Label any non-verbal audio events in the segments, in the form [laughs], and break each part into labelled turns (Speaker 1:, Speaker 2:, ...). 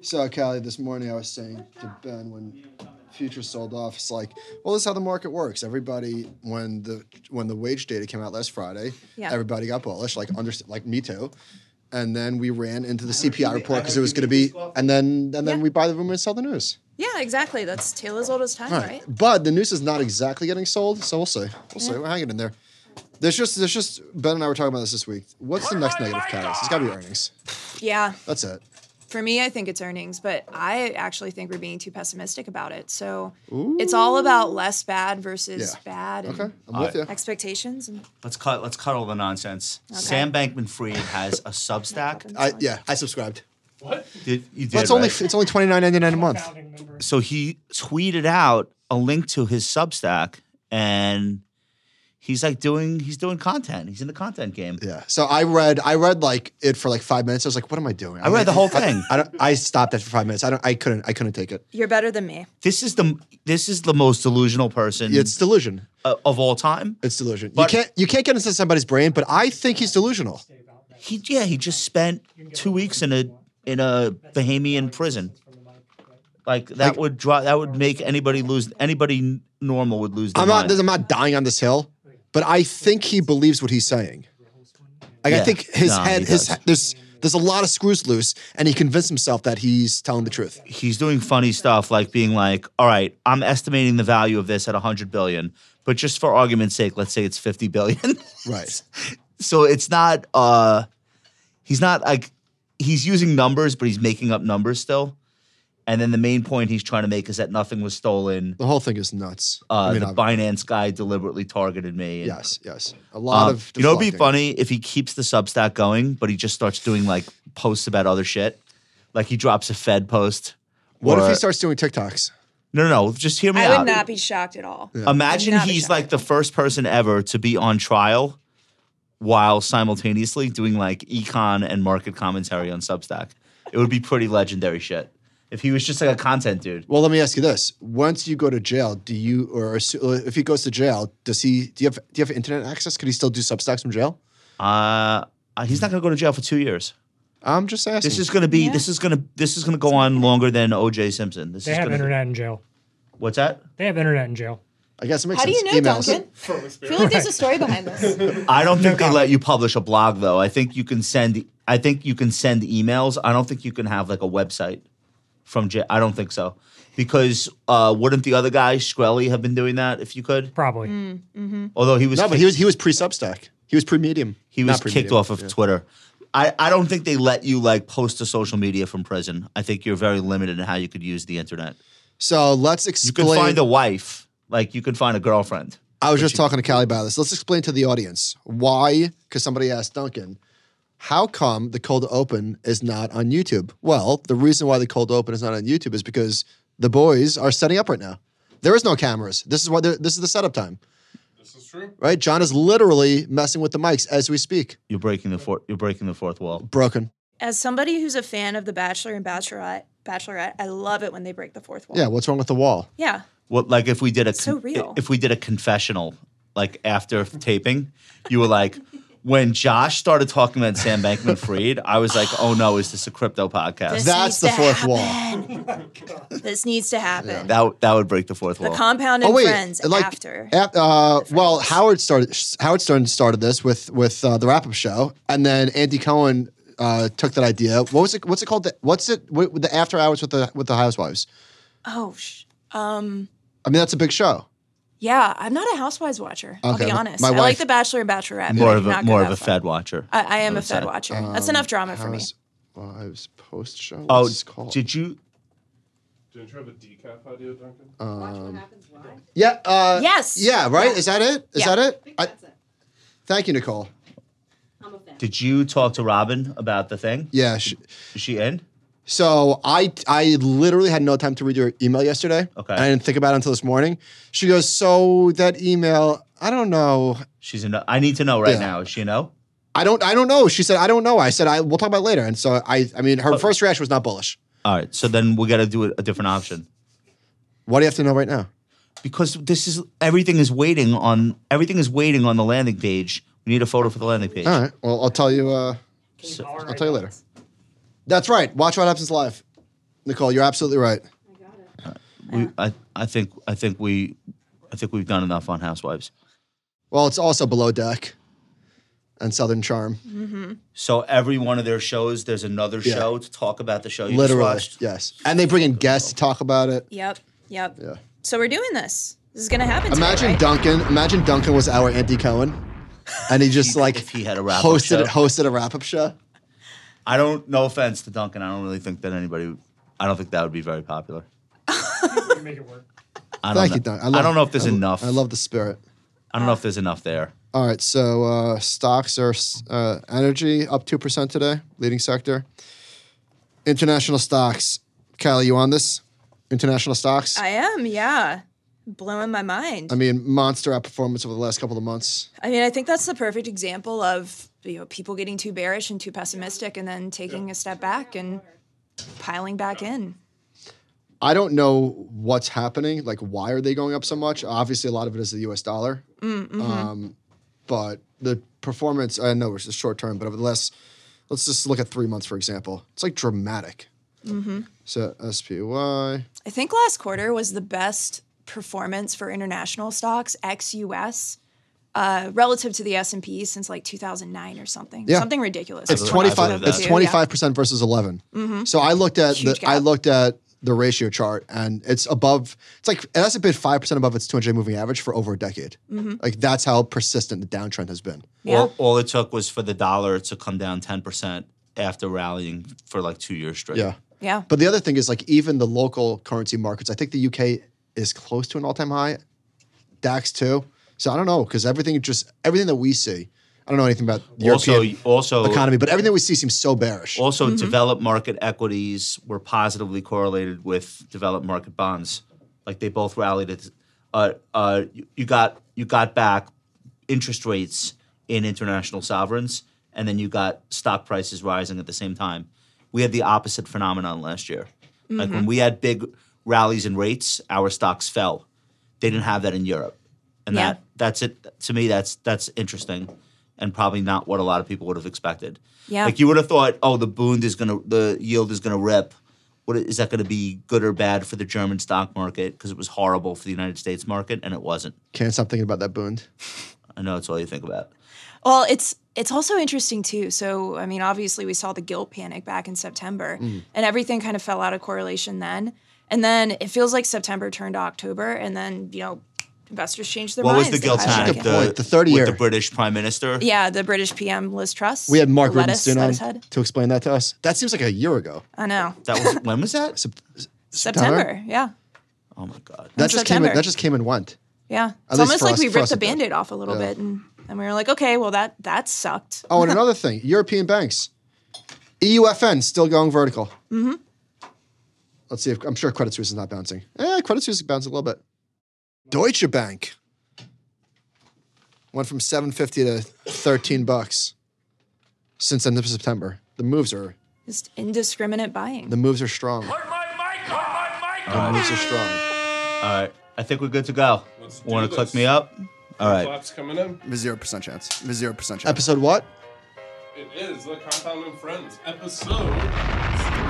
Speaker 1: So, Callie, this morning I was saying to Ben when futures sold off, it's like, well, this is how the market works. Everybody, when the when the wage data came out last Friday,
Speaker 2: Yeah.
Speaker 1: everybody got bullish, like under, like me too. And then we ran into the
Speaker 3: I heard you
Speaker 1: CPI
Speaker 3: made-
Speaker 1: report
Speaker 3: I
Speaker 1: because
Speaker 3: heard
Speaker 1: it
Speaker 3: you
Speaker 1: was going to
Speaker 3: made
Speaker 1: be,
Speaker 3: this coffee.
Speaker 1: and then and then
Speaker 2: Yeah.
Speaker 1: we buy the rumor and sell the news.
Speaker 2: Yeah, exactly. That's tale as old as time,
Speaker 1: All
Speaker 2: right?
Speaker 1: right. But the news is not exactly getting sold, so we'll see. We'll see. We're hanging in there. There's just there's just Ben and I were talking about this this week. What's the next negative catalyst? It's got to be earnings.
Speaker 2: Yeah.
Speaker 1: That's it.
Speaker 2: For me, I think it's earnings, but I actually think we're being too pessimistic about it. So it's all about less bad versus
Speaker 1: Yeah.
Speaker 2: bad and
Speaker 1: Okay, I'm with
Speaker 3: All
Speaker 1: you.
Speaker 3: right.
Speaker 2: expectations. And
Speaker 3: Let's cut. Let's cut all the nonsense. Sam Bankman Fried has a Substack.
Speaker 1: I yeah, I subscribed.
Speaker 4: What?
Speaker 3: Did, you did
Speaker 1: That's only
Speaker 3: right?
Speaker 1: it's only twenty nine ninety nine a month.
Speaker 4: Founding member.
Speaker 3: so he tweeted out a link to his Substack, and he's like doing he's doing content. He's in the content game.
Speaker 1: Yeah. So I read I read like it for like five minutes. I was like, what am I doing?
Speaker 3: I read the whole thing. Mm.
Speaker 1: I don't. I stopped after five minutes. I don't. I couldn't. I couldn't take it.
Speaker 2: you're better than me.
Speaker 3: This is the this is the most delusional person
Speaker 1: It's delusion.
Speaker 3: o- of all time.
Speaker 1: It's delusion.
Speaker 3: But-
Speaker 1: you can't. You can't get into somebody's brain. But I think he's delusional.
Speaker 3: He yeah he just spent two weeks in a in a Bahamian prison. Like that
Speaker 1: Like-
Speaker 3: would draw that would make anybody lose anybody n- normal would lose. Their
Speaker 1: I'm not.
Speaker 3: mind.
Speaker 1: I'm not dying on this hill. But I think he believes what he's saying. Like I
Speaker 3: Yeah.
Speaker 1: think his
Speaker 3: No,
Speaker 1: head.
Speaker 3: he
Speaker 1: His
Speaker 3: does.
Speaker 1: there's there's a lot of screws loose, and he convinced himself that he's telling the
Speaker 3: [laughs]
Speaker 1: truth.
Speaker 3: he's doing funny stuff like being like, all right, I'm estimating the value of this at 100 billion, but just for argument's sake, let's say it's 50 billion. [laughs]
Speaker 1: Right.
Speaker 3: so it's not, uh, he's not like, he's using numbers, but he's making up numbers still. And then the main point he's trying to make is that nothing was stolen.
Speaker 1: The whole thing is nuts.
Speaker 3: Uh,
Speaker 1: I mean,
Speaker 3: the
Speaker 1: I'm-
Speaker 3: Binance guy deliberately targeted me. and-
Speaker 1: yes. Yes. A lot
Speaker 3: Um,
Speaker 1: of.
Speaker 3: you know, it'd be
Speaker 1: deflecting.
Speaker 3: funny if he keeps the Substack going, but he just starts doing like posts about other shit. Like he drops a Fed post.
Speaker 1: What if
Speaker 3: or-
Speaker 1: he starts doing TikToks?
Speaker 3: No, no, no. Just hear me
Speaker 2: I
Speaker 3: out.
Speaker 2: would not be shocked at all.
Speaker 3: Imagine
Speaker 2: Not a
Speaker 3: he's
Speaker 2: shot.
Speaker 3: like the first person ever to be on trial while simultaneously doing like econ and market commentary on Substack. It would be pretty legendary shit. If he was just like a content dude.
Speaker 1: Well, let me ask you this: Once you go to jail, do you, or assu- or if he goes to jail, does he? Do you have do you have internet access? Could he still do Substacks from jail?
Speaker 3: Uh uh, he's not going to go to jail for 2 years.
Speaker 1: I'm just asking.
Speaker 3: This is going to be
Speaker 2: Yeah.
Speaker 3: this is going to this is going to go on longer than OJ Simpson. This
Speaker 4: They
Speaker 3: is
Speaker 4: have
Speaker 3: gonna be-
Speaker 4: internet in jail.
Speaker 3: What's that?
Speaker 4: They have internet in jail.
Speaker 1: I guess it makes
Speaker 2: How do
Speaker 1: sense.
Speaker 2: you know,
Speaker 1: Emails.
Speaker 2: Duncan? I feel like there's a story behind
Speaker 1: [laughs]
Speaker 2: this.
Speaker 3: I don't think they let you publish a blog though. I think you can send I think you can send emails. I don't think you can have like a website from jail. I don't think so. Because uh, wouldn't the other guy, Shkreli, have been doing that if you could?
Speaker 4: Probably.
Speaker 2: Mm.
Speaker 3: Although he was
Speaker 1: No, but
Speaker 3: kicked,
Speaker 1: he was he was pre Substack. He was pre Medium.
Speaker 3: he was kicked off of Twitter. I, I don't think they let you like post to social media from prison. I think you're very limited in how you could use the internet.
Speaker 1: So let's
Speaker 3: You can
Speaker 1: explain.
Speaker 3: find a wife, like you can find a girlfriend.
Speaker 1: I was just talking to Callie about this. Let's explain to the audience why, because somebody asked Duncan, how come the cold open is not on YouTube? Well, the reason why the cold open is not on YouTube is because the boys are setting up right now. There is no cameras. This is why they're- this is the setup time.
Speaker 5: This is true.
Speaker 1: right? John is literally messing with the mics as we speak.
Speaker 3: You're breaking the fourth. You're breaking the fourth wall.
Speaker 1: Broken.
Speaker 2: As somebody who's a fan of The Bachelor and Bachelorette, Bachelorette, I love it when they break the fourth wall.
Speaker 1: Yeah, what's wrong with the wall?
Speaker 2: Yeah.
Speaker 3: What like if we did a
Speaker 2: so
Speaker 3: con-
Speaker 2: real.
Speaker 3: if we did a confessional like after taping, you were like when Josh started talking about Sam Bankman Fried, I was like, oh no, is this a crypto podcast?
Speaker 2: This
Speaker 1: That's
Speaker 2: needs
Speaker 1: the
Speaker 2: to
Speaker 1: fourth
Speaker 2: happen. this needs to happen.
Speaker 3: That that would break the fourth
Speaker 2: The
Speaker 3: wall.
Speaker 2: compound and friends
Speaker 1: Oh, like,
Speaker 2: after.
Speaker 1: ap- uh, well, Howard started. Howard Stern started this with with uh, the wrap up show, and then Andy Cohen uh, took that idea. What was it? What's it called? The- What's it? What, the after hours with the with the housewives.
Speaker 2: oh, sh- um,
Speaker 1: I mean, that's a big show.
Speaker 2: yeah. I'm not a Housewives watcher. I'll
Speaker 1: Okay,
Speaker 2: be
Speaker 1: my-
Speaker 2: honest.
Speaker 1: my
Speaker 2: I like
Speaker 1: wife-
Speaker 2: The Bachelor and Bachelorette. but I
Speaker 3: more of
Speaker 2: did
Speaker 3: a
Speaker 2: not go
Speaker 3: more
Speaker 2: that
Speaker 3: of a
Speaker 2: far.
Speaker 3: Fed watcher.
Speaker 2: I, I am a
Speaker 3: would
Speaker 2: Fed
Speaker 3: say.
Speaker 2: watcher. That's enough drama for me.
Speaker 1: Housewives post show.
Speaker 3: Oh,
Speaker 1: What's it called?
Speaker 3: did you?
Speaker 5: Didn't you have a decaf idea, Duncan?
Speaker 1: Uh, Um, yeah. Uh,
Speaker 2: Yes.
Speaker 1: Yeah. Right.
Speaker 2: Yeah.
Speaker 1: Is that it? Is
Speaker 2: Yeah.
Speaker 1: that it? I, thank you, Nicole.
Speaker 3: Did you talk to Robin about the thing?
Speaker 1: Yeah. Sh-
Speaker 3: Is she in?
Speaker 1: So I I literally had no time to read your email yesterday.
Speaker 3: Okay.
Speaker 1: And I didn't think about it until this morning. She goes, so that email, I don't know.
Speaker 3: She's in. I need to know right
Speaker 1: Yeah.
Speaker 3: now. Is she know?
Speaker 1: I don't I don't know. She said, I don't know. I said, I we'll talk about it later. And so I I mean her first reaction was not bullish.
Speaker 3: All right. So then we got to do a, a different option
Speaker 1: What do you have to know right now?
Speaker 3: because this is everything is waiting on everything is waiting on the landing page. We need a photo for the landing page.
Speaker 1: All right. Well, I'll tell you uh
Speaker 3: So-
Speaker 1: I'll tell you later. That's right. Watch what happens live. Nicole, you're absolutely right.
Speaker 3: We, I, I think I think we I think we've done enough on Housewives.
Speaker 1: Well, it's also Below Deck and Southern Charm.
Speaker 3: So every one of their shows, there's another
Speaker 1: Yeah.
Speaker 3: show to talk about the show you
Speaker 1: Literally.
Speaker 3: just watched.
Speaker 1: Yes. And they bring in guests to talk about it.
Speaker 2: Yep. Yep.
Speaker 1: Yeah.
Speaker 2: So we're doing this. This is gonna happen.
Speaker 1: Imagine
Speaker 2: today, right?
Speaker 1: Duncan. Imagine Duncan was our Andy Cohen. And he just like
Speaker 3: if he had a wrap-up
Speaker 1: hosted
Speaker 3: show.
Speaker 1: it, hosted a wrap up show.
Speaker 3: I don't. No offense to Duncan, I don't really think that anybody. I don't think that would be very popular.
Speaker 4: We can make it work.
Speaker 3: I don't
Speaker 1: Thank
Speaker 3: know.
Speaker 1: you, Duncan.
Speaker 3: I, don't know if there's
Speaker 1: I lo-
Speaker 3: enough.
Speaker 1: I love the spirit.
Speaker 3: I don't know if there's enough there.
Speaker 1: All right, so uh, stocks are uh, energy up two percent today, leading sector. International stocks, Callie, you on this? International stocks.
Speaker 2: I am. Yeah. Blowing my mind.
Speaker 1: I mean, monster outperformance over the last couple of months.
Speaker 2: I mean, I think that's the perfect example of you know people getting too bearish and too pessimistic, and then taking a step back and piling back in.
Speaker 1: I don't know what's happening. Like, why are they going up so much? Obviously, a lot of it is the U.S. dollar.
Speaker 2: Mm, mm-hmm.
Speaker 1: Um, but the performance, I know it's just short term, but over the last, let's just look at three months for example. It's like dramatic.
Speaker 2: Mm-hmm.
Speaker 1: So SPY.
Speaker 2: I think last quarter was the best performance for international stocks ex US uh, relative to the S and P since like 2009 or something.
Speaker 1: Yeah.
Speaker 2: Something ridiculous.
Speaker 1: It's
Speaker 3: believe-
Speaker 1: twenty
Speaker 3: I believe
Speaker 1: five.
Speaker 3: that.
Speaker 1: It's
Speaker 3: Yeah.
Speaker 1: twenty five percent versus 11 So I looked at the,
Speaker 2: Mm-hmm. Huge
Speaker 1: I
Speaker 2: gap.
Speaker 1: looked at the ratio chart, and it's above. It's like it hasn't been five percent above its two hundred moving average for over a decade.
Speaker 2: Mm-hmm.
Speaker 1: Like that's how persistent the downtrend has been.
Speaker 2: Yeah.
Speaker 3: All, all it took was for the dollar to come down ten percent after rallying for like two years straight.
Speaker 1: Yeah.
Speaker 2: Yeah.
Speaker 1: But the other thing is like even the local currency markets. I think the UK is close to an all time high. DAX too. So I don't know because everything just everything that we see. I don't know anything about the
Speaker 3: Also,
Speaker 1: European
Speaker 3: also
Speaker 1: economy, but everything we see seems so bearish.
Speaker 3: Also, developed market equities were positively correlated with developed market bonds. Like they both rallied. At, uh, uh, you, you got you got back interest rates in international sovereigns, and then you got stock prices rising at the same time. We had the opposite phenomenon last year. Like when we had big rallies in rates, our stocks fell. They didn't have that in Europe, and
Speaker 2: Yeah.
Speaker 3: that that's it. To me, that's that's interesting, and probably not what a lot of people would have expected.
Speaker 2: Yeah.
Speaker 3: Like you would have thought, oh, the Bund is gonna, the yield is gonna rip. What is that gonna be good or bad for the German stock market? Because it was horrible for the United States market, and it wasn't.
Speaker 1: Can't stop thinking about that Bund.
Speaker 3: I know that's all you think about.
Speaker 2: Well, it's it's also interesting too. So, I mean, obviously we saw the guilt panic back in September
Speaker 1: Mm.
Speaker 2: and everything kind of fell out of correlation then. And then it feels like September turned to October and then, you know, investors changed their
Speaker 3: What was
Speaker 2: minds.
Speaker 3: the
Speaker 2: They
Speaker 3: guilt
Speaker 2: piled back
Speaker 3: panic?
Speaker 2: in.
Speaker 1: Good point. The 30
Speaker 3: with
Speaker 1: year.
Speaker 3: the British Prime Minister.
Speaker 2: yeah, the British PM Liz Truss.
Speaker 1: We had Mark
Speaker 2: Let us-
Speaker 1: Rubenstein
Speaker 2: let
Speaker 1: on
Speaker 2: us head.
Speaker 1: to explain that to us. That seems like a year ago.
Speaker 2: I know.
Speaker 3: That was when was that?
Speaker 1: Sep-
Speaker 2: September. Yeah.
Speaker 3: Oh my god.
Speaker 1: That just came.
Speaker 2: September.
Speaker 1: And, that just came and went.
Speaker 2: Yeah.
Speaker 1: least
Speaker 2: It's almost
Speaker 1: for
Speaker 2: like
Speaker 1: us-
Speaker 2: we
Speaker 1: for
Speaker 2: ripped
Speaker 1: us
Speaker 2: the
Speaker 1: it did.
Speaker 2: band-aid off a little
Speaker 1: Yeah.
Speaker 2: bit and, and we were like, okay, well that that sucked.
Speaker 1: Oh, and another thing: European banks, E EUFN still going vertical. Mm-hmm. Let's see. if I'm sure Credit Suisse is not bouncing. Eh, Credit Suisse is bouncing a little bit. Deutsche Bank went from 750 to 13 bucks since end of September. The moves are
Speaker 2: Just indiscriminate buying.
Speaker 1: the moves are strong.
Speaker 6: Put my mic on! my mic
Speaker 1: The moves are strong.
Speaker 3: All right, I think we're good to go.
Speaker 5: Let's do
Speaker 3: Want to
Speaker 5: this.
Speaker 3: click me up? All right.
Speaker 5: Claps coming in.
Speaker 7: Zero percent chance. Zero percent chance.
Speaker 1: Episode what?
Speaker 5: It is the Compound and Friends episode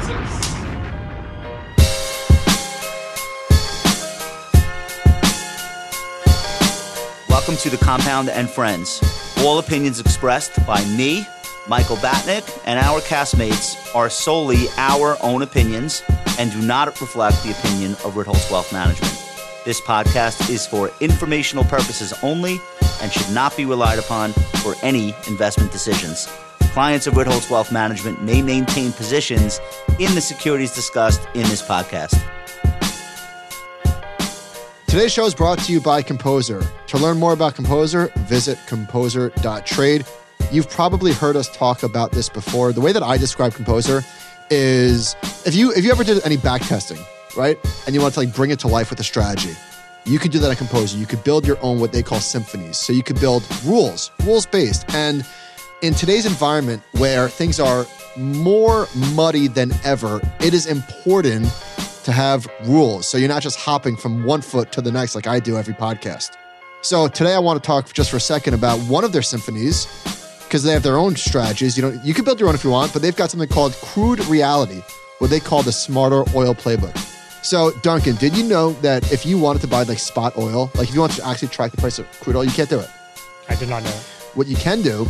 Speaker 5: six.
Speaker 3: Welcome to the Compound and Friends. All opinions expressed by me, Michael Batnick, and our castmates are solely our own opinions and do not reflect the opinion of Ritholtz Wealth Management. This podcast is for informational purposes only and should not be relied upon for any investment decisions. Clients of Ritholtz Wealth Management may maintain positions in the securities discussed in this podcast.
Speaker 1: Today's show is brought to you by Composer. To learn more about Composer, visit composer.trade. You've probably heard us talk about this before. The way that I describe Composer is if you if you ever did any back testing, right? And you want to like bring it to life with a strategy. You could do that at Composer. You could build your own what they call symphonies. So you could build rules, rules based. And in today's environment where things are more muddy than ever, it is important to have rules so you're not just hopping from one foot to the next like I do every podcast. So today I want to talk just for a second about one of their symphonies because they have their own strategies. You know, you can build your own if you want, but they've got something called crude reality, what they call the Smarter Oil Playbook. So, Duncan, did you know that if you wanted to buy like spot oil, like if you want to actually track the price of crude oil, you can't do it.
Speaker 4: I did not know. it.
Speaker 1: What you can do,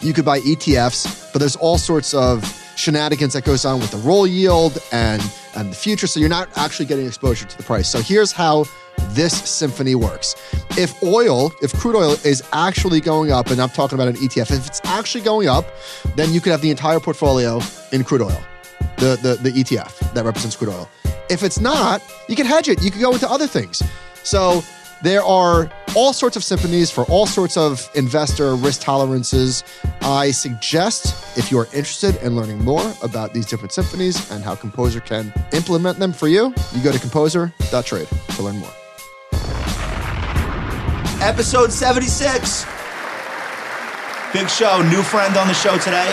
Speaker 1: you could buy ETFs, but there's all sorts of shenanigans that goes on with the roll yield and and the future. So you're not actually getting exposure to the price. So here's how this symphony works. If oil, if crude oil is actually going up, and I'm talking about an ETF, if it's actually going up, then you could have the entire portfolio in crude oil, the the, the ETF that represents crude oil. If it's not, you can hedge it. You can go into other things. So there are all sorts of symphonies for all sorts of investor risk tolerances. I suggest if you are interested in learning more about these different symphonies and how Composer can implement them for you, you go to composer.trade to learn more.
Speaker 3: Episode 76. Big show. New friend on the show today.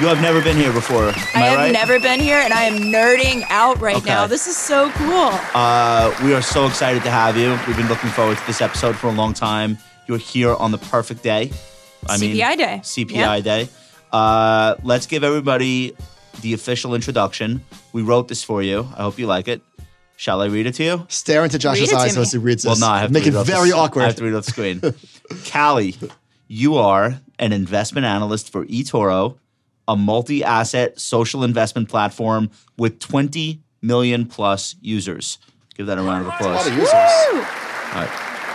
Speaker 3: You have never been here before. Am I,
Speaker 2: I have
Speaker 3: right?
Speaker 2: never been here and I am nerding out right now.
Speaker 3: Okay.
Speaker 2: This is so cool.
Speaker 3: Uh, we are so excited to have you. We've been looking forward to this episode for a long time. You're here on the perfect day. I
Speaker 2: CPI day.
Speaker 3: CPI
Speaker 2: Yeah.
Speaker 3: day. Uh, let's give everybody the official introduction. We wrote this for you. I hope you like it. Shall I read it to you?
Speaker 1: Stare into Josh's
Speaker 2: Read it to
Speaker 1: eyes
Speaker 2: me.
Speaker 1: as he reads
Speaker 3: Well,
Speaker 1: this.
Speaker 3: no, I have
Speaker 1: Make
Speaker 3: to
Speaker 1: it
Speaker 3: read off the-
Speaker 1: very
Speaker 3: I have to
Speaker 1: awkward.
Speaker 3: read off the screen. [laughs] Callie, you are an investment analyst for eToro, a multi-asset social investment platform with 20 million plus users. Give that a round of
Speaker 1: A lot
Speaker 3: applause.
Speaker 1: of users.
Speaker 2: Woo!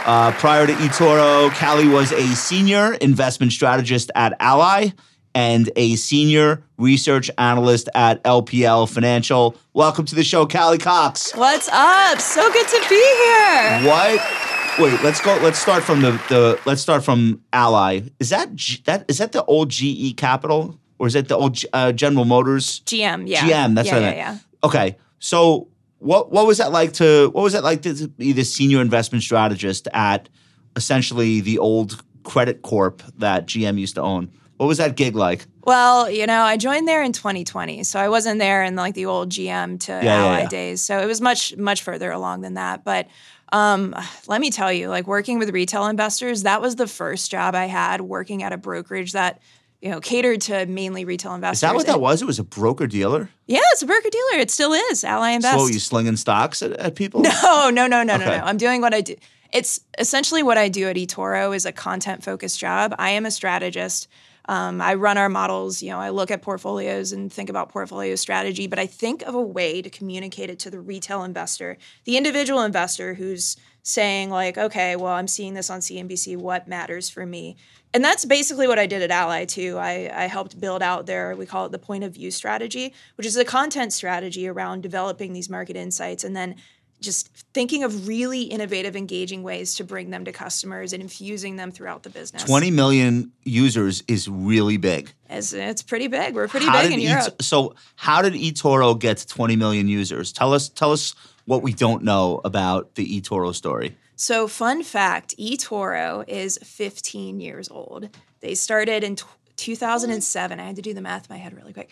Speaker 3: Uh, prior to eToro, Callie was a senior investment strategist at Ally and a senior research analyst at LPL Financial. Welcome to the show, Callie Cox.
Speaker 2: What's up? So good to be here.
Speaker 1: Mm.
Speaker 3: What? Wait, let's go. Let's start from the the. Let's start from Ally. Is that G, that is that the old GE Capital or is that the old G- uh, General Motors?
Speaker 2: GM, yeah.
Speaker 3: GM. That's
Speaker 2: yeah,
Speaker 3: what I
Speaker 2: yeah,
Speaker 3: meant.
Speaker 2: yeah.
Speaker 3: Okay, so what what was that like to what was that like to be the senior investment strategist at essentially the old Credit Corp that GM used to own? What was that gig like?
Speaker 2: Well, you know, I joined there in 2020, so I wasn't there in like the old GM to
Speaker 3: yeah,
Speaker 2: Ally
Speaker 3: yeah.
Speaker 2: days. So it was much much further along than that. But um, let me tell you, like working with retail investors, that was the first job I had working at a brokerage that you know catered to mainly retail investors.
Speaker 3: Is that what that
Speaker 2: And-
Speaker 3: was? It was a broker dealer.
Speaker 2: Yeah, it's a broker dealer. It still is Ally Invest.
Speaker 3: So you slinging stocks at, at
Speaker 2: [laughs]
Speaker 3: people?
Speaker 2: No, no, no, no, no,
Speaker 3: Okay.
Speaker 2: no. I'm doing what I do. It's essentially what I do at eToro is a content focused job. I am a strategist. Um, I run our models. You know, I look at portfolios and think about portfolio strategy, but I think of a way to communicate it to the retail investor, the individual investor who's saying like, okay, well, I'm seeing this on CNBC. What matters for me? And that's basically what I did at Ally too. I, I helped build out their, we call it the point of view strategy, which is a content strategy around developing these market insights and then just thinking of really innovative, engaging ways to bring them to customers and infusing them throughout the business.
Speaker 3: Twenty million users is really big.
Speaker 2: It's, it's pretty big. We're pretty
Speaker 3: How
Speaker 2: big
Speaker 3: did
Speaker 2: in
Speaker 3: E-
Speaker 2: Europe.
Speaker 3: so how did eToro get to 20 million users? Tell us tell us what we don't know about the eToro story.
Speaker 2: So, fun fact eToro is 15 years old. They started in tw 2007. I had to do the math in my head really quick.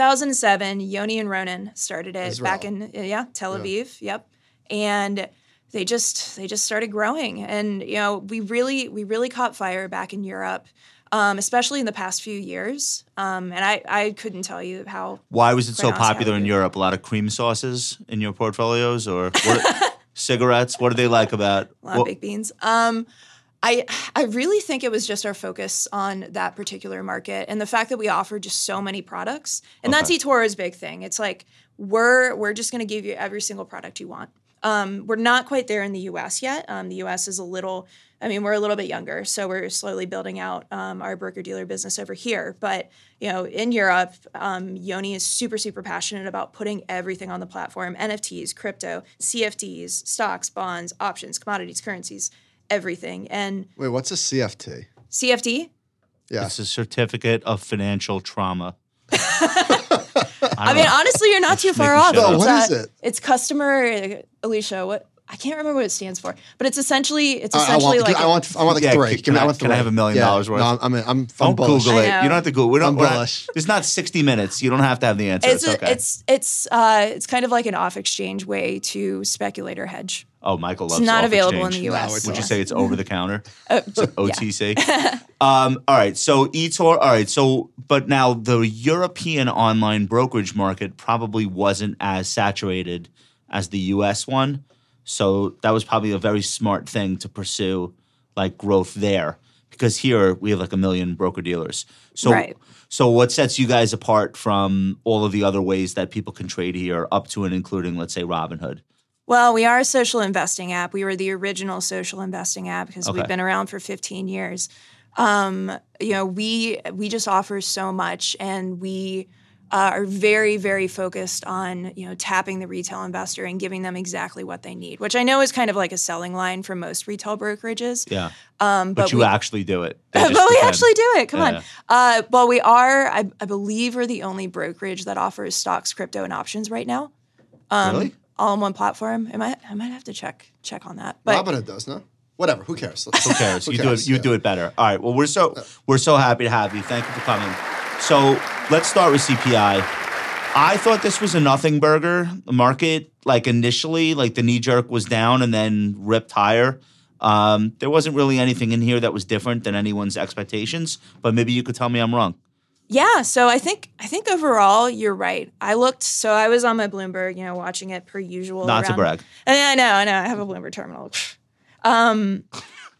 Speaker 2: 2007, Yoni and Ronan started it
Speaker 1: Israel.
Speaker 2: back in uh, yeah, Tel Aviv. Yep. And they just they just started growing and you know, we really we really caught fire back in Europe. Um, especially in the past few years, um, and I, I couldn't tell you how
Speaker 3: Why was it so
Speaker 2: Pronounce how
Speaker 3: popular in
Speaker 2: you-
Speaker 3: Europe? A lot of cream sauces in your portfolios or
Speaker 2: [laughs]
Speaker 3: what, cigarettes? What do they like about
Speaker 2: a lot
Speaker 3: what-
Speaker 2: of big beans. Um, I I really think it was just our focus on that particular market and the fact that we offer just so many products, and that's eToro's big thing. It's like we're we're just going to give you every single product you want. Um, we're not quite there in the U.S. yet. Um, the U.S. is a little, I mean, we're a little bit younger, so we're slowly building out um, our broker dealer business over here. But you know, in Europe, um, Yoni is super super passionate about putting everything on the platform: NFTs, crypto, CFDs, stocks, bonds, options, commodities, currencies, everything. And
Speaker 1: Wait, what's a CFT?
Speaker 2: CFD.
Speaker 1: Yeah.
Speaker 3: It's a certificate of financial trauma. I,
Speaker 2: [laughs] I
Speaker 3: don't
Speaker 2: mean,
Speaker 3: know.
Speaker 2: honestly, you're not too far
Speaker 3: Uh, making
Speaker 2: off.
Speaker 1: No,
Speaker 3: shit up.
Speaker 2: It's,
Speaker 1: what is
Speaker 2: uh,
Speaker 1: it?
Speaker 2: It's customer, Alicia. What I can't remember what it stands for, but it's essentially it's
Speaker 1: I, I
Speaker 2: essentially
Speaker 1: want,
Speaker 2: like
Speaker 1: I want, I want like
Speaker 3: Yeah,
Speaker 1: three.
Speaker 3: can
Speaker 1: Give me,
Speaker 3: I-
Speaker 1: want
Speaker 3: can I
Speaker 1: three.
Speaker 3: have a million
Speaker 1: Yeah.
Speaker 3: dollars worth?
Speaker 1: No, I'm, I'm, I'm, I'm
Speaker 3: Don't
Speaker 1: bullish.
Speaker 3: Google it.
Speaker 2: I
Speaker 3: You
Speaker 2: know.
Speaker 3: don't have to Google. We
Speaker 1: I'm
Speaker 3: don't. We're not,
Speaker 1: bullish.
Speaker 3: it's not sixty minutes. You don't have to have the answer. It's,
Speaker 2: it's a-
Speaker 3: okay.
Speaker 2: it's it's uh it's kind of like an off exchange way to speculate or hedge.
Speaker 3: oh, Michael loves.
Speaker 2: It's not
Speaker 3: Off
Speaker 2: available in
Speaker 3: Exchange.
Speaker 2: the U.S.
Speaker 7: it's
Speaker 3: Would you
Speaker 7: not.
Speaker 3: say it's over the counter?
Speaker 2: [laughs] Uh,
Speaker 3: So
Speaker 2: [laughs]
Speaker 3: OTC. um, all right. So eTor. All right. So, but now the European online brokerage market probably wasn't as saturated as the U.S. one. So that was probably a very smart thing to pursue, like growth there, because here we have like a million broker dealers. So,
Speaker 2: Right.
Speaker 3: so what sets you guys apart from all of the other ways that people can trade here, up to and including, let's say, Robinhood?
Speaker 2: Well, we are a social investing app. We were the original social investing app because
Speaker 3: Okay.
Speaker 2: we've been around for 15 years. Um, you know, we we just offer so much, and we uh, are very very focused on you know tapping the retail investor and giving them exactly what they need, which I know is kind of like a selling line for most retail brokerages.
Speaker 3: Yeah.
Speaker 2: Um,
Speaker 3: But,
Speaker 2: but
Speaker 3: you
Speaker 2: we,
Speaker 3: actually do it.
Speaker 2: [laughs]
Speaker 3: They
Speaker 2: but
Speaker 3: just
Speaker 2: we
Speaker 3: pretend.
Speaker 2: actually do it. Come
Speaker 3: Yeah.
Speaker 2: on. Uh, well, we are. I, I believe we're the only brokerage that offers stocks, crypto, and options right now. Um,
Speaker 3: Really?
Speaker 2: All in one platform. I might. I might have to check check on that. But
Speaker 1: Robinhood does, no? Whatever. Who cares?
Speaker 3: Who cares? you do it.
Speaker 1: cares?
Speaker 3: You
Speaker 1: Yeah.
Speaker 3: do it better. All right. Well, we're so we're so happy to have you. Thank you for coming. So let's start with CPI. I thought this was a nothing burger market. Like initially, like the knee jerk was down and then ripped higher. Um, there wasn't really anything in here that was different than anyone's expectations. But maybe you could tell me I'm wrong.
Speaker 2: yeah, so I think I think overall you're right. I looked. So I was on my Bloomberg, you know, watching it per usual.
Speaker 3: Not to
Speaker 2: around-
Speaker 3: brag.
Speaker 2: I I know. I know. I have a Bloomberg terminal.
Speaker 3: I love-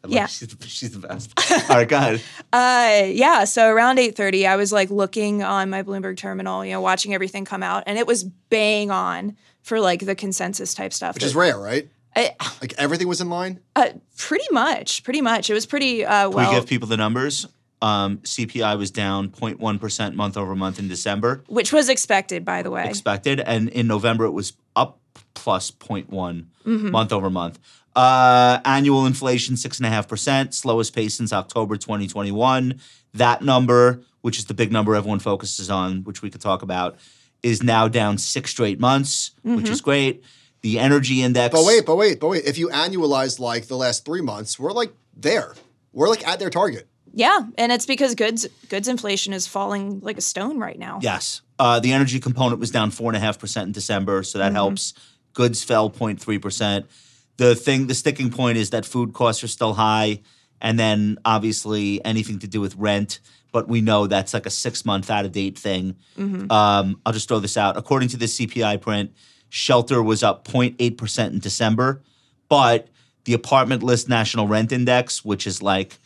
Speaker 2: Yeah.
Speaker 3: she's, she's the [laughs] best. All right, go [laughs] ahead.
Speaker 2: Uh, yeah. So around eight thirty, I was like looking on my Bloomberg terminal, you know, watching everything come out, and it was bang on for like the consensus type stuff.
Speaker 1: Which is rare, right?
Speaker 2: I-
Speaker 1: Like everything was in line.
Speaker 2: Uh, pretty much, pretty much. It was pretty uh,
Speaker 3: Can
Speaker 2: well,
Speaker 3: we give people the numbers. Um, CPI was down 0.1 percent month over month in December.
Speaker 2: which was expected, by the way.
Speaker 3: expected. And in November, it was up plus 0.1 month over month. Uh, annual inflation, 6.5%, slowest pace since October 2021. That number, which is the big number everyone focuses on, which we could talk about, is now down six straight months, which is great. The energy index.
Speaker 1: But wait, but wait, but wait. If you annualize like the last three months, we're like there. We're like at their target.
Speaker 2: yeah, and it's because goods goods inflation is falling like a stone right now.
Speaker 3: Yes. Uh, the energy component was down 4.5% in December, so that helps. Goods fell 0.3%. The thing, the sticking point is that food costs are still high. And then obviously anything to do with rent, but we know that's like a six month out of date thing. Um, I'll just throw this out. According to the CPI print, shelter was up 0.8% in December, but the apartment list national rent index, which is like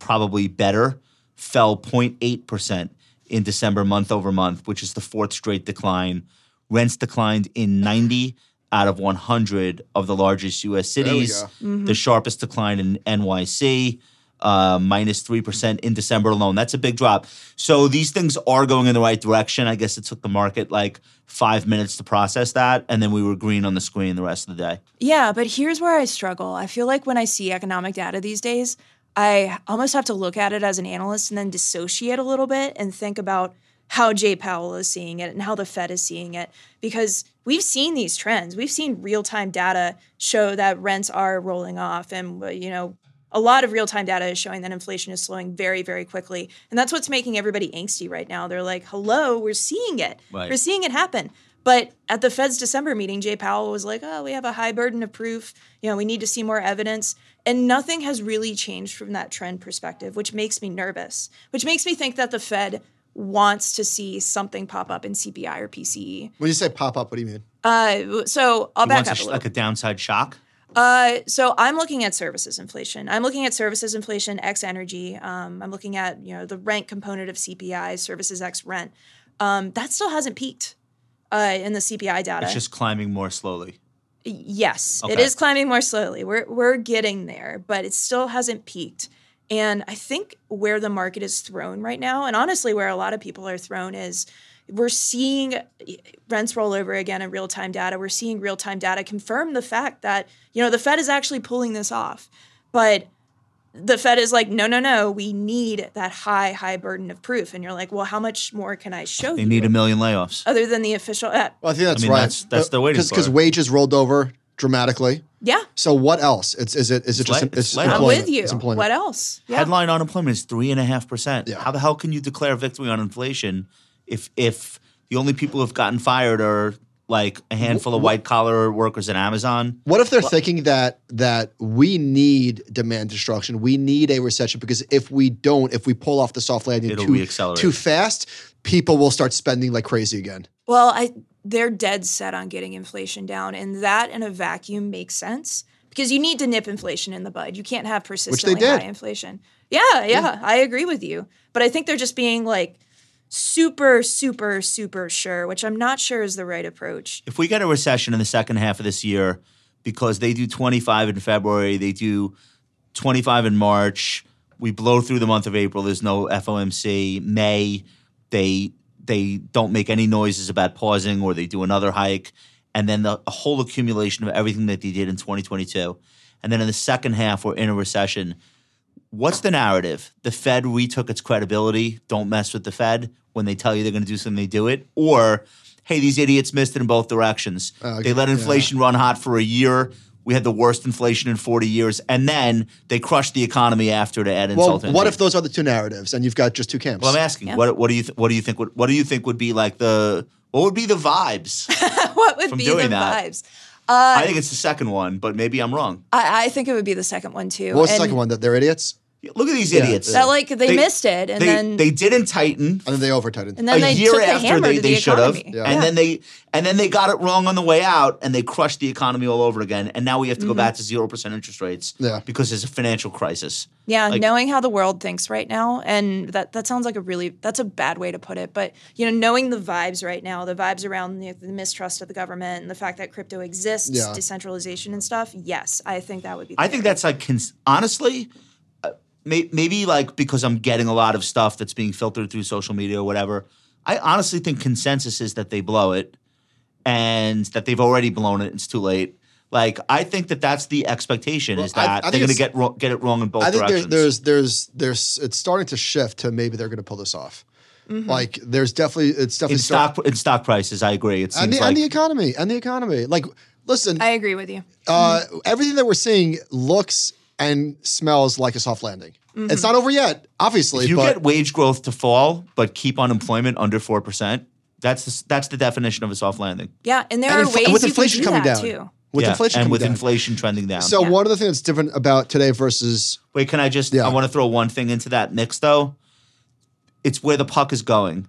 Speaker 3: probably better, fell 0.8% in December month over month, which is the fourth straight decline. Rents declined in 90 out of 100 of the largest US cities,
Speaker 1: go.
Speaker 2: Mm-hmm.
Speaker 3: the sharpest decline in NYC. Uh, minus 3% in December alone. That's a big drop. So these things are going in the right direction. I guess it took the market like five minutes to process that. And then we were green on the screen the rest of the day.
Speaker 2: Yeah, but here's where I struggle. I feel like when I see economic data these days, I almost have to look at it as an analyst and then dissociate a little bit and think about how Jay Powell is seeing it and how the Fed is seeing it because we've seen these trends. We've seen real-time data show that rents are rolling off and you know a lot of real-time data is showing that inflation is slowing very very quickly and that's what's making everybody angsty right now. They're like, "Hello, we're seeing it.
Speaker 3: Right.
Speaker 2: We're seeing it happen." But at the Fed's December meeting, Jay Powell was like, oh, we have a high burden of proof. You know, we need to see more evidence. And nothing has really changed from that trend perspective, which makes me nervous, which makes me think that the Fed wants to see something pop up in CPI or PCE.
Speaker 1: When you say pop up, what do you mean?
Speaker 2: Uh, so I'll back
Speaker 3: Once
Speaker 2: up
Speaker 3: a
Speaker 2: a
Speaker 3: sh-
Speaker 2: little.
Speaker 3: like a downside shock.
Speaker 2: Uh, so I'm looking at services inflation. I'm looking at services inflation x energy. Um, I'm looking at you know the rent component of CPI, services x rent. Um, that still hasn't peaked uh, in the CPI data.
Speaker 3: It's just climbing more slowly.
Speaker 2: Yes, it
Speaker 3: Okay.
Speaker 2: is climbing more slowly. We're we're getting there, but it still hasn't peaked. And I think where the market is thrown right now, and honestly, where a lot of people are thrown is we're seeing eh, rents roll over again in real time data. We're seeing real time data confirm the fact that you know the Fed is actually pulling this off, but the Fed is like, no, no, no, we need that high, high burden of proof. And you're like, well, how much more can I show
Speaker 3: They
Speaker 2: you?
Speaker 3: need a million layoffs.
Speaker 2: other than the official. Uh,
Speaker 1: Well, I think that's
Speaker 3: I mean,
Speaker 1: right.
Speaker 3: that's- that's the waiting
Speaker 1: Because
Speaker 3: for.
Speaker 1: wages rolled over, dramatically.
Speaker 2: Yeah.
Speaker 1: So what else? It's is it is it just
Speaker 3: It's lay-
Speaker 1: it's, it's
Speaker 3: it's layoff.
Speaker 2: I'm
Speaker 1: employment.
Speaker 2: with you.
Speaker 1: It's employment.
Speaker 2: What else? Yeah.
Speaker 3: Headline unemployment is three and a half percent.
Speaker 1: Yeah.
Speaker 3: How the hell can you declare victory on inflation if if the only people who've gotten fired are like a handful of white collar workers at Amazon?
Speaker 1: What if they're thinking that that we need demand destruction, we need a recession because if we don't, if we pull off the soft landing
Speaker 3: It'll
Speaker 1: too,
Speaker 3: reaccelerate.
Speaker 1: too fast, people will start spending like crazy again.
Speaker 2: Well, I they're dead set on getting inflation down, and that in a vacuum makes sense because you need to nip inflation in the bud. You can't have persistently
Speaker 1: did.
Speaker 2: high inflation. Yeah, yeah, I agree with you, but I think they're just being like super, super, super sure, which I'm not sure is the right approach. [laughs]
Speaker 3: If we get a recession in the second half of this year, because they do twenty five in February, they do twenty five in March, we blow through the month of April, there's no FOMC, May, they they don't make any noises about pausing or they do another hike and then the whole accumulation of everything that they did in 2022 and then in the second half we're in a recession what's the narrative the fed retook its credibility don't mess with the fed when they tell you they're going to do something they do it or hey these idiots missed it in both directions
Speaker 1: Uh,
Speaker 3: they let inflation run hot for a year we had the worst inflation in 40 years and then they crushed the economy after to add
Speaker 1: Well,
Speaker 3: insult to
Speaker 1: what
Speaker 3: injury.
Speaker 1: if those are the two narratives and you've got just two camps?
Speaker 3: Well, I'm asking what what do you th- what do you think would what do you think would be like the what would be the vibes?
Speaker 2: Uh, what would
Speaker 3: From
Speaker 2: be
Speaker 3: doing
Speaker 2: the
Speaker 3: that.
Speaker 2: vibes?
Speaker 3: I think it's the second one, but maybe I'm wrong.
Speaker 2: I, I think it would be the second one too.
Speaker 1: what was the
Speaker 2: And
Speaker 1: second one? That they're idiots?
Speaker 3: Look at these
Speaker 1: Yeah.
Speaker 3: idiots.
Speaker 2: That like they,
Speaker 3: They-
Speaker 2: missed it, and
Speaker 3: they,
Speaker 2: then
Speaker 3: they didn't tighten
Speaker 1: And then they over tightened.
Speaker 2: and then
Speaker 3: a
Speaker 2: they
Speaker 3: year
Speaker 2: took the
Speaker 3: after
Speaker 2: hammer
Speaker 3: they,
Speaker 2: to
Speaker 3: they
Speaker 2: the
Speaker 3: should have,
Speaker 2: economy.
Speaker 1: Yeah.
Speaker 3: and then they and then they got it wrong on the way out, and they crushed the economy all over again. And now we have to go back to zero percent interest rates
Speaker 1: Mm-hmm. Yeah.
Speaker 3: because there's a financial crisis.
Speaker 2: Yeah,
Speaker 3: Like-
Speaker 2: knowing how the world thinks right now, and that that sounds like a really that's a bad way to put it, but you know, knowing the vibes right now, the vibes around the, the mistrust of the government and the fact that crypto exists,
Speaker 1: Yeah.
Speaker 2: decentralization and stuff. Yes, I think that would be. the
Speaker 3: I think
Speaker 2: way.
Speaker 3: that's like cons- honestly, uh, may- maybe like because I'm getting a lot of stuff that's being filtered through social media or whatever. I honestly think consensus is that they blow it and that they've already blown it. It's too late. Like I think that that's the expectation is
Speaker 1: I- I think
Speaker 3: that they're going to
Speaker 1: it's-
Speaker 3: get ro- get it wrong in both
Speaker 1: I think there's,
Speaker 3: directions.
Speaker 1: there's there's there's it's starting to shift to maybe they're going to pull this off.
Speaker 2: Mm-hmm.
Speaker 1: Like there's definitely it's definitely
Speaker 3: in
Speaker 1: start-
Speaker 3: stock in stock prices, I agree. It seems
Speaker 1: and the,
Speaker 3: like
Speaker 1: and the economy and the economy. Like listen,
Speaker 2: I agree with you.
Speaker 1: uh, everything that we're seeing looks and smells like a soft landing.
Speaker 2: Mm-hmm.
Speaker 1: It's not over yet, obviously.
Speaker 3: if you
Speaker 1: but
Speaker 3: get wage growth to fall but keep unemployment under four percent, that's the, s- that's the definition of a soft landing.
Speaker 2: Yeah, and there
Speaker 1: and
Speaker 2: are
Speaker 1: infl-
Speaker 2: ways
Speaker 1: with
Speaker 2: you
Speaker 1: inflation
Speaker 2: can do
Speaker 1: coming
Speaker 2: that
Speaker 1: down,
Speaker 2: too.
Speaker 1: with
Speaker 3: Yeah,
Speaker 1: inflation
Speaker 3: and
Speaker 1: coming
Speaker 3: with
Speaker 1: down.
Speaker 3: inflation trending down.
Speaker 1: so one of the things that's different about today versus
Speaker 3: Wait, can I just?
Speaker 1: Yeah.
Speaker 3: I want to throw one thing into that mix though. It's where the puck is going.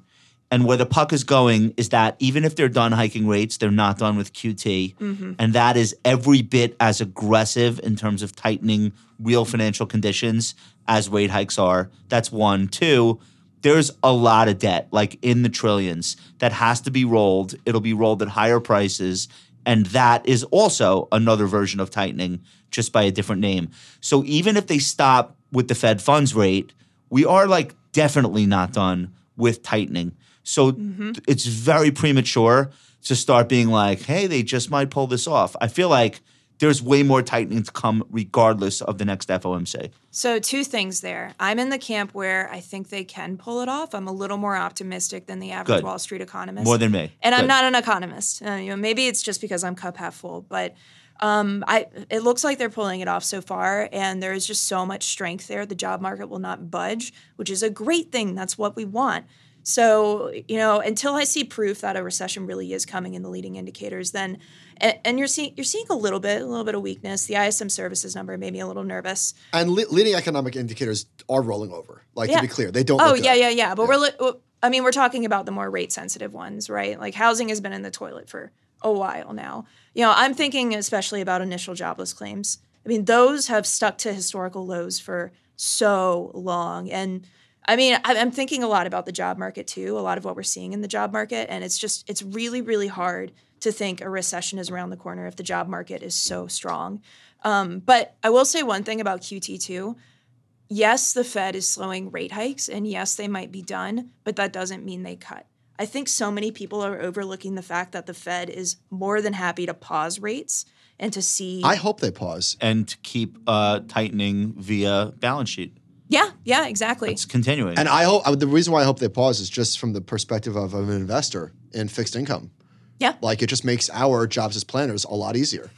Speaker 3: And where the puck is going is that even if they're done hiking rates, they're not done with QT. And that is every bit as aggressive in terms of tightening real financial conditions as rate hikes are. That's one. Two, there's a lot of debt, like in the trillions, that has to be rolled. It'll be rolled at higher prices. And that is also another version of tightening, just by a different name. So even if they stop with the Fed funds rate, we are like definitely not done with tightening. So th- it's very premature to start being like, hey, they just might pull this off. I feel like there's way more tightening to come regardless of the next FOMC.
Speaker 2: So, two things there. I'm in the camp where I think they can pull it off. I'm a little more optimistic than the average
Speaker 3: Good.
Speaker 2: Wall Street economist.
Speaker 3: More than me.
Speaker 2: And I'm
Speaker 3: Good.
Speaker 2: not an economist. Uh, you know, maybe it's just because I'm cup half full, but um, I it looks like they're pulling it off so far, and there is just so much strength there. The job market will not budge, which is a great thing. That's what we want. So you know, until I see proof that a recession really is coming in the leading indicators, then and, and you're seeing you're seeing a little bit, a little bit of weakness. The ISM services number made me a little nervous.
Speaker 1: and le- leading economic indicators are rolling over. Like
Speaker 2: Yeah.
Speaker 1: to be clear, they don't.
Speaker 2: Oh
Speaker 1: look good.
Speaker 2: yeah, yeah, yeah. But we're li- w- I mean, we're talking about the more rate sensitive ones, right? Like housing has been in the toilet for a while now. You know, I'm thinking especially about initial jobless claims. I mean, those have stuck to historical lows for so long and I mean, I- I'm thinking a lot about the job market too, a lot of what we're seeing in the job market. And it's just, it's really, really hard to think a recession is around the corner if the job market is so strong. Um, but I will say one thing about QT2 yes, the Fed is slowing rate hikes, and yes, they might be done, but that doesn't mean they cut. I think so many people are overlooking the fact that the Fed is more than happy to pause rates and to see.
Speaker 1: I hope they pause.
Speaker 3: And to keep uh, tightening via balance sheet.
Speaker 2: yeah, yeah, exactly.
Speaker 3: It's continuing.
Speaker 1: And I hope I- the reason why I hope they pause is just from the perspective of an investor in fixed income.
Speaker 2: Yeah.
Speaker 1: Like it just makes our jobs as planners a lot easier.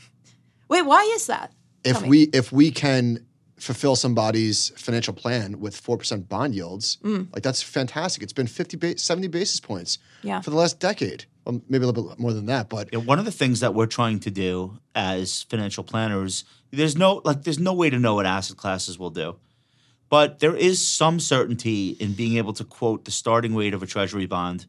Speaker 2: Wait, why is that?
Speaker 1: if
Speaker 2: Tell me.
Speaker 1: we if we can fulfill somebody's financial plan with 4% bond yields
Speaker 2: Mm.
Speaker 1: like that's fantastic it's been 50 ba- 70 basis points
Speaker 2: Yeah.
Speaker 1: for the last decade well, maybe a little bit more than that but
Speaker 3: Yeah, one of the things that we're trying to do as financial planners, there's no like there's no way to know what asset classes will do. But there is some certainty in being able to quote the starting rate of a treasury bond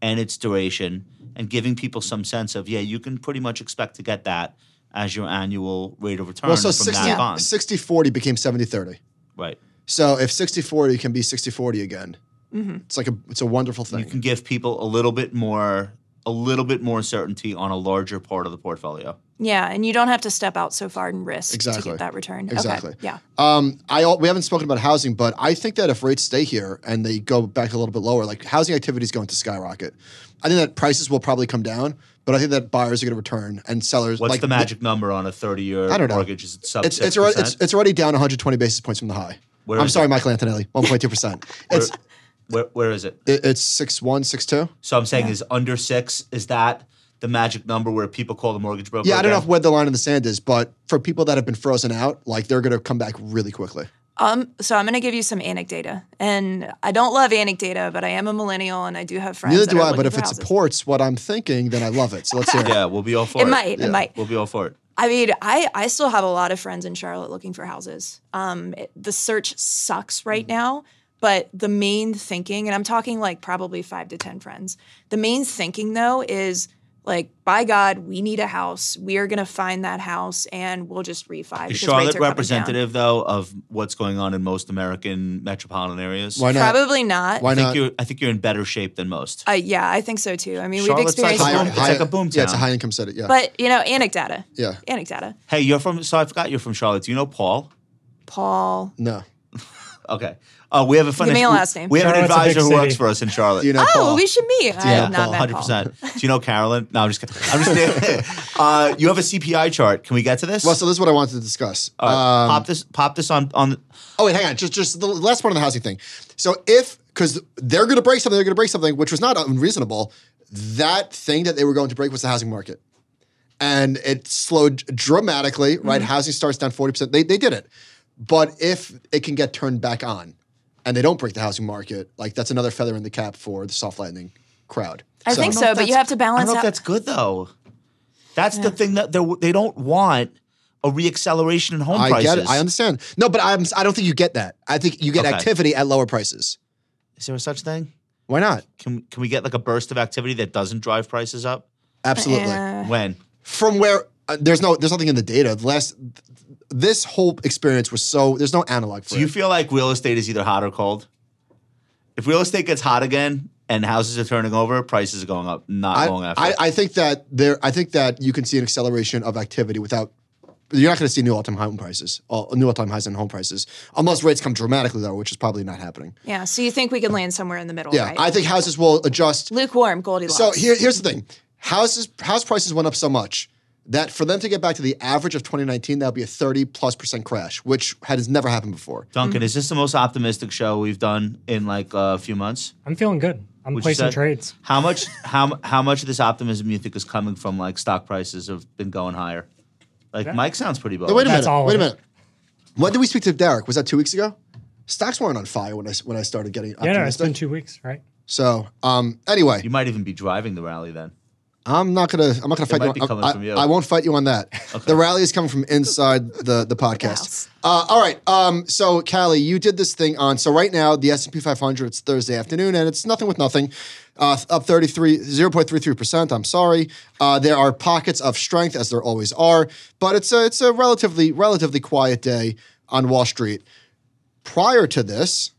Speaker 3: and its duration and giving people some sense of, yeah, you can pretty much expect to get that as your annual rate of return
Speaker 1: well so
Speaker 3: from that
Speaker 1: 60,
Speaker 3: bond.
Speaker 1: 60 40 became 70 30
Speaker 3: Right.
Speaker 1: so if 60 40 can be 60 40 again
Speaker 2: Mm-hmm.
Speaker 1: it's like a it's a wonderful thing
Speaker 3: You can give people a little bit more a little bit more certainty on a larger part of the portfolio.
Speaker 2: Yeah, and you don't have to step out so far and risk to
Speaker 1: Exactly.
Speaker 2: get that return. Okay,
Speaker 1: Exactly.
Speaker 2: Yeah.
Speaker 1: Um, I al- we haven't spoken about housing, but I think that if rates stay here and they go back a little bit lower, like housing activity is going to skyrocket. I think that prices will probably come down, but I think that buyers are going to return and sellers.
Speaker 3: What's
Speaker 1: like,
Speaker 3: the magic number on a 30-year
Speaker 1: I don't know.
Speaker 3: mortgage? Is it sub
Speaker 1: It's
Speaker 3: 6%?
Speaker 1: it's already it's, it's already down 120 basis points from the high.
Speaker 3: Where
Speaker 1: I'm
Speaker 3: is
Speaker 1: sorry, Michael Antonelli, 1.2 percent. It's
Speaker 3: [laughs] Where, where is it?
Speaker 1: it, it's six one six two.
Speaker 3: So I'm saying is under six. Is that the magic number where people call the mortgage broker?
Speaker 1: Yeah, I don't know
Speaker 3: again?
Speaker 1: if where the line in the sand is, but for people that have been frozen out, like they're going to come back really quickly.
Speaker 2: Um, so I'm going to give you some anecdata, and I don't love anecdata, but I am a millennial, and I do have friends.
Speaker 1: Neither
Speaker 2: that
Speaker 1: do
Speaker 2: are
Speaker 1: I, but
Speaker 2: looking
Speaker 1: if
Speaker 2: for
Speaker 1: it
Speaker 2: houses.
Speaker 1: supports what I'm thinking, then I love it. So let's
Speaker 2: [laughs]
Speaker 1: hear it.
Speaker 3: Yeah, we'll be all for
Speaker 2: it
Speaker 3: it.
Speaker 2: might, it might.
Speaker 3: We'll be all for it.
Speaker 2: I mean, I I still have a lot of friends in Charlotte looking for houses. Um, it- the search sucks right now, but the main thinking, and I'm talking like probably five to ten friends. The main thinking though is like, by God, we need a house. We are going to find that house, and we'll just refi.
Speaker 3: Is
Speaker 2: because rates are
Speaker 3: Charlotte
Speaker 2: coming down.
Speaker 3: representative though of what's going on in most American metropolitan areas?
Speaker 1: Why not?
Speaker 2: Probably not.
Speaker 1: Why
Speaker 3: I think
Speaker 1: not?
Speaker 3: you're. I think you're in better shape than most.
Speaker 2: Uh, yeah, I think so too. I mean, we've
Speaker 3: Charlotte's like
Speaker 2: experienced,
Speaker 3: a
Speaker 1: Higher-
Speaker 3: boom- it's like a
Speaker 1: higher-
Speaker 3: boom
Speaker 1: Yeah, it's a
Speaker 3: town.
Speaker 1: high income city. Yeah,
Speaker 2: [laughs] but you know, anecdata,
Speaker 1: yeah.
Speaker 2: anecdata.
Speaker 3: hey, you're from. So I forgot you're from Charlotte. Do you know Paul?
Speaker 2: Paul,
Speaker 1: No.
Speaker 3: Okay. Uh, we have a funny.
Speaker 2: me your
Speaker 3: we-
Speaker 2: last name.
Speaker 3: We have an
Speaker 4: Charlotte's a big
Speaker 3: advisor who works
Speaker 4: city.
Speaker 3: for us in Charlotte.
Speaker 1: Do you know
Speaker 2: Oh,
Speaker 1: Paul?
Speaker 2: we should meet. I
Speaker 3: Yeah,
Speaker 2: have not met Paul.
Speaker 3: 100%. Do you know Carolyn? No, I'm just kidding. I'm just
Speaker 1: [laughs]
Speaker 3: kidding. uh, you have a CPI chart. Can we get to this?
Speaker 1: well, so this is what I wanted to discuss.
Speaker 3: All right,
Speaker 1: Um,
Speaker 3: pop this. Pop this on on.
Speaker 1: oh wait, hang on. Just just the last part on the housing thing. So if because they're going to break something, they're going to break something, which was not unreasonable. That thing that they were going to break was the housing market, and it slowed dramatically. Right,
Speaker 2: Mm-hmm.
Speaker 1: housing starts down forty percent. They they did it, but if it can get turned back on, and they don't break the housing market, like that's another feather in the cap for the soft landing crowd.
Speaker 2: I think so, but you have to
Speaker 3: I don't
Speaker 2: balance
Speaker 3: know if
Speaker 2: out.
Speaker 3: that's good though. That's the thing that they they don't want a reacceleration in home
Speaker 1: I
Speaker 3: prices.
Speaker 1: get it. I understand. No, but I'm. I don't think you get that. I think you get
Speaker 3: Okay.
Speaker 1: activity at lower prices.
Speaker 3: Is there such thing?
Speaker 1: Why not?
Speaker 3: Can can we get like a burst of activity that doesn't drive prices
Speaker 2: [sighs]
Speaker 3: up?
Speaker 1: Absolutely.
Speaker 2: Yeah.
Speaker 3: When
Speaker 1: From where uh, there's no there's nothing in the data. The last th- this whole experience was so there's no analog for
Speaker 3: do you
Speaker 1: it.
Speaker 3: feel like real estate is either hot or cold? If real estate gets hot again and houses are turning over, prices are going up. Not
Speaker 1: I,
Speaker 3: long after.
Speaker 1: I, I think that there I think that you can see an acceleration of activity without you're not going to see new all-time home prices, all, new all-time highs in home prices, unless rates come dramatically lower, which is probably not happening.
Speaker 2: Yeah, so you think we can land somewhere in the middle,
Speaker 1: Yeah,
Speaker 2: right?
Speaker 1: I think houses will adjust
Speaker 2: Lukewarm, Goldilocks.
Speaker 1: So here, here's the thing: houses, house prices went up so much that for them to get back to the average of 2019, that would be a 30 plus percent crash, which has never happened before.
Speaker 2: Mm.
Speaker 3: Duncan, is this the most optimistic show we've done in like a few months?
Speaker 4: I'm feeling good. I'm
Speaker 3: Would you
Speaker 4: placing
Speaker 3: say?
Speaker 4: trades.
Speaker 3: How much how how much of this optimism you think is coming from like stock prices have been going higher? Like Mike sounds pretty bullish.
Speaker 1: But wait a
Speaker 4: That's
Speaker 1: minute.
Speaker 4: all
Speaker 1: Wait a
Speaker 4: of it.
Speaker 1: minute. When did we speak to Derek? Was that two weeks ago? Stocks weren't on fire when I when I started getting
Speaker 4: Yeah, no, it's
Speaker 1: optimistic.
Speaker 4: been two weeks,
Speaker 2: [laughs]
Speaker 4: right?
Speaker 1: so um, anyway,
Speaker 3: You might even be driving the rally then.
Speaker 1: I'm not gonna I'm not gonna fight
Speaker 3: might
Speaker 1: you.
Speaker 3: be
Speaker 1: on-
Speaker 3: coming
Speaker 1: I,
Speaker 3: from you.
Speaker 1: I won't fight you on that. The rally is coming from inside the the podcast.
Speaker 2: house.
Speaker 1: Uh, all right. Um, so Callie, you did this thing on. So right now the S and P 500. It's Thursday afternoon, and it's nothing with nothing. Uh, up 33 0.33 percent. I'm sorry. Uh, there are pockets of strength as there always are, but it's a it's a relatively relatively quiet day on Wall Street. Prior to this,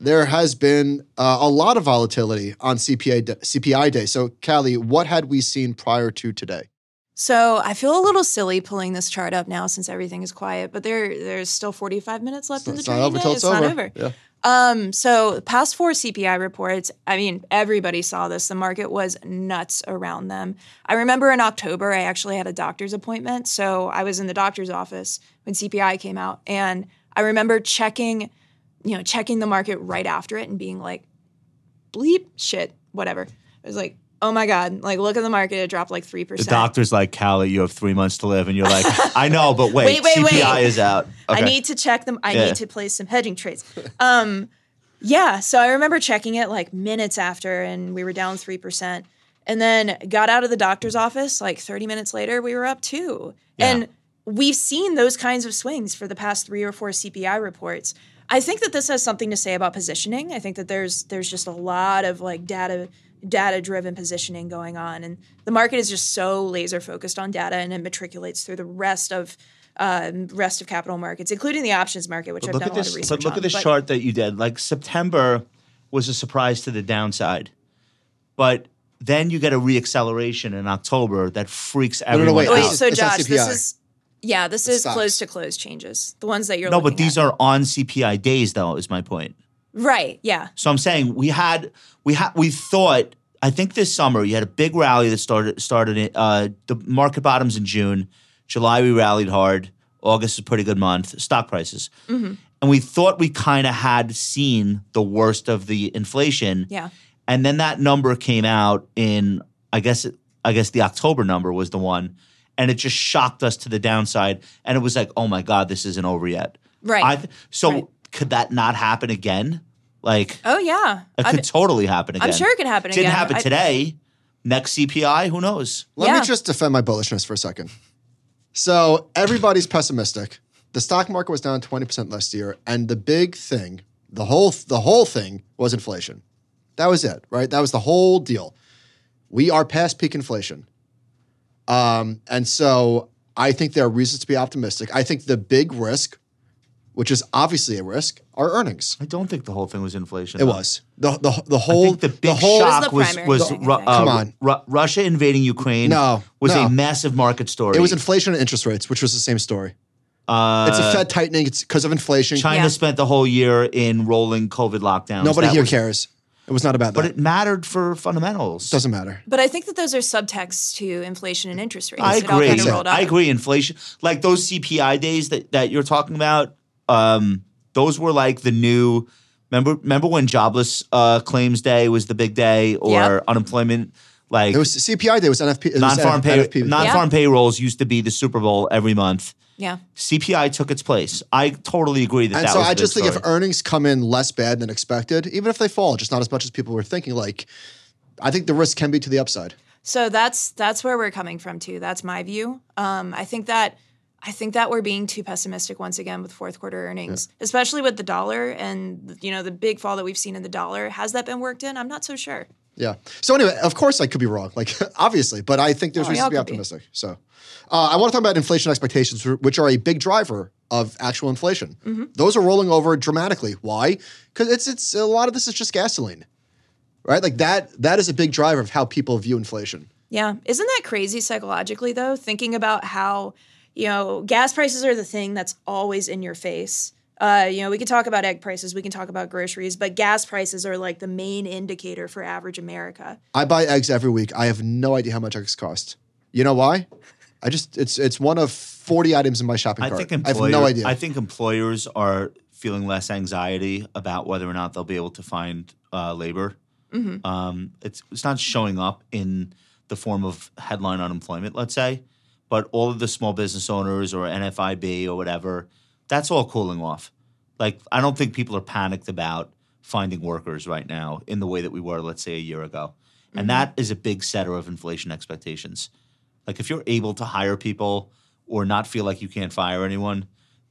Speaker 1: there has been uh, a lot of volatility on CPI d- CPI day. So, Callie, what had we seen prior to today?
Speaker 2: So I feel a little silly pulling this chart up now since everything is quiet, but there there's still 45 minutes left in the
Speaker 1: it's
Speaker 2: trading
Speaker 1: not over
Speaker 2: day.
Speaker 1: till it's,
Speaker 2: it's not
Speaker 1: over.
Speaker 2: over.
Speaker 1: Yeah.
Speaker 2: Um, so past four CPI reports, I mean, everybody saw this. The market was nuts around them. I remember in October, I actually had a doctor's appointment. So I was in the doctor's office when CPI came out. And I remember checking, you know, checking the market right after it and being like, bleep, shit, whatever. I was like, oh my God, like look at the market, it dropped like 3%.
Speaker 3: The doctor's like, Callie, you have three months to live. And you're [laughs] like, I know, but wait,
Speaker 2: Wait, wait, wait.
Speaker 3: CPI is out.
Speaker 2: I
Speaker 3: Okay.
Speaker 2: need to check them. I
Speaker 3: Yeah.
Speaker 2: need to place some hedging trades. Um, yeah. So I remember checking it like minutes after, and we were down 3%. And then got out of the doctor's office like 30 minutes later, we were up two. And we've seen those kinds of swings for the past three or four CPI reports. I think that this has something to say about positioning. I think that there's there's just a lot of like data data driven positioning going on, and the market is just so laser focused on data, and it matriculates through the rest of um, rest of capital markets, including the options market, which I've
Speaker 3: look
Speaker 2: done
Speaker 3: at
Speaker 2: a lot of
Speaker 3: this.
Speaker 2: research
Speaker 3: But look
Speaker 2: on.
Speaker 3: at this
Speaker 2: But
Speaker 3: chart that you did. Like September was a surprise to the downside, but then you get a reacceleration in October that freaks
Speaker 1: no,
Speaker 3: everyone
Speaker 1: wait.
Speaker 3: out.
Speaker 2: Oh, Wait,
Speaker 1: This is-
Speaker 2: so
Speaker 1: it's not
Speaker 2: Josh, this
Speaker 1: CPI.
Speaker 2: is yeah, this
Speaker 1: It's
Speaker 2: is
Speaker 1: stocks.
Speaker 2: close to close changes, the ones that you're
Speaker 3: no, but
Speaker 2: looking
Speaker 3: these
Speaker 2: at.
Speaker 3: are on CPI days, though. Is my point.
Speaker 2: right. Yeah,
Speaker 3: So I'm saying we had we had we thought I think this summer you had a big rally that started started in, uh, the market bottoms in June, July we rallied hard, August was a pretty good month stock prices,
Speaker 2: Mm-hmm.
Speaker 3: and we thought we kind of had seen the worst of the inflation.
Speaker 2: yeah,
Speaker 3: And then that number came out in I guess it, I guess the October number was the one and it just shocked us to the downside and it was like, "Oh my god, this isn't over yet."
Speaker 2: right.
Speaker 3: I th- so
Speaker 2: Right.
Speaker 3: could that not happen again? Like
Speaker 2: oh yeah,
Speaker 3: it
Speaker 2: I'm,
Speaker 3: could totally happen again.
Speaker 2: I'm sure it could happen
Speaker 3: Didn't
Speaker 2: again.
Speaker 3: happen
Speaker 2: I-
Speaker 3: today. Next CPI, who knows?
Speaker 1: Let
Speaker 2: Yeah.
Speaker 1: me just defend my bullishness for a second. So everybody's pessimistic. The stock market was down 20% last year, and the big thing, the whole the whole thing was inflation. That was it, right? That was the whole deal. We are past peak inflation. Um, and so I think there are reasons to be optimistic. I think the big risk, which is obviously a risk, are earnings.
Speaker 3: I don't think the whole thing was inflation.
Speaker 1: It
Speaker 3: though.
Speaker 1: was. The the the
Speaker 3: I
Speaker 1: whole
Speaker 3: think the big
Speaker 1: whole
Speaker 3: shock
Speaker 2: the
Speaker 3: was
Speaker 2: primary
Speaker 3: was,
Speaker 2: thing, I
Speaker 3: Ru- uh,
Speaker 2: think.
Speaker 1: Come on.
Speaker 3: Ru- Russia invading Ukraine.
Speaker 1: No,
Speaker 3: was
Speaker 1: no.
Speaker 3: a massive market story.
Speaker 1: it was inflation and interest rates, which was the same story.
Speaker 3: Uh,
Speaker 1: It's a Fed tightening. It's because of inflation.
Speaker 3: China
Speaker 2: Yeah.
Speaker 3: spent the whole year in rolling COVID lockdowns.
Speaker 1: Nobody
Speaker 3: That
Speaker 1: here
Speaker 3: was-
Speaker 1: cares. It was not about
Speaker 3: but
Speaker 1: that.
Speaker 3: it mattered for fundamentals.
Speaker 1: doesn't matter.
Speaker 2: But I think that those are subtexts to inflation and interest rates.
Speaker 3: I
Speaker 2: It all
Speaker 3: agree.
Speaker 2: kind of rolled up.
Speaker 3: I agree. Inflation, like those CPI days that, that you're talking about, um, those were like the new. Remember, remember when jobless uh, claims day was the big day, or
Speaker 2: Yep.
Speaker 3: unemployment, like
Speaker 1: It was CPI day. It was NFP. It
Speaker 3: non-farm
Speaker 1: was NF-
Speaker 3: pay,
Speaker 1: NFP.
Speaker 3: non-farm payrolls used to be the Super Bowl every month.
Speaker 2: Yeah. CPI.
Speaker 3: CPI took its place. I totally agree that.
Speaker 1: and
Speaker 3: that
Speaker 1: so
Speaker 3: was
Speaker 1: I
Speaker 3: the
Speaker 1: just think
Speaker 3: story.
Speaker 1: if earnings come in less bad than expected, even if they fall, just not as much as people were thinking, like I think the risk can be to the upside.
Speaker 2: So that's that's where we're coming from too. That's my view. Um, I think that I think that we're being too pessimistic once again with fourth quarter earnings, especially with the dollar and you know the big fall that we've seen in the dollar. Has that been worked in? I'm not so sure.
Speaker 1: Yeah. So anyway, of course I could be wrong, like [laughs] obviously, but I think there's
Speaker 2: Oh, we
Speaker 1: reason
Speaker 2: all
Speaker 1: to be
Speaker 2: could be.
Speaker 1: optimistic. So uh, I want to talk about inflation expectations, which are a big driver of actual inflation.
Speaker 2: Mm-hmm.
Speaker 1: Those are rolling over dramatically. Why? Because it's it's a lot of this is just gasoline, right? Like that that is a big driver of how people view inflation.
Speaker 2: Yeah. Isn't that crazy psychologically, though? Thinking about how, you know, gas prices are the thing that's always in your face. Uh, you know, we can talk about egg prices, we can talk about groceries, but gas prices are like the main indicator for average America.
Speaker 1: I buy eggs every week. I have no idea how much eggs cost. You know why? I just it's it's one of forty items in my shopping
Speaker 3: I
Speaker 1: cart.
Speaker 3: think
Speaker 1: I
Speaker 3: employer,
Speaker 1: have no idea.
Speaker 3: I think employers are feeling less anxiety about whether or not they'll be able to find uh, labor. Um, it's it's not showing up in the form of headline unemployment, let's say, but all of the small business owners or NFIB or whatever, that's all cooling off. Like I don't think people are panicked about finding workers right now in the way that we were, let's say, a year ago, and that is a big setter of inflation expectations. Like if you're able to hire people or not feel like you can't fire anyone,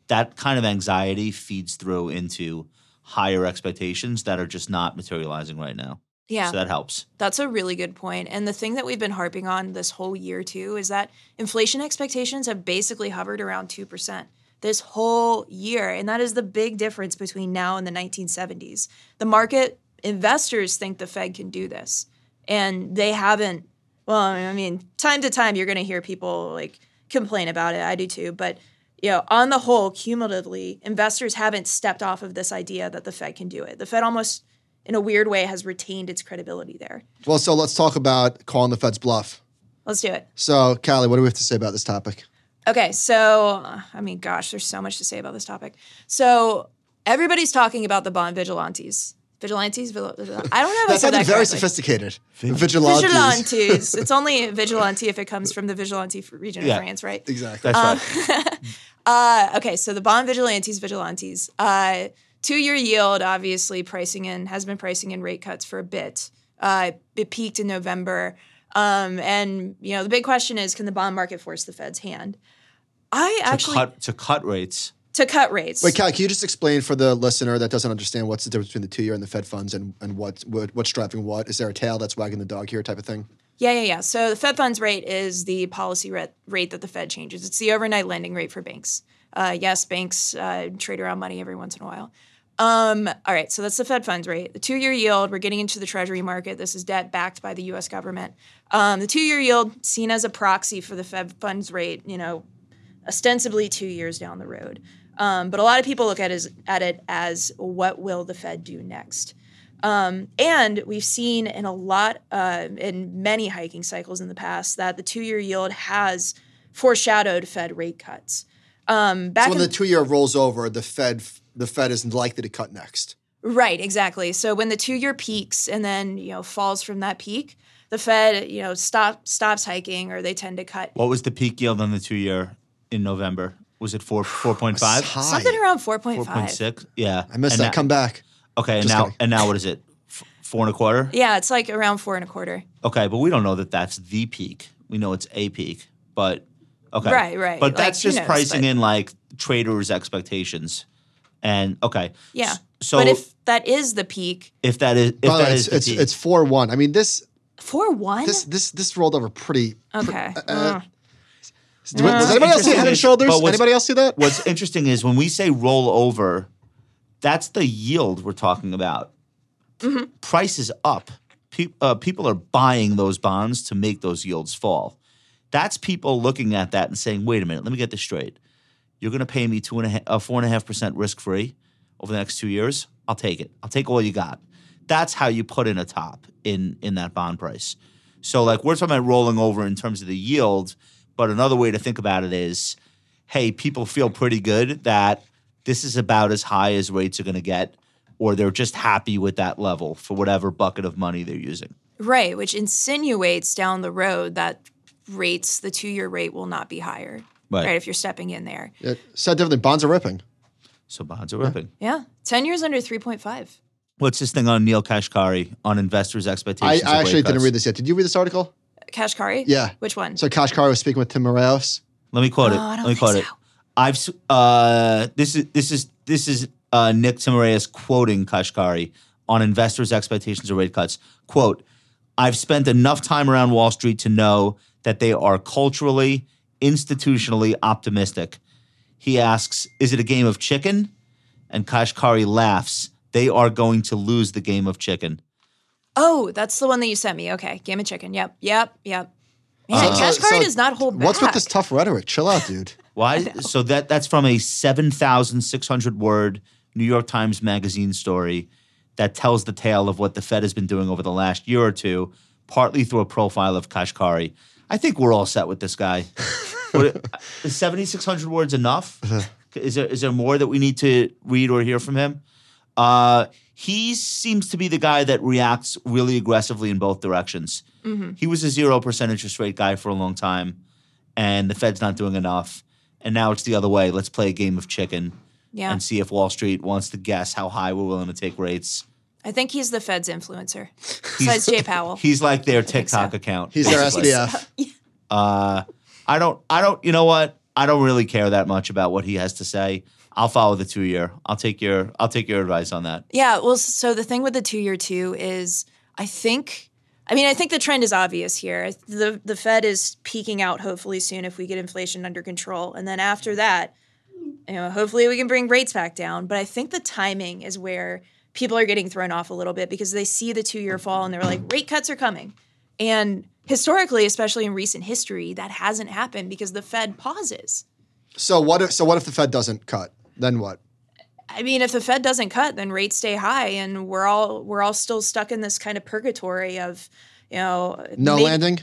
Speaker 3: that kind of anxiety feeds through into higher expectations that are just not materializing right now.
Speaker 2: Yeah.
Speaker 3: So that helps.
Speaker 2: That's a really good point. And the thing that we've been harping on this whole year, too, is that inflation expectations have basically hovered around 2% this whole year. And that is the big difference between now and the 1970s. The market investors think the Fed can do this, and they haven't. Well, I mean, time to time, you're going to hear people like complain about it. I do too. But you know, on the whole, cumulatively, investors haven't stepped off of this idea that the Fed can do it. The Fed almost, in a weird way, has retained its credibility there.
Speaker 1: well, so let's talk about calling the Fed's bluff.
Speaker 2: Let's do it.
Speaker 1: So, Callie, what do we have to say about this topic?
Speaker 2: Okay, so uh, I mean, gosh, there's so much to say about this topic. So everybody's talking about the bond vigilantes. Vigilantes. Vigil- vigil- I don't know
Speaker 1: [laughs] That
Speaker 2: if I said
Speaker 1: sounded
Speaker 2: that
Speaker 1: very
Speaker 2: correctly.
Speaker 1: sophisticated. Vigilantes. [laughs]
Speaker 2: Vigilantes. it's only vigilante if it comes from the vigilante f- region
Speaker 3: Yeah.
Speaker 2: of France, right?
Speaker 1: Exactly.
Speaker 3: That's right.
Speaker 2: Uh, okay, so the bond vigilantes, vigilantes. Uh, two-year yield, obviously, pricing in has been pricing in rate cuts for a bit. Uh, it peaked in November, um, and you know the big question is, can the bond market force the Fed's hand? I actually
Speaker 3: to cut to cut rates.
Speaker 2: to cut rates.
Speaker 1: Wait, Cal, can you just explain for the listener that doesn't understand what's the difference between the two year and the Fed funds and, and what, what what's driving what? Is there a tail that's wagging the dog here type of thing?
Speaker 2: Yeah, yeah, yeah. So the Fed funds rate is the policy rate, rate that the Fed changes. It's the overnight lending rate for banks. Uh, yes, banks uh, trade around money every once in a while. Um, all right, so that's the Fed funds rate. The two year yield, we're getting into the Treasury market. This is debt backed by the US government. Um, the two year yield, seen as a proxy for the Fed funds rate, you know, ostensibly two years down the road. Um, but a lot of people look at, is, at it as what will the Fed do next? Um, and we've seen in a lot, uh, in many hiking cycles in the past, that the two year yield has foreshadowed Fed rate cuts. Um, back
Speaker 1: So when
Speaker 2: in
Speaker 1: the two year rolls over, the Fed f- the Fed is likely to cut next.
Speaker 2: Right, exactly. So when the two-year peaks and then you know falls from that peak, the Fed you know stop stops hiking or they tend to cut
Speaker 3: What was the peak yield on the two year in November? Was it four four point five?
Speaker 1: High.
Speaker 2: something around four point
Speaker 3: Four point
Speaker 2: five.
Speaker 3: six? Yeah.
Speaker 1: I missed
Speaker 3: and
Speaker 1: that. Come back.
Speaker 3: Okay, and
Speaker 1: Just
Speaker 3: now
Speaker 1: kidding.
Speaker 3: and now what is it? F- four and a quarter?
Speaker 2: Yeah, it's like around four and a quarter.
Speaker 3: Okay, but we don't know that that's the peak. We know it's a peak, but okay,
Speaker 2: Right, right.
Speaker 3: But
Speaker 2: Like,
Speaker 3: that's
Speaker 2: who
Speaker 3: just
Speaker 2: knows,
Speaker 3: pricing
Speaker 2: but-
Speaker 3: in like traders' expectations, and okay,
Speaker 2: Yeah.
Speaker 3: S- So
Speaker 2: but
Speaker 3: if,
Speaker 2: if that is the peak,
Speaker 3: if that is if
Speaker 1: By the
Speaker 3: that
Speaker 1: way,
Speaker 3: is
Speaker 1: it's
Speaker 3: the
Speaker 1: it's,
Speaker 3: peak,
Speaker 1: it's four one. I mean this
Speaker 2: four one.
Speaker 1: this this this rolled over pretty.
Speaker 2: Okay.
Speaker 1: uh,
Speaker 2: Mm.
Speaker 1: Do- does anybody else see
Speaker 3: Interesting
Speaker 1: Head and
Speaker 3: is-
Speaker 1: Shoulders?
Speaker 3: but what's-
Speaker 1: Anybody else see that?
Speaker 3: what's interesting is when we say roll over, that's the yield we're talking about. Price is up. Pe- uh, people are buying those bonds to make those yields fall. That's people looking at that and saying, "Wait a minute, let me get this straight. You're going to pay me two and a half, uh, four and a half percent risk free over the next two years. I'll take it. I'll take all you got." That's how you put in a top in in that bond price. So, like, we're talking about rolling over in terms of the yield, but another way to think about it is hey, people feel pretty good that this is about as high as rates are going to get, or they're just happy with that level for whatever bucket of money they're using.
Speaker 2: Right, which insinuates down the road that rates, the two-year rate, will not be higher.
Speaker 3: Right.
Speaker 2: Right, if you're stepping in there.
Speaker 1: Yeah, said differently, bonds are ripping.
Speaker 3: So bonds are ripping.
Speaker 2: Yeah, ten years under three point five.
Speaker 3: What's this thing on Neil Kashkari on investors'
Speaker 1: I,
Speaker 3: expectations?
Speaker 1: I actually didn't read
Speaker 3: this.
Speaker 1: this yet. Did you read this article?
Speaker 2: Kashkari.
Speaker 1: Yeah.
Speaker 2: Which one?
Speaker 1: So Kashkari was speaking with Tim Morales.
Speaker 3: Let me quote it.
Speaker 2: Oh, I don't
Speaker 3: Let me
Speaker 2: think
Speaker 3: quote it.
Speaker 2: so.
Speaker 3: I've s- uh, this is this is this is uh, Nick Timiraeus quoting Kashkari on investors' expectations of rate cuts. Quote: I've spent enough time around Wall Street to know that they are culturally, institutionally optimistic. He asks, "Is it a game of chicken?" And Kashkari laughs. They are going to lose the game of chicken.
Speaker 2: Oh, that's the one that you sent me. Okay, game of chicken. Yep, yep, yep. Uh, Man,
Speaker 1: Uh, So-
Speaker 2: cash card
Speaker 1: so
Speaker 2: does not hold back.
Speaker 1: What's with this tough rhetoric? Chill out, dude.
Speaker 3: Why? So that that's from a seven thousand six hundred word New York Times magazine story that tells the tale of what the Fed has been doing over the last year or two, partly through a profile of Kashkari. I think we're all set with this guy. What- uh, is seventy six hundred words enough? Is there is there more that we need to read or hear from him? Uh, he seems to be the guy that reacts really aggressively in both directions. He was a zero percent interest rate guy for a long time, and the Fed's not doing enough. And now it's the other way. Let's play a game of chicken
Speaker 2: Yeah,
Speaker 3: and see if Wall Street wants to guess how high we're willing to take rates.
Speaker 2: I think he's the Fed's influencer. Besides [laughs] Jay Powell.
Speaker 3: He's like their
Speaker 2: think
Speaker 3: TikTok
Speaker 2: so.
Speaker 1: [laughs]
Speaker 3: account.
Speaker 1: He's their
Speaker 3: basically.
Speaker 1: SBF.
Speaker 3: Uh, I don't. I don't. You know what? I don't really care that much about what he has to say. I'll follow the two year. I'll take your. I'll take your advice on that.
Speaker 2: Yeah, well, so the thing with the two year two is I think, I mean, I think the trend is obvious here. The, the Fed is peaking out hopefully soon if we get inflation under control. And then after that, you know, hopefully we can bring rates back down. But I think the timing is where people are getting thrown off a little bit because they see the two year fall and they're like, rate cuts are coming. And historically, especially in recent history, that hasn't happened because the Fed pauses.
Speaker 1: So what? If, so what if the Fed doesn't cut? Then what?
Speaker 2: I mean, if the Fed doesn't cut, then rates stay high, and we're all we're all still stuck in this kind of purgatory of, you know,
Speaker 1: No
Speaker 2: may-
Speaker 1: landing.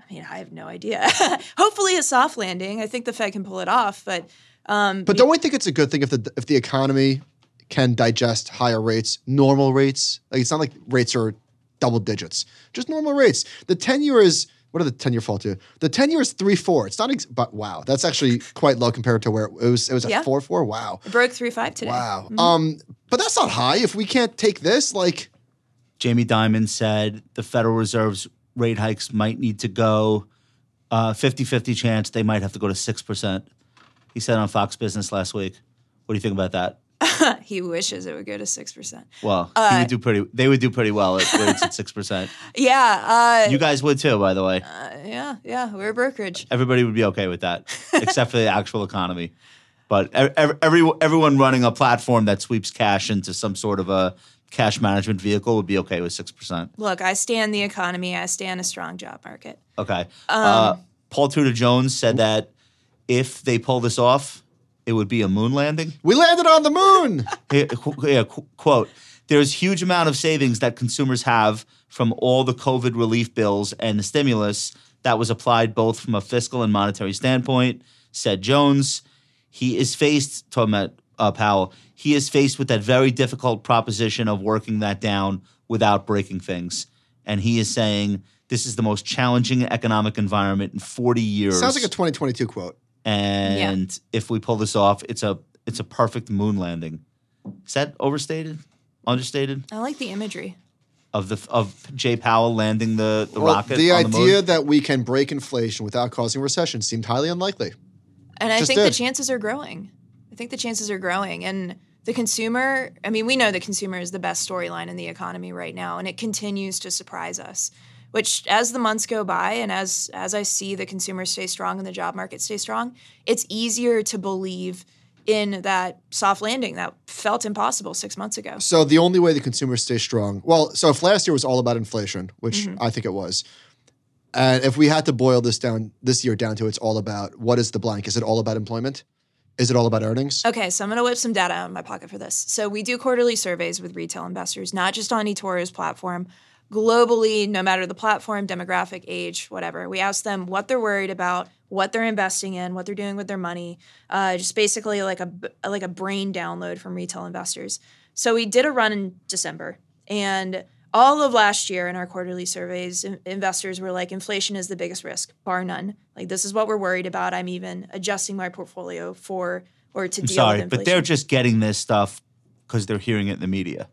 Speaker 2: I mean, I have no idea. [laughs] Hopefully, a soft landing. I think the Fed can pull it off, but
Speaker 1: But don't we think it's a good thing if the if the economy can digest higher rates, normal rates. Like it's not like rates are double digits, just normal rates. The ten year is what are the ten year fall to? The ten year is three four. It's not, ex- but wow, that's actually quite low compared to where it was. It was
Speaker 2: Yeah. Mm-hmm.
Speaker 1: at four four. Wow,
Speaker 2: It broke three five today.
Speaker 1: wow. Um, but that's not high. If we can't take this, like
Speaker 3: Jamie Dimon said the Federal Reserve's rate hikes might need to go uh, 50-50 chance they might have to go to 6%. He said on Fox Business last week. What do you think about that?
Speaker 2: [laughs] He wishes it would go to six percent.
Speaker 3: Well, he
Speaker 2: Uh,
Speaker 3: would do pretty they would do pretty well at rates at 6%.
Speaker 2: Yeah. [laughs] Uh,
Speaker 3: You guys would too, by the way.
Speaker 2: yeah. Yeah. We're a brokerage.
Speaker 3: Everybody would be okay
Speaker 2: [laughs]
Speaker 3: with that except for the actual economy. But ev- ev- every everyone running a platform that sweeps cash into some sort of a cash management vehicle would be okay with 6%.
Speaker 2: Look, I stand the economy. I stand a strong job market.
Speaker 3: Okay. uh,
Speaker 2: Um,
Speaker 3: Paul Tudor Jones said that if they pull this off, it would be a moon landing.
Speaker 1: we landed on the moon.
Speaker 3: Here- qu- yeah, qu- quote: "There's huge amount of savings that consumers have from all the COVID relief bills and the stimulus that was applied both from a fiscal and monetary standpoint," said Jones. He is faced talking about uh, Powell. He is faced with that very difficult proposition of working that down without breaking things, and he is saying this is the most challenging economic environment in 40 years
Speaker 1: Sounds like a 2022 quote.
Speaker 3: and if we pull this off, it's a it's a perfect moon landing. Is that overstated, understated
Speaker 2: I like the imagery.
Speaker 3: of the of Jay Powell landing the the
Speaker 1: Well,
Speaker 3: rocket?
Speaker 1: the
Speaker 3: on the moon?
Speaker 1: idea that we can break inflation without causing recession seemed highly unlikely.
Speaker 2: And I
Speaker 1: Just
Speaker 2: think the
Speaker 1: did.
Speaker 2: chances are growing. I think the chances are growing. And the consumer, I mean, we know the consumer is the best storyline in the economy right now, and it continues to surprise us. Which, as the months go by, and as as I see the consumer stay strong and the job market stay strong, it's easier to believe in that soft landing that felt impossible six months ago.
Speaker 1: So the only way the consumers stay strong, well, so if last year was all about inflation, which I think it was, and if we had to boil this down this year down to it's all about what is the blank? Is it all about employment? Is it all about earnings?
Speaker 2: Okay, so I'm going to whip some data out of my pocket for this. So we do quarterly surveys with retail investors, not just on eToro's platform, globally, no matter the platform, demographic, age, whatever. We ask them what they're worried about, what they're investing in, what they're doing with their money, uh, just basically like a b- like a brain download from retail investors. So we did a run in December, and all of last year in our quarterly surveys, in- investors were like, inflation is the biggest risk, bar none. Like, this is what we're worried about. I'm even adjusting my portfolio for or to
Speaker 3: I'm
Speaker 2: deal
Speaker 3: sorry,
Speaker 2: with
Speaker 3: but
Speaker 2: inflation.
Speaker 3: they're just getting this stuff because they're hearing it in the media.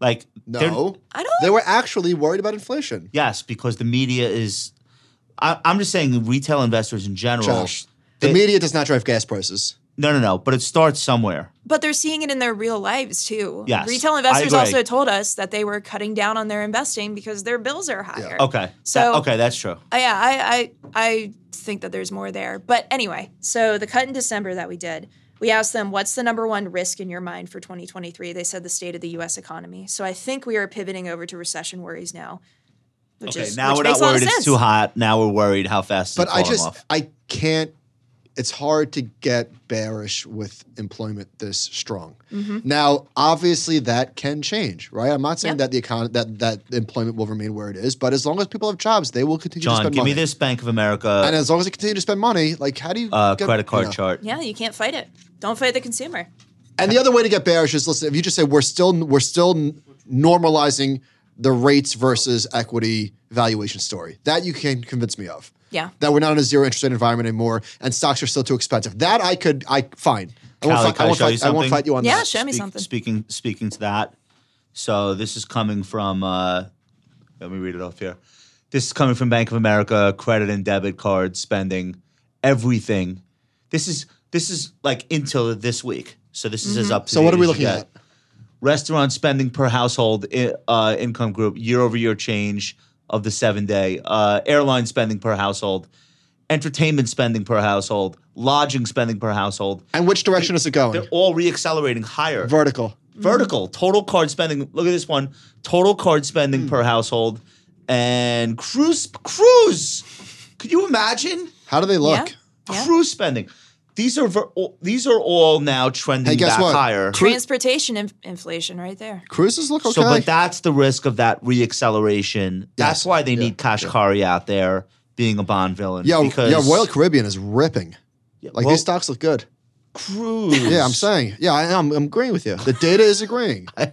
Speaker 3: Like they're-
Speaker 1: No.
Speaker 2: I
Speaker 1: They
Speaker 2: don't.
Speaker 1: were actually worried about inflation.
Speaker 3: yes, because the media is. I, I'm just saying, retail investors in general.
Speaker 1: Josh, the
Speaker 3: They-
Speaker 1: media does not drive gas prices.
Speaker 3: no, no, no. But it starts somewhere.
Speaker 2: But they're seeing it in their real lives too.
Speaker 3: Yes,
Speaker 2: Retail
Speaker 3: I
Speaker 2: investors
Speaker 3: agree.
Speaker 2: also told us that they were cutting down on their investing because their bills are higher.
Speaker 3: Okay.
Speaker 2: So-
Speaker 3: That- okay, that's true.
Speaker 2: Uh, yeah, I, I I think that there's more there. But anyway, so the cut in December that we did, we asked them, "What's the number one risk in your mind for 2023?" They said the state of the U.S. economy. So I think we are pivoting over to recession worries now. Which
Speaker 3: Okay,
Speaker 2: is,
Speaker 3: now
Speaker 2: which
Speaker 3: we're
Speaker 2: makes a
Speaker 3: not
Speaker 2: lot of
Speaker 3: worried it's
Speaker 2: sense.
Speaker 3: too hot. Now we're worried how fast.
Speaker 1: But
Speaker 3: it's
Speaker 1: I
Speaker 3: falling
Speaker 1: just,
Speaker 3: off.
Speaker 1: I can't. It's hard to get bearish with employment this strong.
Speaker 3: Mm-hmm.
Speaker 1: Now, obviously, that can change, right? I'm not saying
Speaker 2: Yeah.
Speaker 1: that the econ- that that employment will remain where it is, but as long as people have jobs, they will continue to
Speaker 3: John,
Speaker 1: spend
Speaker 3: give
Speaker 1: money.
Speaker 3: me this Bank of America
Speaker 1: and as long as they continue to spend money, like how do you
Speaker 3: uh,
Speaker 1: get-
Speaker 3: credit
Speaker 1: you
Speaker 3: card
Speaker 1: know.
Speaker 3: chart.
Speaker 2: Yeah, you can't fight it. Don't fight the consumer.
Speaker 1: And the other way to get bearish is listen. If you just say we're still we're still n- normalizing the rates versus equity valuation story, that you can convince me of.
Speaker 2: Yeah.
Speaker 1: That we're not in a zero interest rate environment anymore, and stocks are still too expensive. That I could I fine. I won't,
Speaker 3: Callie,
Speaker 1: fight,
Speaker 3: can
Speaker 1: I,
Speaker 3: I
Speaker 1: won't
Speaker 3: show you
Speaker 1: fight, I won't
Speaker 3: something?
Speaker 1: fight you on
Speaker 2: Yeah,
Speaker 1: that.
Speaker 2: show me
Speaker 3: Speak-
Speaker 2: something.
Speaker 3: Speaking speaking to that, so this is coming from. Uh, let me read it off here. This is coming from Bank of America credit and debit card spending, everything. This is this is like until this week. So this is as
Speaker 2: Mm-hmm.
Speaker 3: up. To
Speaker 1: So what
Speaker 3: date
Speaker 1: are we
Speaker 3: as you
Speaker 1: looking
Speaker 3: get.
Speaker 1: at?
Speaker 3: Restaurant spending per household i- uh, income group year over year change of the seven day. Uh, airline spending per household, entertainment spending per household, lodging spending per household.
Speaker 1: And which direction is it
Speaker 3: They're
Speaker 1: going?
Speaker 3: all reaccelerating higher Mm-hmm.
Speaker 1: Vertical.
Speaker 3: vertical total card spending look at this one total card
Speaker 1: Mm.
Speaker 3: spending per household and cruise cruise could you imagine
Speaker 1: How do they look?
Speaker 2: Yeah. Yeah.
Speaker 3: cruise spending these are ver- all- these are all now trending
Speaker 1: Hey, guess
Speaker 3: back
Speaker 1: what?
Speaker 3: higher
Speaker 1: Cru-
Speaker 2: Transportation inf- inflation right there.
Speaker 1: Cruises look okay.
Speaker 3: so but that's the risk of that reacceleration that's
Speaker 1: Yes.
Speaker 3: why they
Speaker 1: Yeah.
Speaker 3: need Kashkari out there being a bond villain
Speaker 1: yeah,
Speaker 3: because
Speaker 1: yeah. Royal Caribbean is ripping. Like
Speaker 3: well,
Speaker 1: these stocks look good.
Speaker 3: Cruz.
Speaker 1: Yeah, I'm saying. Yeah, I, am I'm agreeing with you. The data is agreeing. Look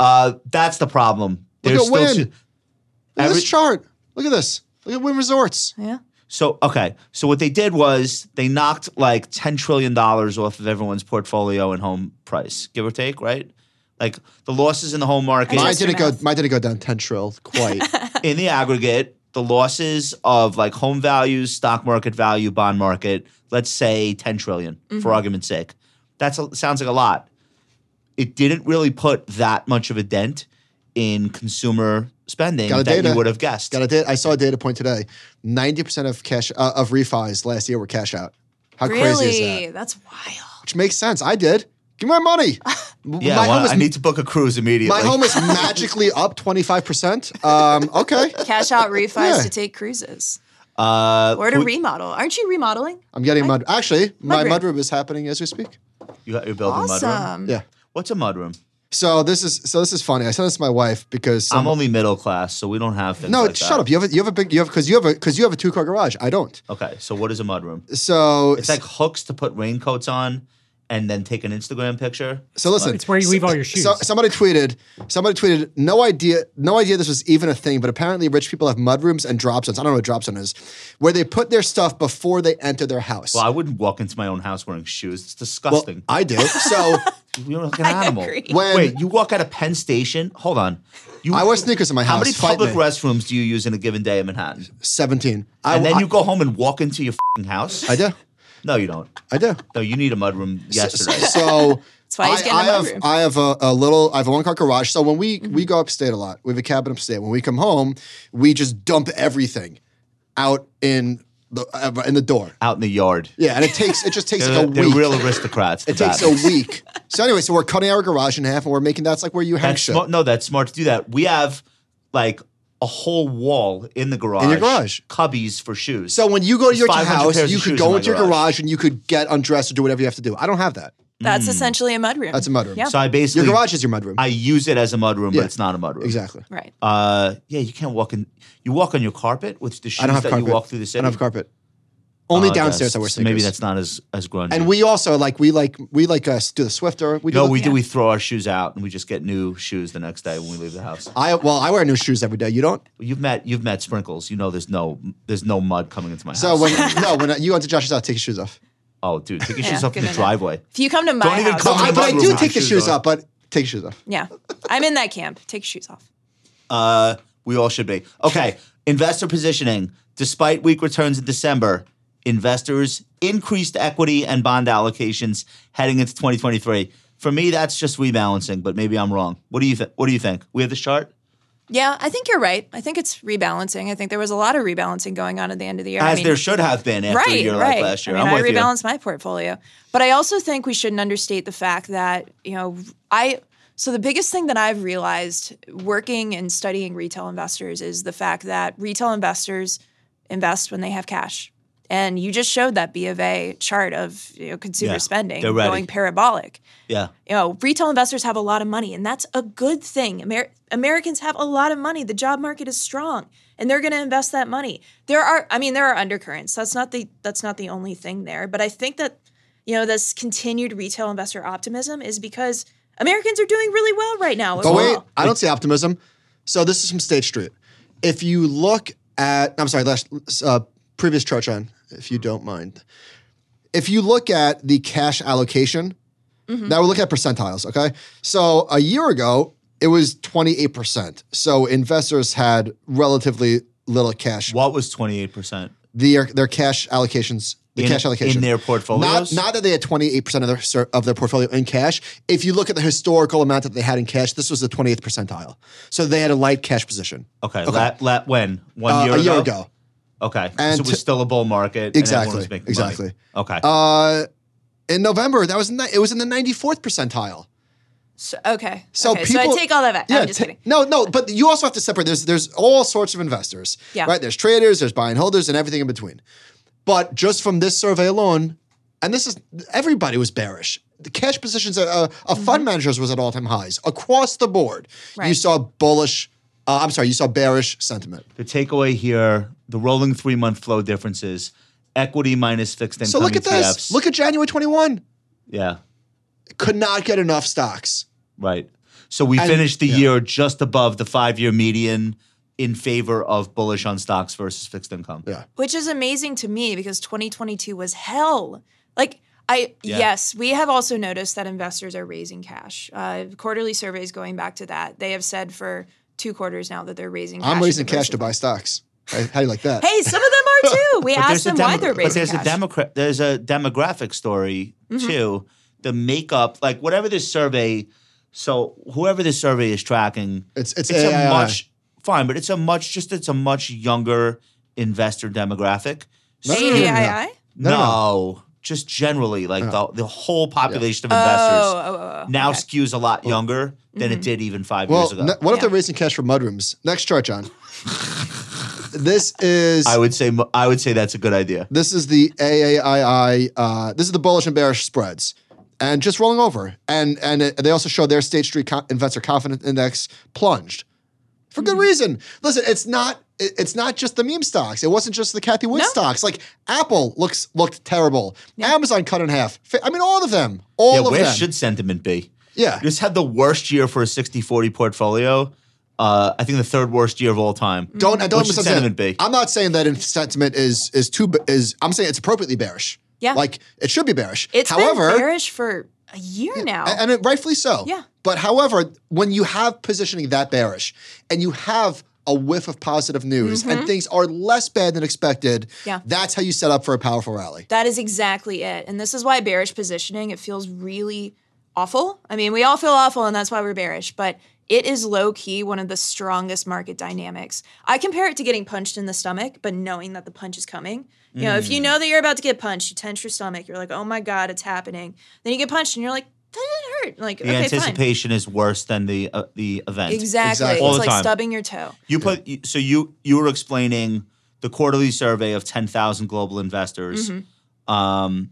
Speaker 3: Uh, that's the problem.
Speaker 1: Look at Wynn.
Speaker 3: two-
Speaker 1: at
Speaker 3: [laughs] Every-
Speaker 1: this chart. Look at this. Look at Wynn Resorts.
Speaker 2: Yeah.
Speaker 3: So okay, so what they did was they knocked like ten trillion dollars off of everyone's portfolio and home price, give or take, right? Like the losses in the home market
Speaker 1: Mine
Speaker 2: Yes,
Speaker 1: didn't
Speaker 2: your
Speaker 1: go.
Speaker 2: math.
Speaker 1: Mine didn't go down ten trill
Speaker 2: [laughs]
Speaker 1: quite.
Speaker 3: in the aggregate, the losses of like home values, stock market value, bond market, let's say 10 trillion,
Speaker 1: Mm-hmm.
Speaker 3: for argument's sake. That sounds like a lot. It didn't really put that much of a dent in consumer spending
Speaker 1: Got a
Speaker 3: that
Speaker 1: data.
Speaker 3: you would have guessed.
Speaker 1: Got a data, I saw a data point today. Ninety percent of cash uh, of refis last year were cash out. How crazy is
Speaker 2: Really?
Speaker 1: that?
Speaker 2: That's wild.
Speaker 1: Which makes sense. I did. Give me my
Speaker 4: [laughs]
Speaker 1: money.
Speaker 3: yeah,
Speaker 1: my
Speaker 3: well,
Speaker 1: home is
Speaker 3: I need to book a cruise immediately.
Speaker 1: my home
Speaker 3: [laughs]
Speaker 1: is magically up twenty five percent. Um, okay,
Speaker 2: Cash out
Speaker 1: [laughs]
Speaker 2: refis
Speaker 1: Yeah.
Speaker 2: to take cruises
Speaker 3: uh,
Speaker 2: or to
Speaker 3: who-
Speaker 2: remodel. Aren't you remodeling?
Speaker 1: I'm getting mud. Actually, my
Speaker 2: Mudroom.
Speaker 1: mudroom is happening as we speak.
Speaker 3: you, are building a mudroom.
Speaker 2: Awesome.
Speaker 1: Yeah.
Speaker 3: What's a mudroom?
Speaker 1: So this is so this is funny. I sent this to my wife because some-
Speaker 3: I'm only middle class, so we don't have things
Speaker 1: no,
Speaker 3: like
Speaker 1: shut
Speaker 3: that.
Speaker 1: up. You have a, you have a big you have because you have a because you have a two car garage. I don't.
Speaker 3: Okay, so what is a mudroom?
Speaker 1: So
Speaker 3: It's like hooks to put raincoats on and then take an Instagram picture.
Speaker 1: so. Listen,
Speaker 4: It's where you leave all your shoes.
Speaker 1: So somebody tweeted, somebody tweeted, no idea, no idea this was even a thing, but apparently rich people have mudrooms and drop zones. I don't know what drop zone is, where they put their stuff before they enter their house.
Speaker 3: Well, I wouldn't walk into my own house wearing shoes. It's
Speaker 1: Well,
Speaker 3: disgusting.
Speaker 1: I do.
Speaker 2: [laughs]
Speaker 1: So
Speaker 3: You're like
Speaker 1: [laughs]
Speaker 3: an animal.
Speaker 2: agree.
Speaker 1: When-
Speaker 3: Wait, you walk out of Penn Station? Hold on. You,
Speaker 1: I wear sneakers in my
Speaker 3: How
Speaker 1: house.
Speaker 3: many
Speaker 1: Fight
Speaker 3: public
Speaker 1: me.
Speaker 3: restrooms do you use in a given day in Manhattan?
Speaker 1: Seventeen. I,
Speaker 3: And then
Speaker 1: I-
Speaker 3: you go home and walk into your fing house?
Speaker 1: I do.
Speaker 3: no, you don't.
Speaker 1: I do.
Speaker 3: No, you need a mudroom yesterday.
Speaker 1: So
Speaker 2: [laughs] That's why he's
Speaker 1: I,
Speaker 2: getting a
Speaker 1: I have
Speaker 2: mudroom.
Speaker 1: I have a, a little I have a one car garage. So when we
Speaker 2: Mm-hmm.
Speaker 1: we go upstate a lot, we have a cabin upstate. When we come home, we just dump everything out in the uh, in the door.
Speaker 3: out in the yard.
Speaker 1: Yeah, and it takes it just takes
Speaker 3: They're,
Speaker 1: like a
Speaker 3: they're
Speaker 1: week.
Speaker 3: real aristocrats.
Speaker 1: It takes a week. So anyway, so we're cutting our garage in half, and we're making that's like where you hang
Speaker 3: that's
Speaker 1: shit.
Speaker 3: smart. No, that's smart to do that. We have like a whole wall in the garage.
Speaker 1: your garage.
Speaker 3: Cubbies for shoes.
Speaker 1: so when you go to
Speaker 3: There's
Speaker 1: your
Speaker 3: 500
Speaker 1: house,
Speaker 3: pairs
Speaker 1: you
Speaker 3: of
Speaker 1: could
Speaker 3: shoes
Speaker 1: go
Speaker 3: in my
Speaker 1: into your
Speaker 3: garage.
Speaker 1: garage and you could get undressed or do whatever you have to do. I don't have that.
Speaker 3: Hmm.
Speaker 2: That's essentially a mudroom.
Speaker 1: That's a mudroom.
Speaker 2: Yeah.
Speaker 3: so I
Speaker 1: Your
Speaker 3: basically
Speaker 1: garage is your mudroom.
Speaker 3: I use it as a mudroom,
Speaker 1: Yeah.
Speaker 3: but it's not a mudroom.
Speaker 1: exactly.
Speaker 2: right.
Speaker 3: Uh, yeah, you can't walk in. You walk on your carpet with the shoes
Speaker 1: I don't have
Speaker 3: that
Speaker 1: carpet.
Speaker 3: you walk through the city.
Speaker 1: I don't have carpet. Only
Speaker 3: Uh,
Speaker 1: downstairs I
Speaker 3: that's-
Speaker 1: wear
Speaker 3: so
Speaker 1: sneakers.
Speaker 3: Maybe that's not as as grungy.
Speaker 1: And we also like we like we like us do the Swifter. We do
Speaker 3: no,
Speaker 1: the-
Speaker 3: we do. We throw our shoes out and we just get new shoes the next day when we leave the house.
Speaker 1: I well, I wear new shoes every day. You don't.
Speaker 3: You've met you've met sprinkles. You know there's no there's no mud coming into my
Speaker 1: So
Speaker 3: house. [laughs]
Speaker 1: when no, when you go to Josh's house, take your shoes off.
Speaker 3: oh, dude, take your
Speaker 2: Yeah,
Speaker 3: shoes off
Speaker 2: good
Speaker 3: in the
Speaker 2: enough.
Speaker 3: driveway.
Speaker 2: If you come to my
Speaker 3: Don't even
Speaker 2: house,
Speaker 3: come
Speaker 1: But I,
Speaker 3: to
Speaker 1: but I
Speaker 3: mudroom
Speaker 1: do
Speaker 3: with
Speaker 1: take the
Speaker 3: your shoes
Speaker 1: shoes
Speaker 3: on.
Speaker 1: off. But take your shoes off.
Speaker 2: yeah, I'm in that camp. Take your shoes off.
Speaker 3: Uh, we all should be okay. Investor positioning. Despite weak returns in December, investors increased equity and bond allocations heading into 2023. For me, that's just rebalancing, but maybe I'm wrong. What do you think? What do you think? We have this chart.
Speaker 2: Yeah, I think you're right. I think it's rebalancing. I think there was a lot of rebalancing going on at the end of the year. I
Speaker 3: As
Speaker 2: mean,
Speaker 3: there should have been after a
Speaker 2: right,
Speaker 3: year
Speaker 2: right.
Speaker 3: like last year.
Speaker 2: I mean,
Speaker 3: am
Speaker 2: I
Speaker 3: with you.
Speaker 2: rebalanced my portfolio, but I also think we shouldn't understate the fact that you know I. So the biggest thing that I've realized working and studying retail investors is the fact that retail investors invest when they have cash. And you just showed that B of A chart of you know, consumer
Speaker 3: Yeah,
Speaker 2: spending
Speaker 3: they're ready.
Speaker 2: going parabolic.
Speaker 3: Yeah.
Speaker 2: you know, retail investors have a lot of money, and that's a good thing. Amer- Americans have a lot of money. The job market is strong, and they're going to invest that money. There are, I mean, there are undercurrents. That's not the that's not the only thing there, but I think that you know this continued retail investor optimism is because Americans are doing really well right now.
Speaker 1: But wait,
Speaker 2: overall.
Speaker 1: I don't see optimism. So this is from State Street. If you look at, I'm sorry, last uh, previous chart, John, if you don't mind. If you look at the cash allocation,
Speaker 3: Mm-hmm.
Speaker 1: now we're looking at percentiles, okay? So a year ago, it was 28%. So investors had relatively little cash.
Speaker 3: What was 28%?
Speaker 1: Their, their cash allocations, the
Speaker 3: In-
Speaker 1: cash allocation.
Speaker 3: in their portfolios?
Speaker 1: Not, not that they had 28% of their, ser- of their portfolio in cash. If you look at the historical amount that they had in cash, this was the 28th percentile. So they had a light cash position
Speaker 3: Okay. La, la, when? One
Speaker 1: uh,
Speaker 3: year
Speaker 1: a
Speaker 3: ago?
Speaker 1: year ago.
Speaker 3: Okay.
Speaker 1: And
Speaker 3: so it
Speaker 1: t-
Speaker 3: was still a bull market. and everyone was
Speaker 1: Exactly,
Speaker 3: making money.
Speaker 1: exactly.
Speaker 3: Okay.
Speaker 1: Uh, in November, that was ni- it was in the 94th percentile.
Speaker 2: So- okay,
Speaker 1: So
Speaker 2: so so I
Speaker 1: people-
Speaker 2: take all that back. I'm just
Speaker 1: ta-
Speaker 2: kidding.
Speaker 1: No, no, but you also have to separate. There's there's all sorts of investors,
Speaker 2: Yeah.
Speaker 1: right? There's traders, there's buy and holders, and everything in between. But just from this survey alone, and this is everybody was bearish. The cash positions of, uh, of fund managers was at all time highs across the board. You
Speaker 2: Mm-hmm. Right.
Speaker 1: saw bullish. Uh, I'm sorry, you saw bearish sentiment.
Speaker 3: the takeaway here the rolling three month flow differences, equity minus fixed income
Speaker 1: So look at
Speaker 3: ETFs.
Speaker 1: this. Look at January 21.
Speaker 3: Yeah.
Speaker 1: Could not get enough stocks.
Speaker 3: Right. So we
Speaker 1: And-
Speaker 3: finished the
Speaker 1: yeah.
Speaker 3: year just above the five year median in favor of bullish on stocks versus fixed income.
Speaker 1: Yeah.
Speaker 2: which is amazing to me because 2022 was hell. Like I
Speaker 3: Yeah.
Speaker 2: yes, we have also noticed that investors are raising cash. Uh, quarterly surveys going back to that, they have said for two quarters now that they're raising. cash
Speaker 1: I'm raising
Speaker 2: to
Speaker 1: cash to
Speaker 2: diversify.
Speaker 1: buy stocks. How how do you like that?
Speaker 2: Hey, some of them are too.
Speaker 3: [laughs]
Speaker 2: We asked them
Speaker 3: a
Speaker 2: why
Speaker 3: demo-
Speaker 2: they're raising
Speaker 3: But there's
Speaker 2: cash. Mm-hmm.
Speaker 3: a democrat. There's a demographic story too. The makeup, like whatever this survey. So whoever this survey is tracking,
Speaker 1: It's- it's
Speaker 3: a
Speaker 1: AII.
Speaker 3: much fine, but it's a much just it's a much younger investor demographic.
Speaker 1: No, no, no, no, no.
Speaker 2: AAII?
Speaker 3: No,
Speaker 1: No, no,
Speaker 3: just generally like the the whole population of
Speaker 2: Oh,
Speaker 3: investors
Speaker 2: oh, oh, oh.
Speaker 3: now
Speaker 2: okay. mm-hmm.
Speaker 3: skews a lot younger than it did even five
Speaker 1: Well,
Speaker 3: years ago.
Speaker 1: n- what if
Speaker 2: Yeah.
Speaker 1: they're raising cash for mudrooms? Next chart,
Speaker 3: [laughs]
Speaker 1: John. this is
Speaker 3: I would say mo- I would say that's a good idea.
Speaker 1: this is the AAII. Uh, this is the bullish and bearish spreads, and just rolling over. And and it, they also show their State Street co- Investor Confidence Index plunged for good
Speaker 2: Hmm.
Speaker 1: reason. Listen, it's not it- it's not just the meme stocks. It wasn't just the Kathy Wood
Speaker 2: No.
Speaker 1: stocks. Like Apple looks looked terrible. Amazon cut in half. Fa- I mean, all of them. All
Speaker 3: yeah,
Speaker 1: of
Speaker 3: where
Speaker 1: them.
Speaker 3: should sentiment be?
Speaker 1: yeah.
Speaker 3: Just had the worst year for a 60-40 portfolio. Uh, I think the third worst year of all
Speaker 2: Mm,
Speaker 3: time.
Speaker 2: Mm-hmm.
Speaker 1: Don't I don't
Speaker 3: What should
Speaker 1: misunderstand.
Speaker 3: sentiment be?
Speaker 1: I'm not saying that in sentiment is is too ba- is. I'm saying it's appropriately bearish.
Speaker 2: Yeah.
Speaker 1: like it should be bearish.
Speaker 2: It's
Speaker 1: however,
Speaker 2: been bearish for a year now.
Speaker 1: and it, rightfully so.
Speaker 2: Yeah.
Speaker 1: But however, when you have positioning that bearish, and you have a whiff of positive news, and things are less bad than expected,
Speaker 2: Mm-hmm. Yeah.
Speaker 1: that's how you set up for a powerful rally.
Speaker 2: That is exactly it. And this is why bearish positioning, it feels really awful. I mean, we all feel awful and that's why we're bearish, but it is low key one of the strongest market dynamics. I compare it to getting punched in the stomach, but knowing that the punch is coming. You know, if you know that you're about to get punched, you tense your stomach, you're like, oh my God, it's happening. Then you get punched and you're like, that didn't hurt. Like,
Speaker 3: The
Speaker 2: okay, fine.
Speaker 3: anticipation is worse than the uh, the event.
Speaker 2: Exactly.
Speaker 1: Exactly.
Speaker 2: It's
Speaker 1: All
Speaker 3: the
Speaker 2: like
Speaker 3: time.
Speaker 2: stubbing your toe.
Speaker 3: You put you- so you you were explaining the quarterly survey of 10,000 global investors.
Speaker 2: Mm-hmm.
Speaker 3: Um,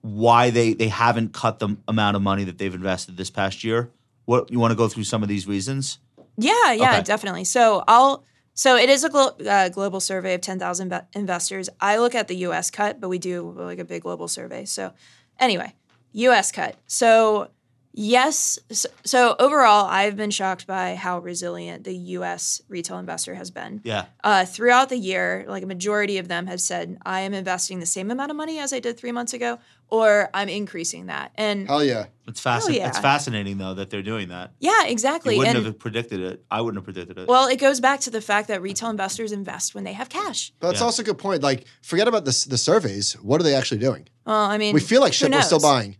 Speaker 3: why they they haven't cut the amount of money that they've invested this past year? What you want to go through some of these reasons?
Speaker 2: Yeah, yeah,
Speaker 3: Okay.
Speaker 2: definitely. So I'll. So it is a glo- uh, global survey of ten thousand be- investors. I look at the U.S. cut, but we do like a big global survey. So anyway, U.S. cut. So yes. So, so overall, I've been shocked by how resilient the U.S. retail investor has been.
Speaker 3: Yeah,
Speaker 2: Uh, throughout the year, like a majority of them have said, "I am investing the same amount of money as I did three months ago, or I'm increasing that." And
Speaker 1: Hell yeah!
Speaker 3: it's fascinating.
Speaker 2: yeah.
Speaker 3: It's fascinating though that they're doing that.
Speaker 2: yeah, exactly.
Speaker 3: You wouldn't
Speaker 2: and
Speaker 3: have predicted it. I wouldn't have predicted it.
Speaker 2: Well, it goes back to the fact that retail investors invest when they have cash.
Speaker 1: But it's
Speaker 3: Yeah.
Speaker 1: also a good point. Like, forget about the s- the surveys. What are they actually doing?
Speaker 2: Well, I mean,
Speaker 1: We feel like
Speaker 2: who
Speaker 1: shit. We're still
Speaker 2: knows?
Speaker 1: buying.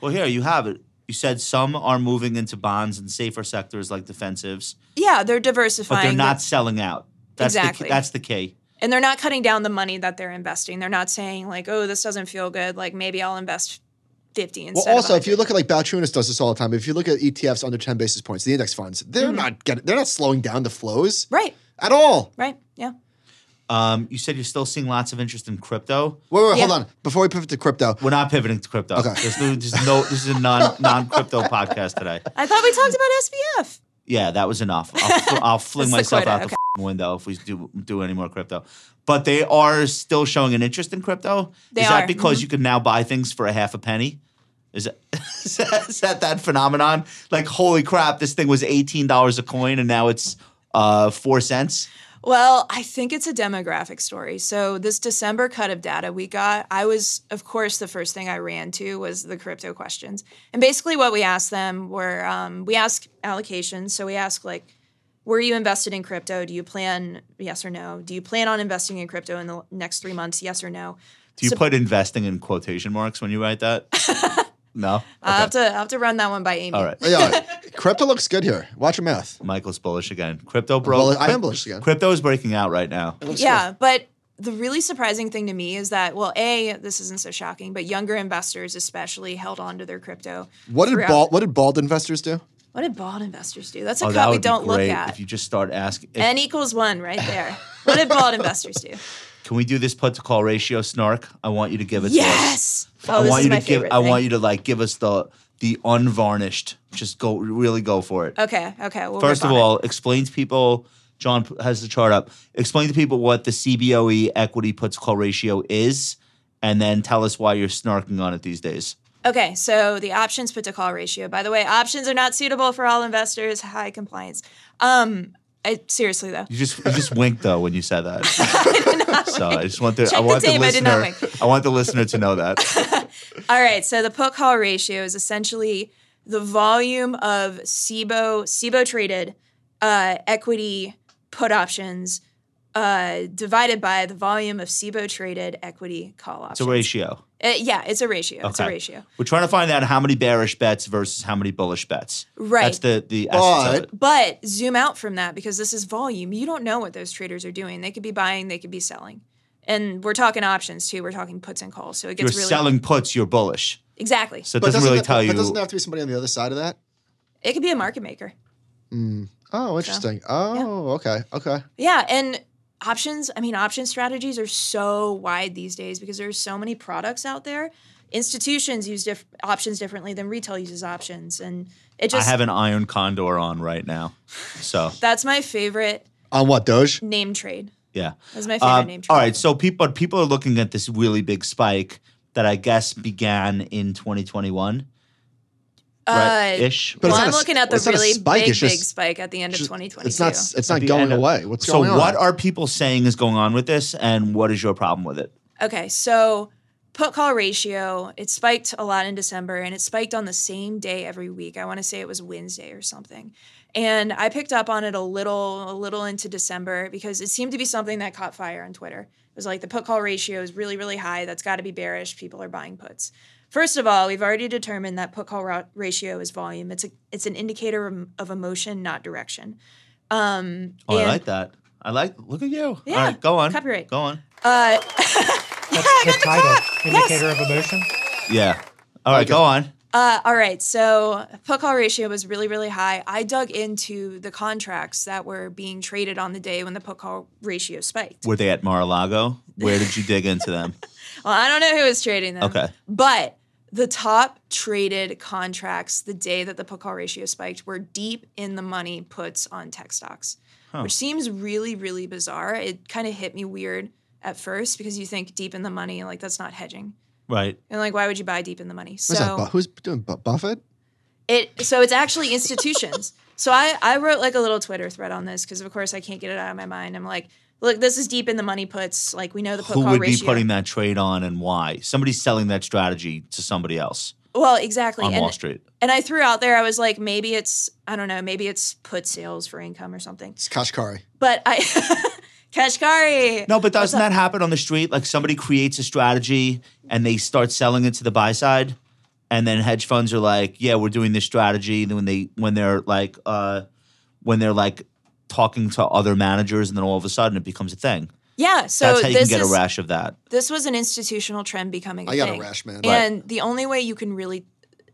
Speaker 3: Well, here you have it. You said some are moving into bonds and safer sectors like defensives,
Speaker 2: Yeah, they're
Speaker 3: but
Speaker 2: diversifying,
Speaker 3: they're not
Speaker 2: with-
Speaker 3: selling out. That's The,
Speaker 2: Exactly.
Speaker 3: key- that's the key.
Speaker 2: and they're not cutting down the money that they're investing. They're not saying like, "Oh, this doesn't feel good. Like maybe I'll invest fifty
Speaker 1: Well,
Speaker 2: instead."
Speaker 1: also,
Speaker 2: of
Speaker 1: if you
Speaker 2: 100."
Speaker 1: look at like Balchunas does this all the time. If you look at ETFs under ten basis points, the index funds, they're
Speaker 2: Mm-hmm.
Speaker 1: not getting, they're not slowing down the flows
Speaker 2: right,
Speaker 1: at all.
Speaker 2: right, yeah,
Speaker 3: Um, you said you're still seeing lots of interest in crypto.
Speaker 1: Wait, wait, hold
Speaker 2: Yeah.
Speaker 1: on. Before we pivot to
Speaker 2: [laughs]
Speaker 1: crypto,
Speaker 3: We're not pivoting to crypto.
Speaker 1: Okay.
Speaker 3: There's no, there's no this is a non non crypto podcast today.
Speaker 2: I thought we talked about SBF.
Speaker 3: Yeah, that was enough. I'll, fl- I'll fling
Speaker 2: That's the
Speaker 3: myself out
Speaker 2: quota,
Speaker 3: the
Speaker 2: okay.
Speaker 3: f***ing window if we do do any more crypto. But they are still showing an interest in crypto.
Speaker 2: They
Speaker 3: is that
Speaker 2: are, Mm-hmm.
Speaker 3: because you can now buy things for a half a penny? Is that, [laughs] is that is that that phenomenon? Like, holy crap! This thing was eighteen dollars a coin, and now it's uh, four cents.
Speaker 2: Well, I think it's a demographic story. So this December cut of data we got, I was, of course, the first thing I ran to was the crypto questions. And basically, what we asked them were um, we ask allocations. So we ask like, were you invested in crypto? Do you plan yes or no? Do you plan on investing in crypto in the next three months? Yes or no?
Speaker 3: Do you
Speaker 2: So-
Speaker 3: put investing in quotation marks when you write
Speaker 2: [laughs]
Speaker 3: that? no.
Speaker 2: I'll have
Speaker 3: Okay.
Speaker 2: to I'll have to run that one by Amy.
Speaker 3: All right.
Speaker 1: yeah, crypto looks good here. Watch your mouth.
Speaker 3: Michael's bullish again. Crypto bro.
Speaker 1: Well, I am bullish again.
Speaker 3: Crypto is breaking out right now.
Speaker 2: yeah, but the really surprising thing to me is that well, a this isn't so shocking, but younger investors especially held on to their crypto.
Speaker 1: What did
Speaker 2: throughout-
Speaker 1: bald, what did bald investors do?
Speaker 2: What did bald investors do? That's a
Speaker 3: Oh,
Speaker 2: cut
Speaker 3: that
Speaker 2: we
Speaker 3: would
Speaker 2: don't
Speaker 3: be great
Speaker 2: look at.
Speaker 3: if you just start asking. if-
Speaker 2: N equals one right
Speaker 3: [laughs]
Speaker 2: there. What did bald investors do?
Speaker 3: can we do this put to call ratio snark? I want you to give it. to us.
Speaker 2: Yes. Oh,
Speaker 3: I
Speaker 2: this
Speaker 3: want
Speaker 2: is
Speaker 3: you
Speaker 2: my
Speaker 3: to give.
Speaker 2: favorite.
Speaker 3: I
Speaker 2: thing.
Speaker 3: want you to like give us the the unvarnished. Just go really go for it.
Speaker 2: Okay. Okay. We'll
Speaker 3: First
Speaker 2: rip
Speaker 3: of
Speaker 2: on it.
Speaker 3: all, explain to people. John p- has the chart up. Explain to people what the E CBOE equity put to call ratio is, and then tell us why you're snarking on it these days.
Speaker 2: Okay, so the options put to call ratio. By the way, options are not suitable for all investors. High compliance. Um, I, seriously though, [laughs]
Speaker 3: You just you
Speaker 1: [laughs]
Speaker 3: just winked though when you said that. so I just want the
Speaker 2: Check
Speaker 3: I
Speaker 2: the
Speaker 3: want the,
Speaker 2: tape, I did
Speaker 3: listener
Speaker 2: not
Speaker 3: I, want the listener to know
Speaker 2: [laughs]
Speaker 3: that.
Speaker 2: All right, so the put call ratio is essentially the volume of SIBO SIBO traded uh, equity put options uh, divided by the volume of SIBO traded equity call options.
Speaker 3: It's a ratio.
Speaker 2: Uh, yeah, it's a ratio. It's a
Speaker 3: Okay.
Speaker 2: ratio.
Speaker 3: We're trying to find out how many bearish bets versus how many bullish bets.
Speaker 2: Right.
Speaker 3: That's the the essence
Speaker 1: But
Speaker 3: of it.
Speaker 2: But zoom out from that because this is volume. You don't know what those traders are doing. They could be buying, they could be selling. And we're talking options too. We're talking puts and calls. So it
Speaker 3: You're
Speaker 2: gets really
Speaker 3: selling puts, you're bullish.
Speaker 2: exactly.
Speaker 3: So it
Speaker 1: but
Speaker 3: doesn't really
Speaker 1: that,
Speaker 3: tell
Speaker 1: but
Speaker 3: you.
Speaker 1: doesn't there have to be somebody on the other side of that?
Speaker 2: It could be a market maker.
Speaker 1: Oh, interesting. Oh, okay, okay.
Speaker 2: Yeah, and options, I mean option strategies are so wide these days because there's so many products out there. Institutions use diff- options differently than retail uses options and it
Speaker 3: I
Speaker 2: just
Speaker 3: have an iron condor on right now. So
Speaker 2: that's my favorite
Speaker 1: On what Doge?
Speaker 2: name trade.
Speaker 3: yeah.
Speaker 2: That's my favorite
Speaker 3: Um,
Speaker 2: name trade.
Speaker 3: all right, so people people are looking at this really big spike that I guess began in 2021, right?
Speaker 2: Uh,
Speaker 3: Ish.
Speaker 1: But
Speaker 2: well,
Speaker 1: it's not a
Speaker 2: I'm
Speaker 1: s-
Speaker 2: looking at the
Speaker 1: well, it's not a
Speaker 2: really
Speaker 1: spike,
Speaker 2: big,
Speaker 1: it's just-
Speaker 2: big spike at the end of
Speaker 1: Just-
Speaker 2: 2022.
Speaker 1: It's not. It's
Speaker 3: At
Speaker 1: not
Speaker 3: the
Speaker 1: going
Speaker 3: end of-
Speaker 1: away. What's
Speaker 3: so
Speaker 1: going on?
Speaker 3: what are people saying is going on with this, and what is your problem with it?
Speaker 2: Okay, so put call ratio, it spiked a lot in December and it spiked on the same day every week. I want to say it was Wednesday or something. And I picked up on it a little a little into December because it seemed to be something that caught fire on Twitter. It was like the put call ratio is really really high. That's got to be bearish. People are buying puts. First of all, we've already determined that put call ra- ratio is volume. It's a it's an indicator of- of emotion, not direction. Um,
Speaker 3: Oh, I
Speaker 2: and-
Speaker 3: like that. I like. Look at you.
Speaker 2: Yeah,
Speaker 3: all right, go on.
Speaker 2: copyright.
Speaker 3: Go on.
Speaker 2: Uh,
Speaker 4: That's the title. Indicator of emotion.
Speaker 3: Yeah. All right, go on.
Speaker 2: Uh, all right, so put call ratio was really, really high. I dug into the contracts that were being traded on the day when the put call ratio spiked.
Speaker 3: Were they at Mar-a-Lago? Where did you dig into them?
Speaker 2: Well, I don't know who was trading them.
Speaker 3: Okay.
Speaker 2: But the top traded contracts the day that the put call ratio spiked were deep in the money puts on tech stocks, which seems really, really bizarre. It kind of hit me weird at first because you think deep in the money, like that's not hedging.
Speaker 3: Right.
Speaker 2: And like, why would you buy deep in the money? So
Speaker 1: Who's, that, Bu- who's doing Bu- Buffett?
Speaker 2: It so it's actually institutions. so I I wrote like a little Twitter thread on this because of course I can't get it out of my mind. I'm like, look, this is deep in the money puts. Like we know the put
Speaker 3: Who
Speaker 2: call
Speaker 3: would
Speaker 2: ratio.
Speaker 3: be putting that trade on, and why? Somebody's selling that strategy to somebody else
Speaker 2: well, exactly.
Speaker 3: on
Speaker 2: and,
Speaker 3: Wall Street.
Speaker 2: and I threw out there I was like, maybe it's I don't know, maybe it's put sales for income or something.
Speaker 1: It's Kashkari.
Speaker 2: But I [laughs] Kashkari.
Speaker 3: No, but doesn't that happen on the street? Like somebody creates a strategy and they start selling it to the buy side, and then hedge funds are like, "Yeah, we're doing this strategy." Then when they when they're like uh, when they're like talking to other managers, and then all of a sudden it becomes a thing.
Speaker 2: Yeah, so
Speaker 3: That's how you can
Speaker 2: this
Speaker 3: get
Speaker 2: is
Speaker 3: a rash of that.
Speaker 2: this was an institutional trend becoming. I
Speaker 1: I got a
Speaker 2: thing.
Speaker 1: rash, man.
Speaker 2: And the only way you can really,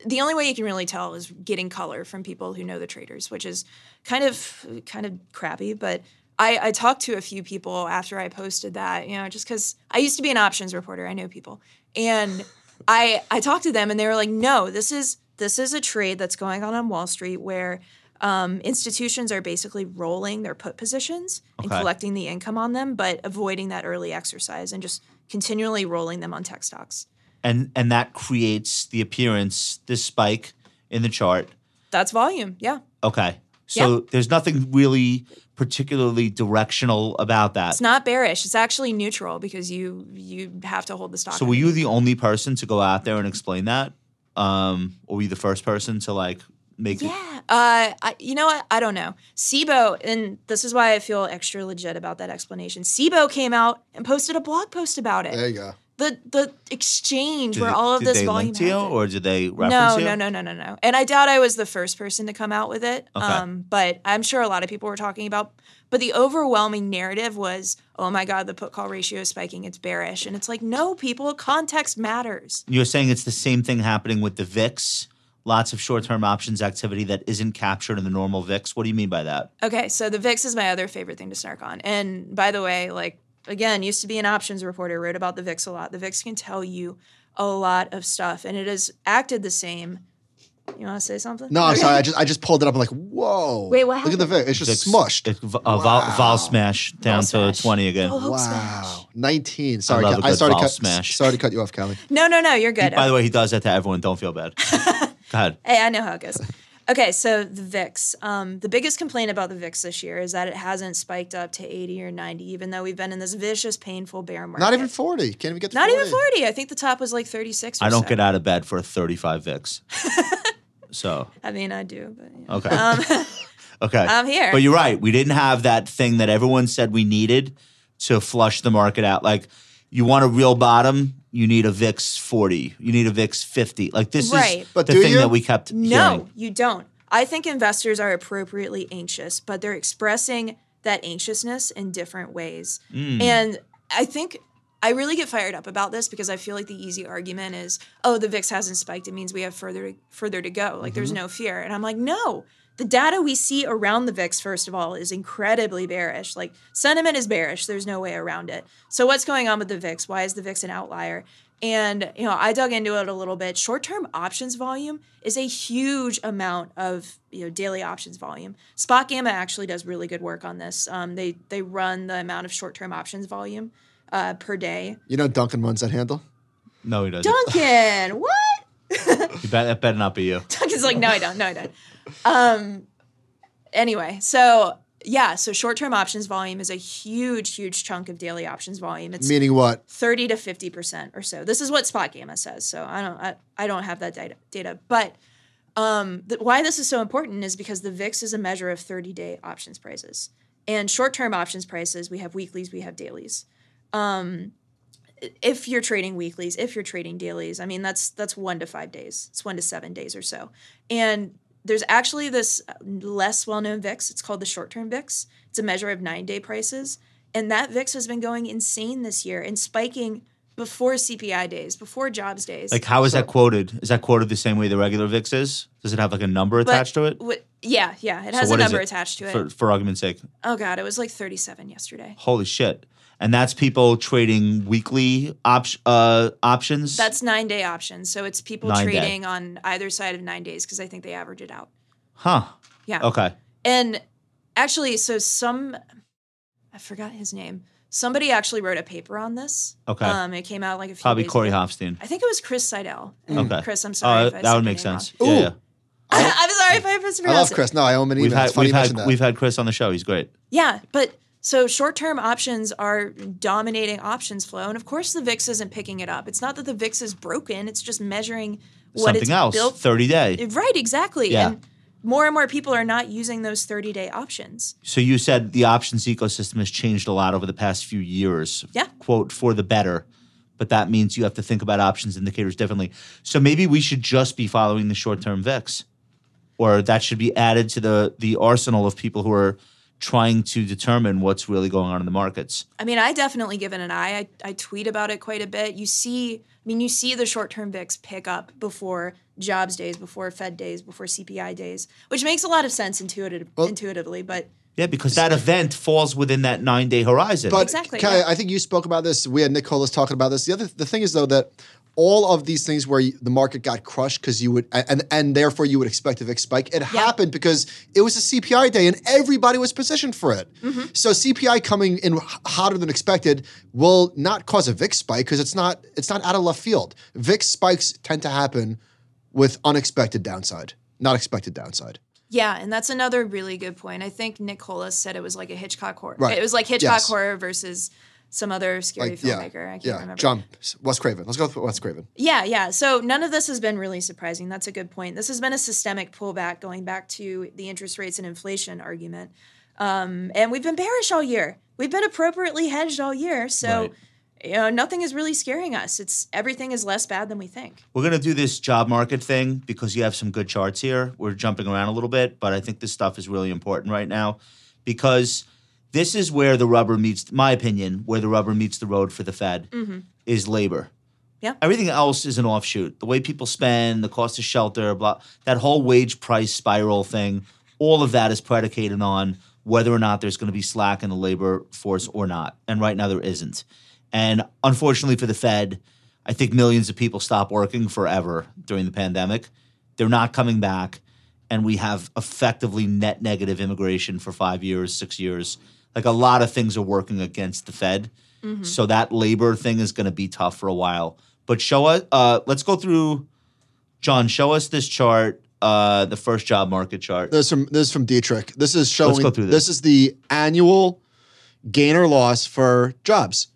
Speaker 2: the only way you can really tell is getting color from people who know the traders, which is kind of kind of crappy. But I, I talked to a few people after I posted that, you know, just because I used to be an options reporter, I know people, and I I talked to them and they were like, no, this is this is a trade that's going on on Wall Street where. Um, institutions are basically rolling their put positions and
Speaker 3: Okay.
Speaker 2: collecting collecting the income on them, but avoiding that early exercise and just continually rolling them on tech stocks.
Speaker 3: And and that creates the appearance this spike in the chart.
Speaker 2: That's volume. Yeah.
Speaker 3: Uh, Okay, so there's nothing really particularly directional about that.
Speaker 2: It's not bearish. It's actually neutral because you you have to hold the stock.
Speaker 3: So were you the only person to go out there and explain that? Um, or were you the first person to like make
Speaker 2: Yeah.
Speaker 3: it?
Speaker 2: Uh, I, you know what? I don't know. SIBO, and this is why I feel extra legit about that explanation. SIBO came out and posted a blog post about it.
Speaker 1: There you go.
Speaker 2: The the exchange
Speaker 3: Did,
Speaker 2: where all of
Speaker 3: did
Speaker 2: this
Speaker 3: they
Speaker 2: volume
Speaker 3: link to you
Speaker 2: happened.
Speaker 3: or did they reference
Speaker 2: no,
Speaker 3: you?
Speaker 2: no, no, no, no, no. And I doubt I was the first person to come out with it.
Speaker 3: Okay.
Speaker 2: Um, but I'm sure a lot of people were talking about. But the overwhelming narrative was, "Oh my God, the put call ratio is spiking. It's bearish." And it's like, no, people, context matters.
Speaker 3: You're saying it's the same thing happening with the VIX. Lots of short-term options activity that isn't captured in the normal VIX. What do you mean by that?
Speaker 2: Okay, so the VIX is my other favorite thing to snark on. And by the way, like again, used to be an options reporter, wrote about the VIX a lot. The VIX can tell you a lot of stuff, and it has acted the same You want to say something?
Speaker 1: No, I'm sorry. I just I just pulled it up. I'm like, whoa.
Speaker 2: Wait, what
Speaker 1: Look at the
Speaker 2: happened?
Speaker 1: video. It's just
Speaker 3: It's-
Speaker 1: smushed.
Speaker 3: It's v- uh, Vol, Vol smash down
Speaker 2: smash.
Speaker 3: to twenty again.
Speaker 2: Oh, Hulk smash.
Speaker 1: Wow. 19. Sorry,
Speaker 3: love
Speaker 1: Ke-
Speaker 3: a
Speaker 1: I
Speaker 3: good
Speaker 1: started
Speaker 3: ball
Speaker 1: cut,
Speaker 3: smash.
Speaker 1: sorry to cut you off, Callie.
Speaker 2: No, no, no. You're good.
Speaker 3: By the way, he does that to everyone. Don't feel
Speaker 2: [laughs]
Speaker 3: bad. God,
Speaker 2: Hey, I know how it
Speaker 3: [laughs]
Speaker 2: goes. Okay, so the VIX. Um, the biggest complaint about the VIX this year is that it hasn't spiked up to 80 or 90, even though we've been in this vicious, painful bear market.
Speaker 1: Not even 40. Can't even get to
Speaker 2: Not
Speaker 1: 40.
Speaker 2: even 40. I think the top was like 36 or
Speaker 3: I don't
Speaker 2: so.
Speaker 3: get out of bed for a thirty-five
Speaker 2: [laughs]
Speaker 3: VIX. so
Speaker 2: I mean, I do, but yeah.
Speaker 3: okay,
Speaker 2: Um,
Speaker 3: [laughs]
Speaker 2: [laughs]
Speaker 3: okay,
Speaker 2: I'm here.
Speaker 3: Uh, But you're right. We didn't have that thing that everyone said we needed to flush the market out. Like you want a real bottom, you need a VIX forty. You need a VIX fifty. Like this
Speaker 2: Right.
Speaker 3: is
Speaker 1: But
Speaker 3: the
Speaker 1: do
Speaker 3: thing
Speaker 1: you?
Speaker 3: that we kept.
Speaker 2: No,
Speaker 3: hearing.
Speaker 2: you don't. I think investors are appropriately anxious, but they're expressing that anxiousness in different ways. And I think I really get fired up about this because I feel like the easy argument is, oh, the VIX hasn't spiked. It means we have further further to go. Like there's no fear. And I'm like, no. The data we see around the VIX, first of all, is incredibly bearish. Like sentiment is bearish. There's no way around it. So what's going on with the VIX? Why is the VIX an outlier? And you know, I dug into it a little bit. Short-term options volume is a huge amount of you know daily options volume. Spot Gamma actually does really good work on this. Um, they they run the amount of short-term options volume uh, per day.
Speaker 1: You know Duncan runs that handle?
Speaker 3: no, he doesn't.
Speaker 2: Duncan, what?
Speaker 3: You bet, that better not be you.
Speaker 2: [laughs] Duncan's like, no, I don't, no, I don't. Um, anyway, so yeah, so short-term options volume is a huge, huge chunk of daily options volume. It's
Speaker 1: Meaning what?
Speaker 2: 30 to 50% or so. This is what Spot Gamma says. So I don't I, I don't have that data, data. but um, the, why this is so important is because the VIX is a measure of 30-day options prices. And short-term options prices, we have weeklies, we have dailies. Um, if you're trading weeklies, if you're trading dailies, I mean that's that's 1 to 5 days. It's 1 to 7 days or so. And there's actually this uh, less well-known VIX. It's called the short-term VIX. It's a measure of 9-day prices. And that VIX has been going insane this year and spiking before CPI days, before jobs days.
Speaker 3: Like, how is that quoted? Is that quoted the same way the regular VIX is? Does it have like a number
Speaker 2: But
Speaker 3: attached to it?
Speaker 2: w- yeah, yeah. It
Speaker 3: So
Speaker 2: has a
Speaker 3: what is
Speaker 2: number
Speaker 3: it?
Speaker 2: attached to it.
Speaker 3: For, for argument's sake,
Speaker 2: oh god, it was like 37 yesterday.
Speaker 3: holy shit! And that's people trading weekly op- uh, options.
Speaker 2: That's nine day options. So it's people
Speaker 3: Nine day.
Speaker 2: trading on either side of nine days because I think they average it out.
Speaker 3: huh?
Speaker 2: Yeah.
Speaker 3: Okay.
Speaker 2: And actually, so some, I forgot his name. Somebody actually wrote a paper on this.
Speaker 3: Okay.
Speaker 2: Um, it came out like a few
Speaker 3: Probably
Speaker 2: days
Speaker 3: Corey
Speaker 2: ago.
Speaker 3: Hofstein.
Speaker 2: I think it was Chris Seidel.
Speaker 3: Okay.
Speaker 2: Chris, I'm sorry.
Speaker 3: Uh,
Speaker 2: if I
Speaker 3: that
Speaker 2: said your
Speaker 3: would make
Speaker 2: name wrong. [laughs]
Speaker 3: sense.
Speaker 1: Ooh.
Speaker 3: Yeah, yeah.
Speaker 2: I'm sorry if I mispronounced
Speaker 1: I love
Speaker 2: it.
Speaker 1: Chris. No, I owe him an email.
Speaker 3: We've had
Speaker 1: it's funny
Speaker 3: we've
Speaker 1: you mentioned
Speaker 3: had,
Speaker 1: that.
Speaker 3: we've had Chris on the show. He's great.
Speaker 2: Yeah, but so short-term options are dominating options flow, and of course the VIX isn't picking it up. It's not that the VIX is broken; it's just measuring what it's
Speaker 3: Something else.
Speaker 2: built.
Speaker 3: Thirty day.
Speaker 2: Right, exactly.
Speaker 3: Yeah.
Speaker 2: And more and more people are not using those 30-day options.
Speaker 3: So you said the options ecosystem has changed a lot over the past few years.
Speaker 2: Yeah.
Speaker 3: Quote for the better. But that means you have to think about options indicators differently. So maybe we should just be following the short term VIX. Or that should be added to the the arsenal of people who are trying to determine what's really going on in the markets.
Speaker 2: I mean, I definitely give it an eye. I, I tweet about it quite a bit. You see, I mean, you see the short term VIX pick up before jobs days, before Fed days, before CPI days, which makes a lot of sense intuitive, intuitively. But
Speaker 3: Yeah, because that event falls within that nine day horizon.
Speaker 1: But
Speaker 2: Exactly,
Speaker 1: Kelly,
Speaker 2: yeah.
Speaker 1: I think you spoke about this. We had Nicholas talking about this. The other the thing is though that all of these things where you- the market got crushed because you would and and therefore you would expect a VIX spike. It happened because it was a CPI day and everybody was positioned for it.
Speaker 2: Mm-hmm.
Speaker 1: So CPI coming in h- hotter than expected will not cause a VIX spike because it's not it's not out of left field. VIX spikes tend to happen with unexpected downside, not expected downside.
Speaker 2: Yeah, and that's another really good point. I think Nick Colas said it was like a Hitchcock horror.
Speaker 1: Right.
Speaker 2: It was like Hitchcock
Speaker 1: Yes.
Speaker 2: horror versus some other scary
Speaker 1: Like, yeah,
Speaker 2: filmmaker. I can't
Speaker 1: yeah.
Speaker 2: remember.
Speaker 1: John Wes Craven. Let's go with Wes Craven.
Speaker 2: Yeah, yeah. So none of this has been really surprising. That's a good point. This has been a systemic pullback going back to the interest rates and inflation argument. Um, and we've been bearish all year. We've been appropriately hedged all year. So, you know, nothing is really scaring us. It's everything is less bad than we think.
Speaker 3: We're gonna do this job market thing because you have some good charts here. We're jumping around a little bit, but I think this stuff is really important right now because this is where the rubber meets, my opinion, where the rubber meets the road for the Fed is labor.
Speaker 2: Yeah.
Speaker 3: Everything else is an offshoot. The way people spend, the cost of shelter, blah, that whole wage price spiral thing, all of that is predicated on whether or not there's going to be slack in the labor force or not. And right now there isn't. And unfortunately for the Fed, I think millions of people stopped working forever during the pandemic They're not coming back, and we have effectively net negative immigration for five years, six years. Like a lot of things are working against the Fed, so that labor thing is going to be tough for a while. But show us. Uh, let's go through. John, show us this chart. Uh, the first job market chart.
Speaker 1: This is from this is from Dietrich. This is showing.
Speaker 3: go through
Speaker 1: this.
Speaker 3: this.
Speaker 1: is the annual gain or loss for jobs,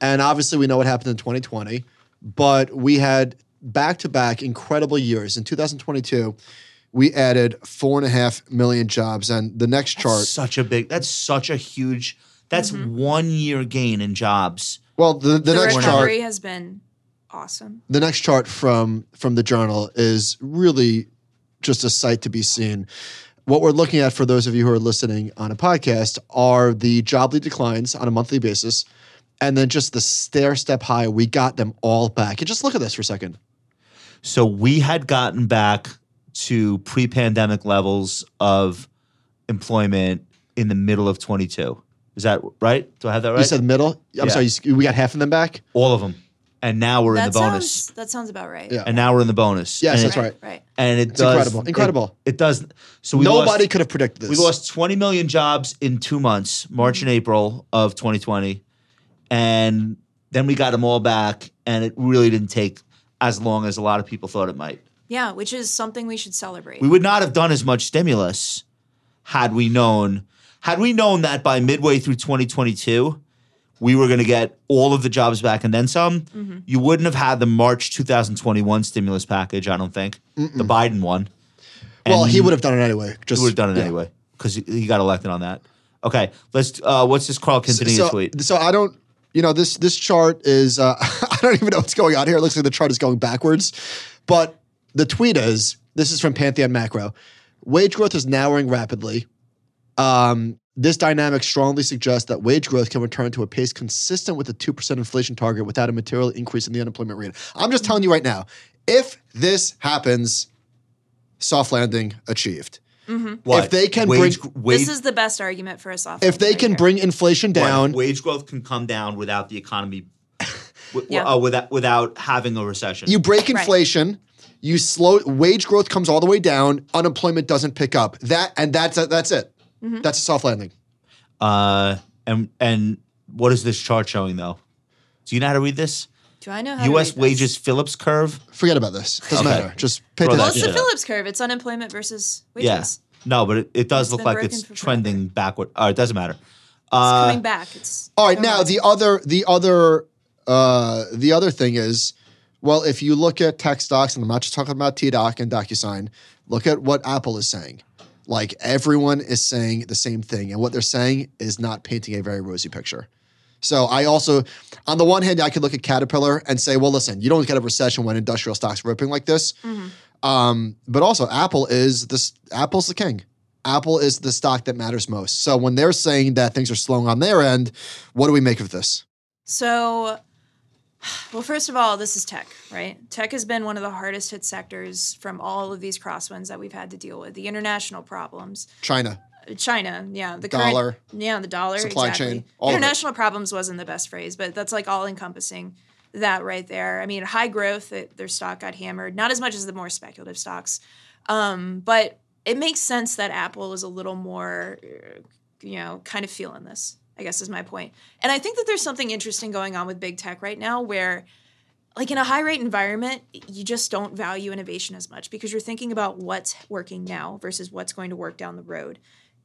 Speaker 1: and obviously we know what happened in 2020, but we had back to back incredible years. In 2022, we added four and a half million jobs, and the next chart.
Speaker 3: Such a big. That's such a huge. That's one year gain in jobs.
Speaker 1: well, the, the
Speaker 2: the
Speaker 1: next chart.
Speaker 2: recovery has been awesome.
Speaker 1: the next chart from from the journal is really just a sight to be seen. What we're looking at for those of you who are listening on a podcast are the jobly declines on a monthly basis, and then just the stair step high. We got them all back. And just look at this for a second.
Speaker 3: So we had gotten back to pre-pandemic levels of employment in the middle of 22. Is that right? Do I have that right?
Speaker 1: You said middle. I'm
Speaker 3: Yeah.
Speaker 1: sorry. You, s- we got half of them back.
Speaker 3: all of them, and now we're in
Speaker 2: That
Speaker 3: the bonus.
Speaker 2: sounds that sounds about right.
Speaker 1: Yeah.
Speaker 3: And now we're in the bonus.
Speaker 1: Yes,
Speaker 3: and
Speaker 1: that's
Speaker 3: it,
Speaker 1: right.
Speaker 2: Right.
Speaker 3: And it
Speaker 1: It's
Speaker 3: does
Speaker 1: incredible.
Speaker 3: it-
Speaker 1: Incredible.
Speaker 3: It, does. So we
Speaker 1: Nobody
Speaker 3: lost,
Speaker 1: could have predicted this.
Speaker 3: We lost 20 million jobs in two months, March and April of 2020. And then we got them all back, and it really didn't take as long as a lot of people thought it might.
Speaker 2: Yeah, which is something we should celebrate.
Speaker 3: We would not have done as much stimulus had we known had we known that by midway through 2022 we were going to get all of the jobs back and then some.
Speaker 2: Mm-hmm.
Speaker 3: You wouldn't have had the March 2021 stimulus package, I don't think. The Biden one.
Speaker 1: Well,
Speaker 3: And
Speaker 1: he would have done it anyway. Just
Speaker 3: he would have done it
Speaker 1: yeah.
Speaker 3: anyway because he, he got elected on that. Okay, let's. Uh, what's this Carl Quintanilla
Speaker 1: so,
Speaker 3: tweet?
Speaker 1: so I don't. You know this this chart is. Uh, [laughs] I don't even know what's going on here. It looks like the chart is going backwards. But the tweet is. This is from Pantheon Macro. Wage growth is narrowing rapidly. Um, this dynamic strongly suggests that wage growth can return to a pace consistent with the 2% inflation target without a material increase in the unemployment rate. I'm just telling you right now, if this happens, soft landing achieved.
Speaker 3: What?
Speaker 1: if they can
Speaker 3: wage,
Speaker 1: bring-
Speaker 3: wage,
Speaker 2: this is the best argument for a soft.
Speaker 1: If they
Speaker 2: landing
Speaker 1: can
Speaker 2: right
Speaker 1: bring inflation
Speaker 3: what?
Speaker 1: down,
Speaker 3: wage growth can come down without
Speaker 2: [laughs]
Speaker 3: the economy, w-
Speaker 2: Yeah.
Speaker 3: uh, without without having a recession.
Speaker 1: You break inflation. You slow wage growth comes all the way down. Unemployment doesn't pick up. That and that's that's it. That's a soft landing.
Speaker 3: Uh, and and what is this chart showing though? Do you know how to read this?
Speaker 2: here. Do I know how to
Speaker 3: U.S.
Speaker 2: read this?
Speaker 3: wages Phillips curve.
Speaker 1: Forget about this. Doesn't
Speaker 3: Okay.
Speaker 1: matter. Just pay
Speaker 3: Throw
Speaker 2: Well,
Speaker 1: attention.
Speaker 2: it's
Speaker 3: Yeah.
Speaker 2: the Phillips curve. It's unemployment versus wages.
Speaker 3: Yeah.
Speaker 2: It's
Speaker 3: No, but it, it does
Speaker 2: It's
Speaker 3: look
Speaker 2: been
Speaker 3: like
Speaker 2: broken
Speaker 3: it's
Speaker 2: for forever.
Speaker 3: trending backward. Oh, it doesn't matter. Uh,
Speaker 2: coming back. It's
Speaker 1: All right. Now the other the other uh, the other thing is, well, if you look at tech stocks, and I'm not just talking about TDoc and DocuSign. Look at what Apple is saying. Like everyone is saying the same thing, and what they're saying is not painting a very rosy picture. So I also, on the one hand, I could look at Caterpillar and say, well, listen, you don't get a recession when industrial stocks are ripping like this. Um, but also, Apple is this Apple's the king. Apple is the stock that matters most. So when they're saying that things are slowing on their end, what do we make of this?
Speaker 2: So, well, first of all, this is tech, right? Tech has been one of the hardest hit sectors from all of these crosswinds that we've had to deal with. The international problems,
Speaker 1: China.
Speaker 2: China, yeah, the
Speaker 1: Dollar.
Speaker 2: current, yeah, the dollar,
Speaker 1: Supply
Speaker 2: exactly.
Speaker 1: chain, all of it.
Speaker 2: international problems wasn't the best phrase, but that's like all encompassing that right there. I mean, high growth, it, their stock got hammered, not as much as the more speculative stocks, um, but it makes sense that Apple is a little more, uh, you know, kind of feeling this. I guess is my point, and I think that there's something interesting going on with big tech right now where like in a high rate environment, you just don't value innovation as much because you're thinking about what's working now versus what's going to work down the road.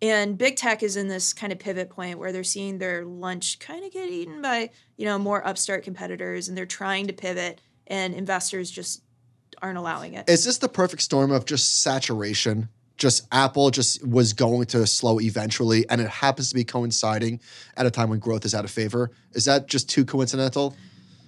Speaker 2: And big tech is in this kind of pivot point where they're seeing their lunch kind of get eaten by, you know, more upstart competitors and they're trying to pivot and investors just aren't allowing it.
Speaker 1: Is this the perfect storm of just saturation? Just Apple just was going to slow eventually, and it happens to be coinciding at a time when growth is out of favor. Is that just too coincidental?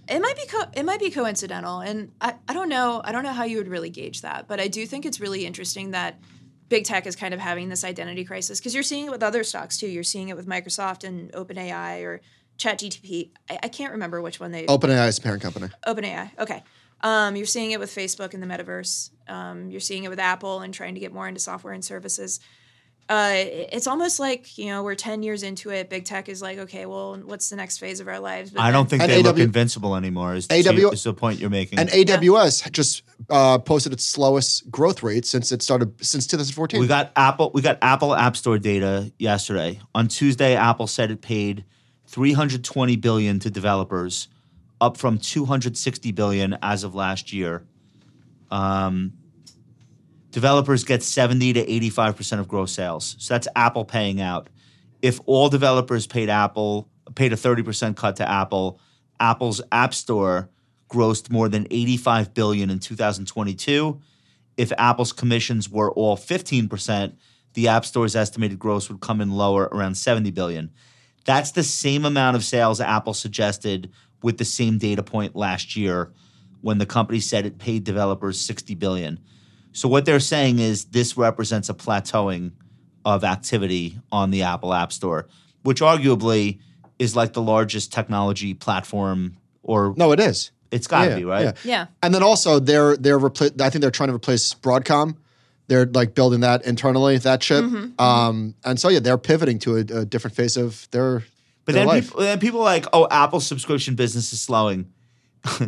Speaker 2: It might be co- it might be coincidental, and I, I don't know I don't know how you would really gauge that, but I do think it's really interesting that big tech is kind of having this identity crisis because you're seeing it with other stocks too. You're seeing it with Microsoft and OpenAI or ChatGTP. I, I can't remember which one
Speaker 3: Oh.
Speaker 2: they
Speaker 1: OpenAI is the parent company.
Speaker 2: OpenAI. Okay. Um, you're seeing it with Facebook in the metaverse. Um, you're seeing it with Apple and trying to get more into software and services. uh, it's almost like you know we're 10 years into it big tech is like okay well what's the next phase of our lives but
Speaker 3: I don't think
Speaker 1: And
Speaker 3: they look
Speaker 1: AW
Speaker 3: invincible anymore. Is,
Speaker 1: AW
Speaker 3: is the point you're making?
Speaker 1: And AWS just uh, posted its slowest growth rate since it started since 2014.
Speaker 3: We got Apple. We got Apple App Store data yesterday. On Tuesday, Apple said it paid 320 billion to developers, up from 260 billion as of last year. Um, developers get 70 to 85 percent of gross sales. So that's Apple paying out. If all developers paid Apple paid a 30 percent cut to Apple, Apple's App Store grossed more than 85 billion in 2022 if Apple's commissions were all 15%, the App Store's estimated gross would come in lower around 70 billion. That's the same amount of sales Apple suggested with the same data point last year when the company said it paid developers 60 billion. So what they're saying is this represents a plateauing of activity on the Apple App Store, which arguably is like the largest technology platform or
Speaker 1: no, it is.
Speaker 3: it's got to
Speaker 1: Yeah,
Speaker 3: be, right?
Speaker 1: yeah.
Speaker 2: yeah
Speaker 1: And then also they're they're repli- I think they're trying to replace Broadcom. They're like building that internally, that chip.
Speaker 3: Mm-hmm,
Speaker 1: Um, and so yeah, they're pivoting to a, a different phase of their
Speaker 3: But
Speaker 1: their
Speaker 3: then
Speaker 1: life.
Speaker 3: people, then people are like, oh, Apple's subscription business is slowing. [laughs]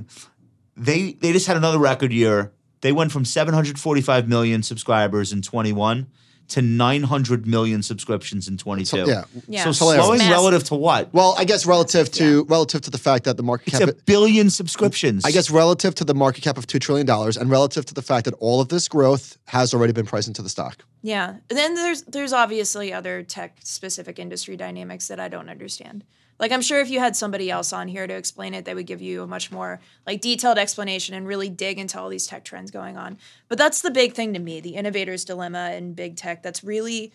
Speaker 3: they they just had another record year. They went from 745 million subscribers in 21 to 900 million subscriptions in 22.
Speaker 1: So- yeah.
Speaker 2: Yeah.
Speaker 3: So
Speaker 2: It's
Speaker 1: hilarious.
Speaker 3: slowing
Speaker 2: Massive.
Speaker 3: relative to what?
Speaker 1: Well, I guess relative to relative to the fact that the market
Speaker 3: it's
Speaker 1: cap
Speaker 3: a billion subscriptions.
Speaker 1: I guess relative to the market cap of two trillion dollars, and relative to the fact that all of this growth has already been priced into the stock.
Speaker 2: yeah and then there's there's obviously other tech specific industry dynamics that i don't understand like i'm sure if you had somebody else on here to explain it they would give you a much more like detailed explanation and really dig into all these tech trends going on but that's the big thing to me the innovator's dilemma in big tech that's really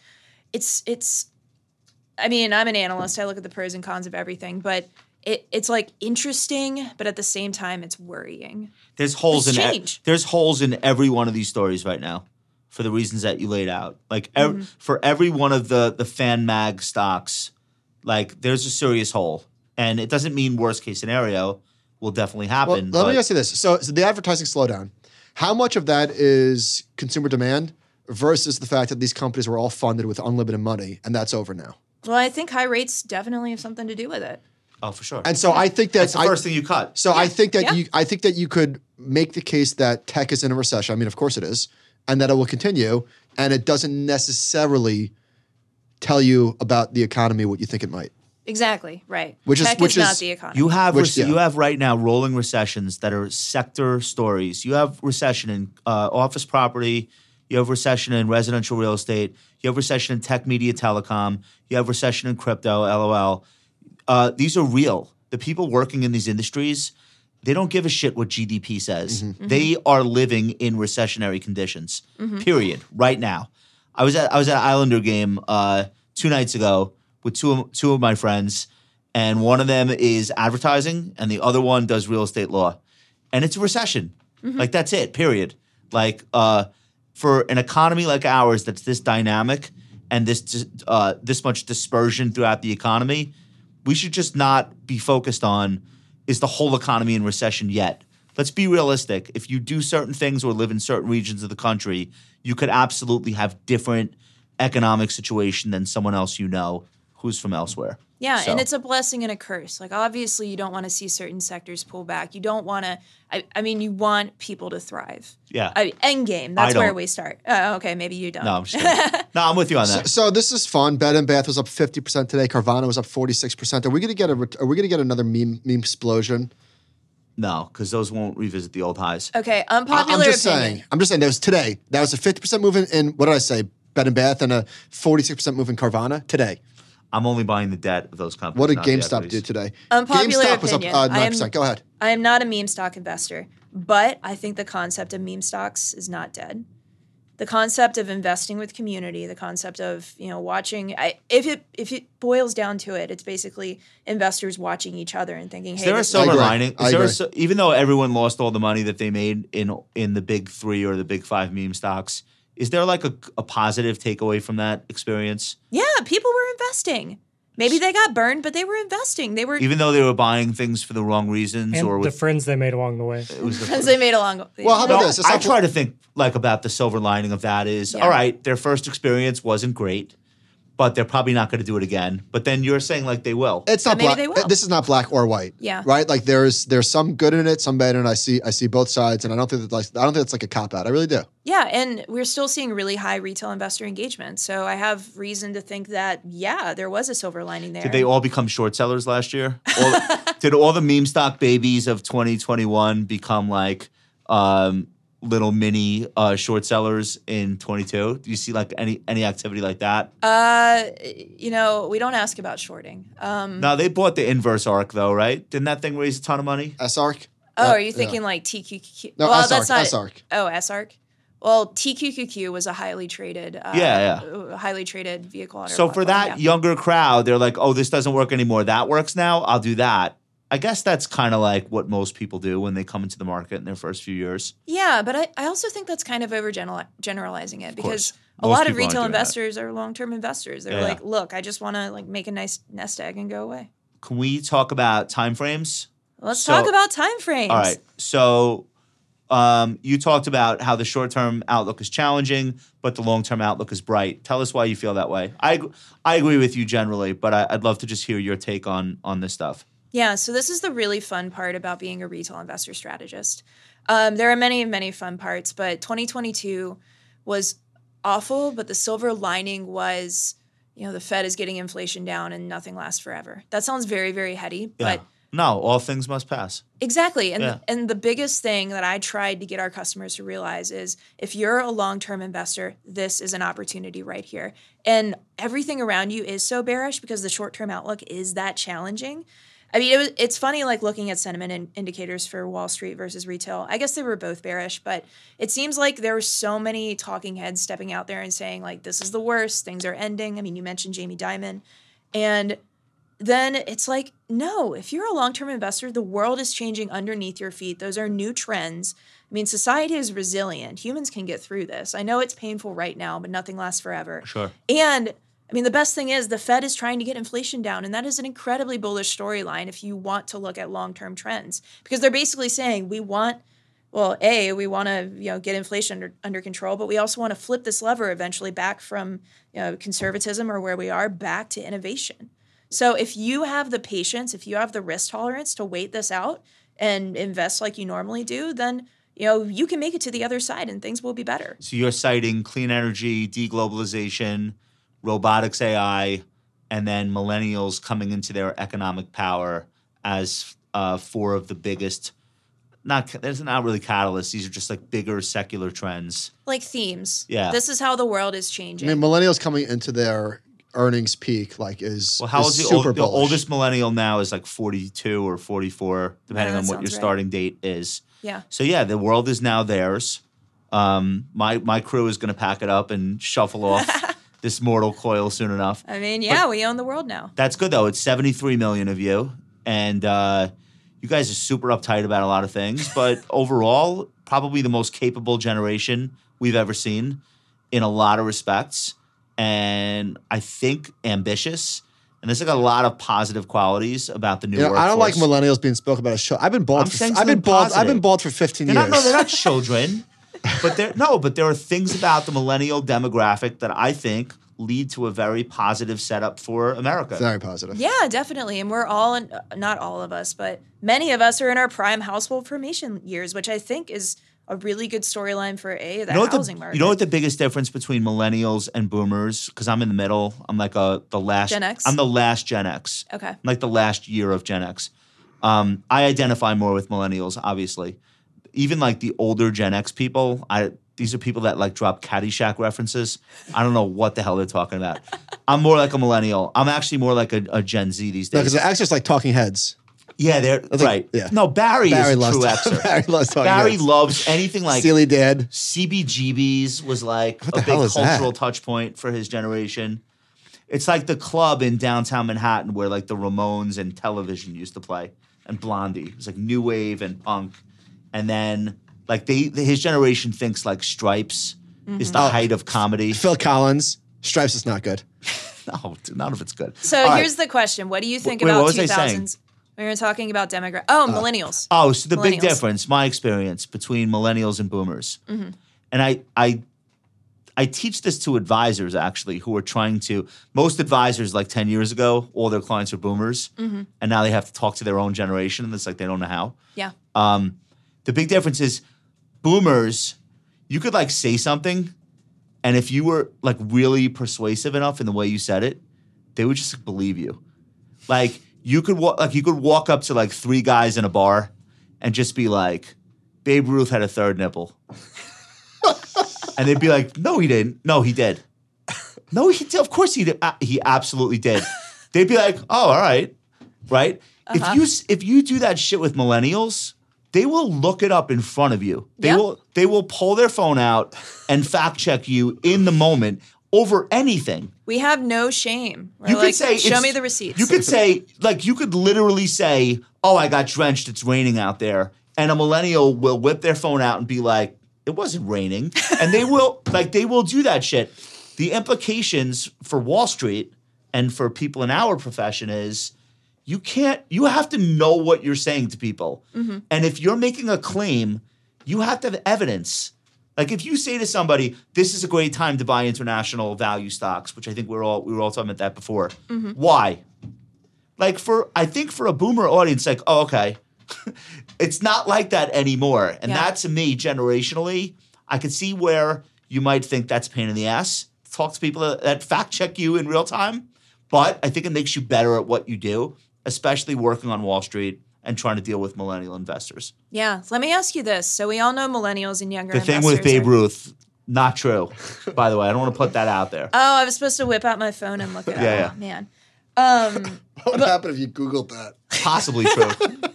Speaker 2: it's it's I mean, I'm an analyst. I look at the pros and cons of everything, but it, it's like interesting, but at the same time, it's worrying.
Speaker 3: There's holes in
Speaker 2: It's
Speaker 3: e-
Speaker 2: change.
Speaker 3: there's holes in every one of these stories right now, for the reasons that you laid out. Like ev- for every one of the the fan mag stocks, like there's a serious hole, and it doesn't mean worst case scenario will definitely
Speaker 1: Well,
Speaker 3: happen.
Speaker 1: let
Speaker 3: but
Speaker 1: me ask you this: so, so the advertising slowdown, how much of that is consumer demand versus the fact that these companies were all funded with unlimited money, and that's over now?
Speaker 2: Well, I think high rates definitely have something to do with it.
Speaker 3: oh, for sure.
Speaker 1: And so I think that
Speaker 3: That's the
Speaker 1: I-
Speaker 3: first thing you cut.
Speaker 1: So I think that
Speaker 2: yeah.
Speaker 1: you I think that you could make the case that tech is in a recession. I mean, of course it is, and that it will continue, and it doesn't necessarily tell you about the economy what you think it might.
Speaker 2: Exactly right.
Speaker 1: Which is-
Speaker 2: Tech
Speaker 1: which
Speaker 2: not
Speaker 1: is-
Speaker 2: the economy.
Speaker 3: You have
Speaker 1: Which,
Speaker 3: rec-
Speaker 1: yeah.
Speaker 3: you have right now rolling recessions that are sector stories. You have recession in uh, office property. You have recession in residential real estate. You have recession in tech, media, telecom. You have recession in crypto. LOL. Uh, these are real. The people working in these industries, they don't give a shit what GDP says. They are living in recessionary conditions. Period. Right now, I was at I was at an Islander game uh, two nights ago with two of, two of my friends, and one of them is advertising, and the other one does real estate law, and it's a recession. Like that's it. Period. Like uh, for an economy like ours that's this dynamic and this dis- uh, this much dispersion throughout the economy, we should just not be focused on is the whole economy in recession yet. Let's be realistic. If you do certain things or live in certain regions of the country, you could absolutely have different economic situation than someone else you know who's from elsewhere.
Speaker 2: Yeah,
Speaker 3: So-
Speaker 2: and it's a blessing and a curse. Like obviously, you don't want to see certain sectors pull back. You don't want to. I, I mean, you want people to thrive.
Speaker 3: Yeah.
Speaker 2: I, end game. That's
Speaker 3: I
Speaker 2: where
Speaker 3: don't.
Speaker 2: we start. Oh, okay, maybe you don't.
Speaker 3: no, I'm just
Speaker 2: [laughs]
Speaker 3: kidding. no, I'm with you on that.
Speaker 1: So this is fun. Bed and Bath was up fifty percent today. Carvana was up forty six percent. Are we gonna get a ret- Are we gonna get another meme meme explosion?
Speaker 3: no, because those won't revisit the old highs.
Speaker 2: okay,
Speaker 1: I-
Speaker 2: unpopular
Speaker 1: I'm just
Speaker 2: opinion.
Speaker 1: saying. I'm just saying. That was today. That was a fifty percent move in, in. What did I say? Bed and Bath and a forty six percent move in Carvana today.
Speaker 3: I'm only buying the debt of those companies.
Speaker 1: What did
Speaker 3: not the
Speaker 1: GameStop
Speaker 3: equities.
Speaker 1: do today?
Speaker 2: Unpopular
Speaker 1: GameStop was up
Speaker 2: opinion.
Speaker 1: uh,
Speaker 2: I
Speaker 1: nine
Speaker 2: am-
Speaker 1: percent. Go ahead.
Speaker 2: I am not a meme stock investor, but I think the concept of meme stocks is not dead. The concept of investing with community, the concept of you know watching, I, if it if it boils down to it, it's basically investors watching each other and thinking,
Speaker 3: Is
Speaker 2: "Hey,
Speaker 3: there a
Speaker 2: this-
Speaker 3: silver
Speaker 1: agree.
Speaker 3: lining?
Speaker 1: I
Speaker 3: Is there a,
Speaker 1: agree.
Speaker 3: si- even though everyone lost all the money that they made in in the big three or the big five meme stocks, is there like a, a positive takeaway from that experience?
Speaker 2: yeah, people were investing." Maybe they got burned, but they were investing. They were
Speaker 3: even though they were buying things for the wrong reasons
Speaker 4: and
Speaker 3: or
Speaker 4: the
Speaker 3: with
Speaker 4: friends they made along the way.
Speaker 2: friends they made along.
Speaker 1: Well, how about
Speaker 3: No,
Speaker 1: this? It's
Speaker 3: I
Speaker 1: not-
Speaker 3: try to think like about the silver lining of that is
Speaker 2: Yeah.
Speaker 3: all right, their first experience wasn't great, but they're probably not going to do it again. But then you're saying like they will.
Speaker 1: It's not
Speaker 2: But maybe
Speaker 1: black.
Speaker 2: they will.
Speaker 1: This is not black or white.
Speaker 2: Yeah.
Speaker 1: Right. Like there's there's some good in it, some bad, and I see I see both sides, and I don't think that like I don't think it's like a cop out. I really do.
Speaker 2: Yeah, and we're still seeing really high retail investor engagement. So I have reason to think that yeah, there was a silver lining there.
Speaker 3: Did they all become short sellers last year? All, did all the meme stock babies of 2021 become like um, little mini uh, short sellers in 22? Do you see like any any activity like that?
Speaker 2: uh, you know, we don't ask about shorting. Um,
Speaker 3: no, they bought the inverse arc though, right? Didn't that thing raise a ton of money?
Speaker 1: SARC.
Speaker 2: oh,
Speaker 1: Uh,
Speaker 2: are you
Speaker 1: yeah.
Speaker 2: thinking like TQQQ?
Speaker 1: No,
Speaker 2: well,
Speaker 1: SARC.
Speaker 2: that's not
Speaker 1: SARC.
Speaker 2: Oh, SARC. Well, TQQQ was a highly traded. Uh,
Speaker 3: Yeah,
Speaker 2: uh, Highly traded vehicle. on our
Speaker 3: So for
Speaker 2: platform,
Speaker 3: that
Speaker 2: yeah.
Speaker 3: younger crowd, they're like, "Oh, this doesn't work anymore. That works now. I'll do that." I guess that's kind of like what most people do when they come into the market in their first few years.
Speaker 2: Yeah, but I, I also think that's kind of over generalizing it because
Speaker 3: course.
Speaker 2: a
Speaker 3: Most
Speaker 2: lot of
Speaker 3: people aren't
Speaker 2: retail
Speaker 3: doing that.
Speaker 2: investors are long term investors. They're
Speaker 3: Yeah.
Speaker 2: like, look, I just want to like make a nice nest egg and go away.
Speaker 3: Can we talk about timeframes?
Speaker 2: Let's
Speaker 3: So-
Speaker 2: talk about time frames.
Speaker 3: All right. So um, you talked about how the short term outlook is challenging, but the long term outlook is bright. Tell us why you feel that way. I ag- I agree with you generally, but I, I'd love to just hear your take on on this stuff.
Speaker 2: Yeah, so this is the really fun part about being a retail investor strategist. Um, there are many, many fun parts, but 2022 was awful, but the silver lining was, you know, the Fed is getting inflation down and nothing lasts forever. That sounds very, very heady, but
Speaker 3: no, all things must pass.
Speaker 2: Exactly. And
Speaker 3: Yeah.
Speaker 2: and the biggest thing that I tried to get our customers to realize is if you're a long-term investor, this is an opportunity right here. And everything around you is so bearish because the short-term outlook is that challenging. I mean, it was, it's funny like looking at sentiment in, indicators for Wall Street versus retail. I guess they were both bearish, but it seems like there were so many talking heads stepping out there and saying like this is the worst, things are ending. I mean, you mentioned Jamie Dimon and then it's like, no, if you're a long term investor, the world is changing underneath your feet. Those are new trends. I mean, society is resilient. Humans can get through this. I know it's painful right now, but nothing lasts forever.
Speaker 3: Sure.
Speaker 2: And I mean, the best thing is the Fed is trying to get inflation down, and that is an incredibly bullish storyline if you want to look at long term trends because they're basically saying we want. Well, a we want to you know get inflation under, under control, but we also want to flip this lever eventually back from you know conservatism or where we are back to innovation. So if you have the patience, if you have the risk tolerance to wait this out and invest like you normally do, then you know you can make it to the other side and things will be better.
Speaker 3: So you're citing clean energy, deglobalization, robotics, AI, and then millennials coming into their economic power as uh, four of the biggest. Not there's not really catalysts. These are just like bigger secular trends.
Speaker 2: Like themes.
Speaker 3: Yeah.
Speaker 2: This is how the world is changing.
Speaker 1: I mean, millennials coming into their earnings peak like is
Speaker 3: Well, how
Speaker 1: is
Speaker 3: is the,
Speaker 1: super
Speaker 3: old, the
Speaker 1: bullish.
Speaker 3: oldest millennial now is like 42 or 44, depending
Speaker 2: Yeah,
Speaker 3: on
Speaker 2: that
Speaker 3: what your
Speaker 2: sounds right.
Speaker 3: starting date is.
Speaker 2: yeah.
Speaker 3: So yeah, the world is now theirs. Um, my my crew is going to pack it up and shuffle off
Speaker 2: [laughs]
Speaker 3: this mortal coil soon enough.
Speaker 2: I mean, yeah, we own the world now.
Speaker 3: That's good though. It's 73 million of you, and uh, you guys are super uptight about a lot of things. But overall, probably the most capable generation we've ever seen in a lot of respects, and I think ambitious. And there's like a lot of positive qualities about the new.
Speaker 1: You know, I don't like
Speaker 3: workforce.
Speaker 1: millennials being spoken about as show. I've been
Speaker 3: I'm
Speaker 1: bald. For,
Speaker 3: saying
Speaker 1: I've been
Speaker 3: something
Speaker 1: bald. I've
Speaker 3: positive.
Speaker 1: been bald for 15
Speaker 3: They're
Speaker 1: years.
Speaker 3: not, no, they're not children. but there no, but there are things about the millennial demographic that I think lead to a very positive setup for America.
Speaker 1: Very positive.
Speaker 2: Yeah, definitely. And we're all in, uh, not all of us, but many of us are in our prime household formation years, which I think is a really good storyline for a the
Speaker 3: You know, what
Speaker 2: housing
Speaker 3: the,
Speaker 2: market.
Speaker 3: you know what the biggest difference between millennials and boomers? Because I'm in the middle. I'm like a the last
Speaker 2: Gen X?
Speaker 3: I'm the last Gen X.
Speaker 2: okay.
Speaker 3: I'm like the last year of Gen X. Um, I identify more with millennials, obviously. Even like the older Gen X people, I these are people that like drop Caddyshack references. I don't know what the hell they're talking
Speaker 2: [laughs]
Speaker 3: about. I'm more like a millennial. I'm actually more like a, a Gen Z these
Speaker 1: Because
Speaker 3: days.
Speaker 1: the actors like talking heads.
Speaker 3: yeah, they're
Speaker 1: like-
Speaker 3: right.
Speaker 1: yeah.
Speaker 3: No, Barry,
Speaker 1: Barry
Speaker 3: is a
Speaker 1: loves. [laughs]
Speaker 3: true Xer.
Speaker 1: Barry loves talking
Speaker 3: Barry
Speaker 1: heads.
Speaker 3: loves anything like
Speaker 1: Steely Dan.
Speaker 3: CBGBs was like
Speaker 1: What
Speaker 3: a
Speaker 1: the
Speaker 3: big
Speaker 1: hell is
Speaker 3: cultural
Speaker 1: that?
Speaker 3: touch point for his generation. It's like the club in downtown Manhattan where like the Ramones and television used to play and Blondie. It was like new wave and punk. And then like they his generation Mm-hmm. thinks like Stripes is the height of comedy.
Speaker 1: Phil Collins. Stripes is not good.
Speaker 3: [laughs] No, none of it's good.
Speaker 2: So
Speaker 3: All right.
Speaker 2: here's the question: What do you think
Speaker 3: Wait, what
Speaker 2: about
Speaker 3: was I
Speaker 2: two
Speaker 3: saying?
Speaker 2: thousands? We were talking about demographic. Oh, millennials.
Speaker 3: Oh, so the big
Speaker 2: Millennials.
Speaker 3: difference, my experience between millennials and boomers, and I, I, I teach this to advisors actually who are trying to. Most advisors, like ten years ago, all their clients were boomers, and now they have to talk to their own generation, and it's like they don't know how.
Speaker 2: yeah.
Speaker 3: Um, the big difference is boomers, you could like say something, and if you were like really persuasive enough in the way you said it, they would just believe you. Like you could walk like you could walk up to like three guys in a bar and just be like, Babe Ruth had a third nipple. [laughs] and they'd be like, No, he didn't. No, he did. [laughs] No, he did. Of course he did. Uh, He absolutely did. They'd be like, Oh, all right. Right? If you s- if you do that shit with millennials, they will look it up in front of you. They
Speaker 2: Yeah.
Speaker 3: will they will pull their phone out and fact check you in the moment over anything.
Speaker 2: We have no shame. We're
Speaker 3: You
Speaker 2: like,
Speaker 3: could say
Speaker 2: show
Speaker 3: it's-
Speaker 2: me the receipts.
Speaker 3: You could say like you could literally say, "Oh, I got drenched. It's raining out there," and a millennial will whip their phone out and be like, "It wasn't raining," and they will [laughs] like they will do that shit. The implications for Wall Street and for people in our profession is you can't you have to know what you're saying to people
Speaker 2: Mm-hmm.
Speaker 3: and if you're making a claim you have to have evidence like if you say to somebody this is a great time to buy international value stocks which i think we are all we were all talking about that before why like for i think for a boomer audience like oh okay [laughs] it's not like that anymore and
Speaker 2: Yeah.
Speaker 3: that to me generationally i could see where you might think that's a pain in the ass talk to people that- that fact check you in real time but I think it makes you better at what you do, especially working on Wall Street and trying to deal with millennial investors.
Speaker 2: yeah. Let me ask you this: So we all know millennials and younger.
Speaker 3: The thing with
Speaker 2: investors
Speaker 3: Babe
Speaker 2: are-
Speaker 3: Ruth, not true. By the way, I don't want to put that out there.
Speaker 2: Oh, I was supposed to whip out my phone and
Speaker 3: [laughs]
Speaker 2: look it up.
Speaker 3: Yeah, yeah.
Speaker 2: Man. Um,
Speaker 1: What would happen if you Googled that?
Speaker 3: Possibly
Speaker 2: [laughs]
Speaker 3: true.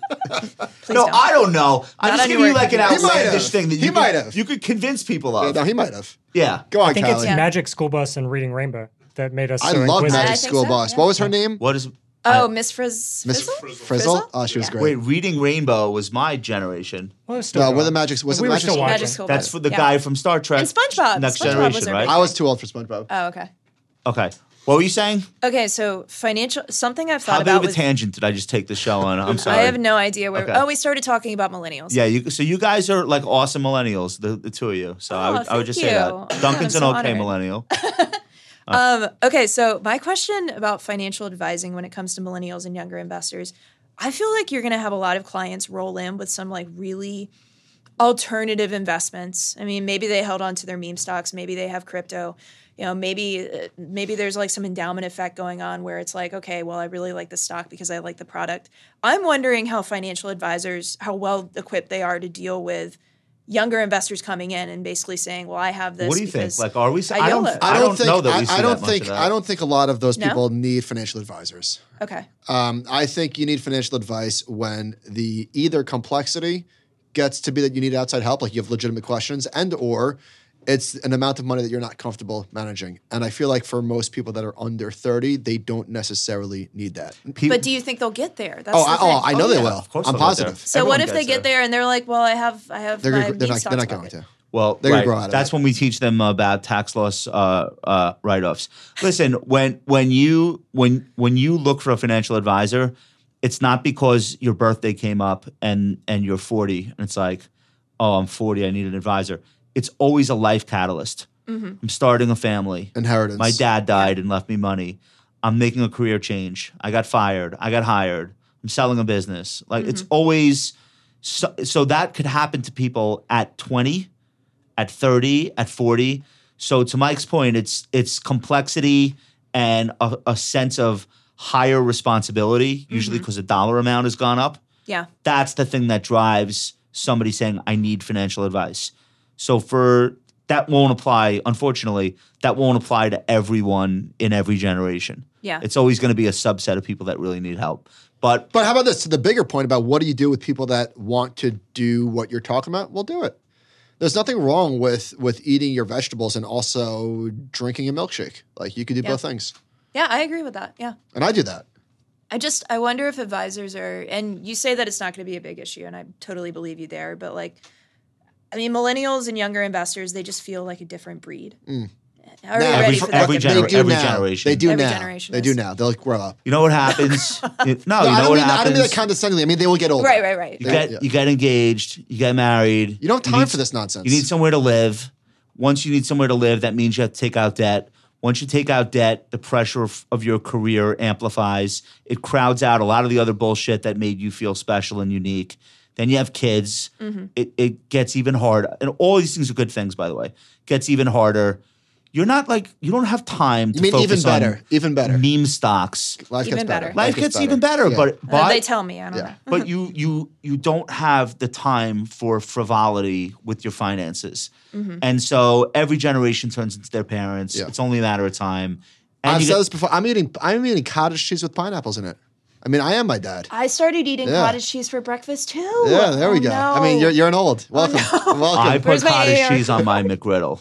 Speaker 2: please
Speaker 3: no,
Speaker 2: don't.
Speaker 3: I don't know. I'm
Speaker 2: Not
Speaker 3: just
Speaker 2: on
Speaker 3: giving you
Speaker 2: your
Speaker 3: like an
Speaker 2: computer.
Speaker 1: He might
Speaker 3: outlandish
Speaker 1: have.
Speaker 3: thing that
Speaker 1: He
Speaker 3: you
Speaker 1: might
Speaker 3: could,
Speaker 1: have.
Speaker 3: you could convince people
Speaker 1: Yeah,
Speaker 3: of.
Speaker 1: no, he might have.
Speaker 3: Yeah.
Speaker 1: Go on,
Speaker 4: I think it's
Speaker 1: Kylie.
Speaker 2: Yeah.
Speaker 4: Magic School Bus and Reading Rainbow that made us
Speaker 1: I
Speaker 4: so
Speaker 1: love
Speaker 4: inquisitive.
Speaker 1: Magic
Speaker 2: I think
Speaker 1: School
Speaker 2: so,
Speaker 1: Bus.
Speaker 2: yeah.
Speaker 1: What was her name?
Speaker 3: What is?
Speaker 2: oh, Miss Frizz.
Speaker 1: Miss
Speaker 2: Frizzle?
Speaker 1: Frizzle?
Speaker 2: Frizzle?
Speaker 3: Uh,
Speaker 1: Oh, she was
Speaker 2: Yeah.
Speaker 1: great.
Speaker 3: Wait, reading Rainbow was my generation.
Speaker 4: Well, it was still
Speaker 1: no,
Speaker 4: going.
Speaker 1: when the Magic was it
Speaker 4: we were
Speaker 1: Magic
Speaker 4: still
Speaker 1: School
Speaker 4: watching.
Speaker 2: Magic School
Speaker 3: That's
Speaker 2: Bus.
Speaker 3: for the
Speaker 2: Yeah.
Speaker 3: guy from Star Trek.
Speaker 2: And SpongeBob.
Speaker 3: Next
Speaker 2: SpongeBob was
Speaker 3: generation,
Speaker 2: our
Speaker 3: right?
Speaker 2: big-
Speaker 1: I was too old for SpongeBob.
Speaker 2: Oh, okay.
Speaker 3: Okay. What were you saying?
Speaker 2: Okay, so financial something I've thought
Speaker 3: How big
Speaker 2: about
Speaker 3: of a
Speaker 2: was
Speaker 3: tangent did I just take the show on? I'm sorry.
Speaker 2: I have no idea where.
Speaker 3: Okay.
Speaker 2: Oh, we started talking about millennials.
Speaker 3: Yeah, you, so you guys are like awesome millennials, the, the two of you. So I
Speaker 2: Oh,
Speaker 3: would I
Speaker 2: thank
Speaker 3: would just
Speaker 2: you.
Speaker 3: say
Speaker 2: Oh,
Speaker 3: that
Speaker 2: man,
Speaker 3: Duncan's
Speaker 2: I'm
Speaker 3: an
Speaker 2: so
Speaker 3: okay
Speaker 2: honored.
Speaker 3: millennial.
Speaker 2: Um, okay, so my question about financial advising when it comes to millennials and younger investors, I feel like you're going to have a lot of clients roll in with some like really alternative investments. I mean, maybe they held on to their meme stocks, maybe they have crypto. You know, maybe uh, maybe there's like some endowment effect going on where it's like, okay, well, I really like the stock because I like the product. I'm wondering how financial advisors, how well equipped they are to deal with younger investors coming in and basically saying, "Well, I have this."
Speaker 3: What do you think?
Speaker 2: because
Speaker 3: Like, are we? s-
Speaker 2: I
Speaker 3: I don't.
Speaker 2: yellow.
Speaker 3: I don't know that we see
Speaker 1: I, I don't
Speaker 3: that much
Speaker 1: think
Speaker 3: of that.
Speaker 1: I don't think a lot of those
Speaker 2: No?
Speaker 1: people need financial advisors.
Speaker 2: okay,
Speaker 1: Um, I think you need financial advice when the either complexity gets to be that you need outside help, like you have legitimate questions, and or it's an amount of money that you're not comfortable managing. And I feel like for most people that are under 30, they don't necessarily need that.
Speaker 3: Pe-
Speaker 2: But do you think they'll get there? That's
Speaker 1: Oh,
Speaker 2: the
Speaker 1: I,
Speaker 2: thing.
Speaker 1: oh, I know they
Speaker 3: yeah,
Speaker 1: will.
Speaker 3: of course
Speaker 1: I'm
Speaker 3: they'll get there.
Speaker 1: positive.
Speaker 2: So
Speaker 3: Everyone
Speaker 2: what if they
Speaker 3: gets
Speaker 2: get there and they're like, "Well, I have, I have
Speaker 1: They're,
Speaker 2: my
Speaker 1: gonna, they're,
Speaker 2: meat
Speaker 1: not,
Speaker 2: stocks
Speaker 1: they're not going
Speaker 2: bucket.
Speaker 1: to.
Speaker 3: Well,
Speaker 1: They're gonna
Speaker 3: right.
Speaker 1: grow out of
Speaker 3: That's
Speaker 1: it.
Speaker 3: when we teach them about tax loss uh, uh, write-offs. Listen, when when you when when you look for a financial advisor, it's not because your birthday came up and and you're 40 and it's like, oh, I'm 40, I need an advisor. It's always a life catalyst.
Speaker 2: Mm-hmm.
Speaker 3: I'm starting a family.
Speaker 1: Inheritance.
Speaker 3: My dad died and left me money. I'm making a career change. I got fired. I got hired. I'm selling a business. Like it's always so, so that could happen to people at 20, at 30, at 40. So to Mike's point, it's it's complexity and a, a sense of higher responsibility, usually because the dollar amount has gone up
Speaker 2: Yeah,
Speaker 3: that's the thing that drives somebody saying i need financial advice so for that won't apply unfortunately that won't apply to everyone in every generation
Speaker 2: yeah.
Speaker 3: it's always going to be a subset of people that really need help but
Speaker 1: But how about this? To the bigger point about what do you do with people that want to do what you're talking about? Well, do it. There's nothing wrong with with eating your vegetables and also drinking a milkshake. Like you could do
Speaker 2: Yeah.
Speaker 1: both things,
Speaker 2: yeah, I agree with that. Yeah,
Speaker 1: and I do that.
Speaker 2: I just I wonder if advisors are, and you say that it's not going to be a big issue, and I totally believe you
Speaker 1: Mm.
Speaker 2: there, but like, I mean, millennials and younger investors, they just feel like a different breed. Are we
Speaker 1: Now.
Speaker 2: ready
Speaker 3: Every-
Speaker 2: for that?
Speaker 3: every
Speaker 1: But
Speaker 3: gener-
Speaker 1: they do
Speaker 3: every
Speaker 1: now.
Speaker 3: generation.
Speaker 1: They do
Speaker 2: Every
Speaker 1: now.
Speaker 2: generation
Speaker 1: They
Speaker 2: is-
Speaker 1: do now. They'll grow up.
Speaker 3: You know what happens? It-
Speaker 1: No,
Speaker 3: no, Oh, you
Speaker 1: I, don't
Speaker 3: know what
Speaker 1: mean, I don't
Speaker 3: happens.
Speaker 1: mean that condescendingly. I mean, they will get older.
Speaker 2: right, right, right.
Speaker 3: you
Speaker 1: They-
Speaker 3: get
Speaker 1: yeah.
Speaker 3: you get engaged, you get married.
Speaker 1: You don't have time
Speaker 3: need-
Speaker 1: for this nonsense.
Speaker 3: You need somewhere to live. Once you need somewhere to live, that means you have to take out debt. Once you take out debt, the pressure of, of your career amplifies. It crowds out a lot of the other bullshit that made you feel special and unique. Then you have kids.
Speaker 1: Mm-hmm.
Speaker 3: It, it gets even harder. And all these things are good things, by the way. Gets even harder. You're not like you don't have time. To
Speaker 1: You mean even
Speaker 3: focus on
Speaker 1: better? Even better.
Speaker 3: Meme stocks.
Speaker 1: Life
Speaker 2: Even
Speaker 1: gets
Speaker 2: better.
Speaker 1: better.
Speaker 3: Life gets, even better,
Speaker 1: Yeah.
Speaker 3: but
Speaker 2: Uh,
Speaker 3: but
Speaker 2: they tell me. I don't
Speaker 1: Yeah.
Speaker 2: know. [laughs]
Speaker 3: but you you you don't have the time for frivolity with your finances
Speaker 2: Mm-hmm.
Speaker 3: and so every generation turns into their parents
Speaker 1: Yeah.
Speaker 3: it's only a matter of time and
Speaker 1: I've
Speaker 3: you
Speaker 1: said
Speaker 3: get-
Speaker 1: this before. I'm eating. I'm eating cottage cheese with pineapples in it. I mean, I am my dad.
Speaker 2: I started eating
Speaker 1: Yeah.
Speaker 2: cottage cheese for breakfast too.
Speaker 1: Yeah, there we
Speaker 2: Oh,
Speaker 1: go. I mean,
Speaker 2: no. Oh,
Speaker 1: you're, you're an old. Welcome, [laughs] welcome.
Speaker 3: i put
Speaker 2: Where's my
Speaker 3: cottage
Speaker 2: AR?
Speaker 3: cheese on my mcgriddle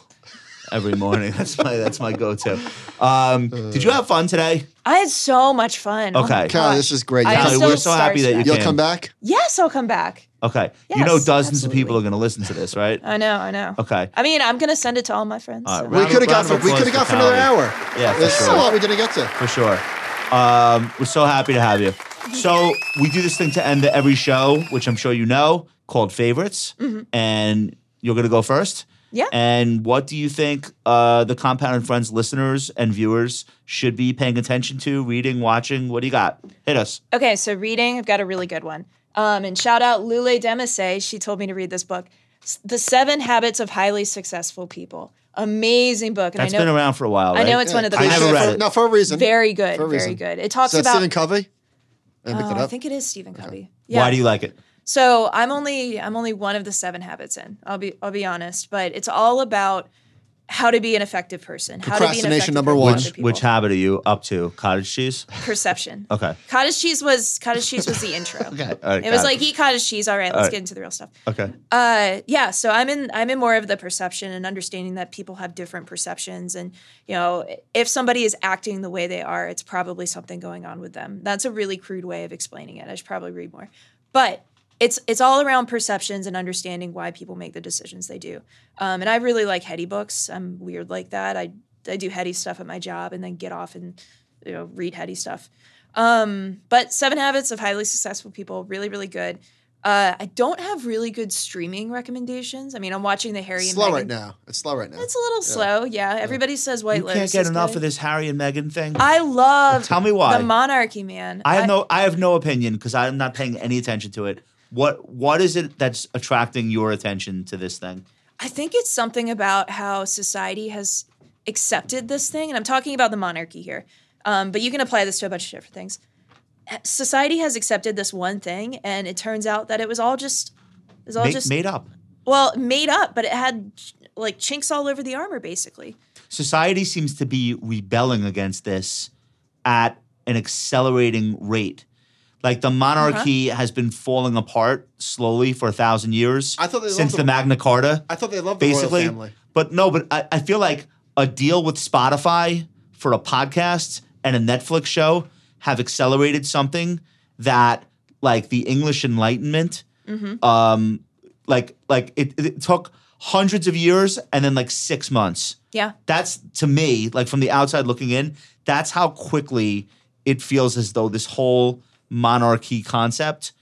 Speaker 3: every morning [laughs] that's my that's my go-to um, did you have fun today
Speaker 2: I had so much fun. Oh my
Speaker 3: Okay.
Speaker 1: Kyle,
Speaker 2: gosh.
Speaker 1: this is great.
Speaker 2: I
Speaker 1: Kyle,
Speaker 2: am
Speaker 1: Kelly,
Speaker 2: so
Speaker 3: we're so happy that you
Speaker 2: starstruck.
Speaker 1: You'll
Speaker 3: can.
Speaker 1: come back.
Speaker 2: Yes, I'll come back.
Speaker 3: okay you know
Speaker 2: Yes,
Speaker 3: dozens of people
Speaker 2: absolutely.
Speaker 3: are going to listen to this right
Speaker 2: I know, I know.
Speaker 3: okay
Speaker 2: I mean, I'm gonna send it to all my friends.
Speaker 3: All right,
Speaker 2: so.
Speaker 1: We
Speaker 3: Round-
Speaker 1: could have got.
Speaker 3: round
Speaker 1: For,
Speaker 3: of
Speaker 1: we could have got
Speaker 3: applause
Speaker 1: for
Speaker 3: for
Speaker 1: another
Speaker 3: Kyle.
Speaker 1: hour.
Speaker 3: Yeah, for
Speaker 1: There's
Speaker 3: sure.
Speaker 1: so lot we didn't get to.
Speaker 3: for sure. Um, we're so happy to have you. So we do this thing to end the, every show, which I'm sure you know, called favorites. And you're gonna go first.
Speaker 2: Mm-hmm. Yeah.
Speaker 3: And what do you think uh, the Compound and Friends listeners and viewers should be paying attention to, reading, watching? What do you got? Hit us.
Speaker 2: Okay, so reading, I've got a really good one. Um, and shout out Lule Demise. She told me to read this book, S- The Seven Habits of Highly Successful People. Amazing book. And
Speaker 3: That's
Speaker 2: I know
Speaker 3: been around for a while.
Speaker 2: I know
Speaker 3: right?
Speaker 2: it's one of the
Speaker 1: Please
Speaker 3: I
Speaker 2: best.
Speaker 3: haven't
Speaker 1: share
Speaker 3: read
Speaker 1: for-
Speaker 3: it.
Speaker 1: No, for a reason.
Speaker 2: Very good,
Speaker 1: For a
Speaker 2: very
Speaker 1: reason.
Speaker 2: good. It
Speaker 1: Is
Speaker 2: talks
Speaker 1: that
Speaker 2: about.
Speaker 1: Stephen Covey? I picked it
Speaker 2: oh, I
Speaker 1: up.
Speaker 2: think it is Stephen Covey. Yeah.
Speaker 3: Why do you like it?
Speaker 2: So I'm only I'm only one of the seven habits in. I'll be I'll be honest, but it's all about how to be an effective person. How to be an
Speaker 1: Procrastination
Speaker 2: effective
Speaker 1: number
Speaker 2: person
Speaker 1: one.
Speaker 2: to
Speaker 1: Which-
Speaker 2: people.
Speaker 3: Which habit are you up to? Cottage cheese.
Speaker 2: perception.
Speaker 3: Okay.
Speaker 2: Cottage cheese was cottage cheese was the
Speaker 3: [laughs]
Speaker 2: intro. okay.
Speaker 3: all right,
Speaker 2: it was
Speaker 3: got it.
Speaker 2: like eat cottage cheese. All right, let's
Speaker 3: right.
Speaker 2: get into the real stuff.
Speaker 3: Okay.
Speaker 2: Uh, yeah. So I'm in I'm in more of the perception and understanding that people have different perceptions, and you know if somebody is acting the way they are, it's probably something going on with them. That's a really crude way of explaining it. I should probably read more, but. It's, it's all around perceptions and understanding why people make the decisions they do. Um, and I really like heady books. I'm weird like that. I, I do heady stuff at my job and then get off and you know read heady stuff. Um, but Seven Habits of Highly Successful People, really, really good. Uh, I don't have really good streaming recommendations. I mean, I'm watching the Harry
Speaker 1: It's
Speaker 2: and
Speaker 1: slow
Speaker 2: Meghan-
Speaker 1: right now. It's slow right now.
Speaker 2: It's a little slow, yeah. Everybody says White
Speaker 3: You
Speaker 2: Lotus.
Speaker 3: can't get
Speaker 2: is
Speaker 3: enough
Speaker 2: good.
Speaker 3: of this Harry and Meghan thing.
Speaker 2: I love.
Speaker 3: Tell me why.
Speaker 2: the monarchy, man.
Speaker 3: I have no I have no opinion because I'm not paying any attention to it. What what is it that's attracting your attention to this thing?
Speaker 2: I think it's something about how society has accepted this thing, and I'm talking about the monarchy here, um, but you can apply this to a bunch of different things. Society has accepted this one thing, and it turns out that it was all just, it was all
Speaker 3: Made,
Speaker 2: just
Speaker 3: made up.
Speaker 2: well made up, but it had like chinks all over the armor, basically.
Speaker 3: Society seems to be rebelling against this at an accelerating rate. Like the monarchy has been falling apart slowly for a thousand years
Speaker 1: I thought they loved
Speaker 3: since the
Speaker 1: the-
Speaker 3: Magna Carta.
Speaker 1: I thought they loved the royal
Speaker 3: basically.
Speaker 1: family.
Speaker 3: But no, but I, I feel like a deal with Spotify for a podcast and a Netflix show have accelerated something that like the English Enlightenment,
Speaker 1: Mm-hmm.
Speaker 3: um, like like it, it took hundreds of years and then like six months.
Speaker 2: Yeah,
Speaker 3: That's to me, like from the outside looking in, that's how quickly it feels as though this whole monarchy concept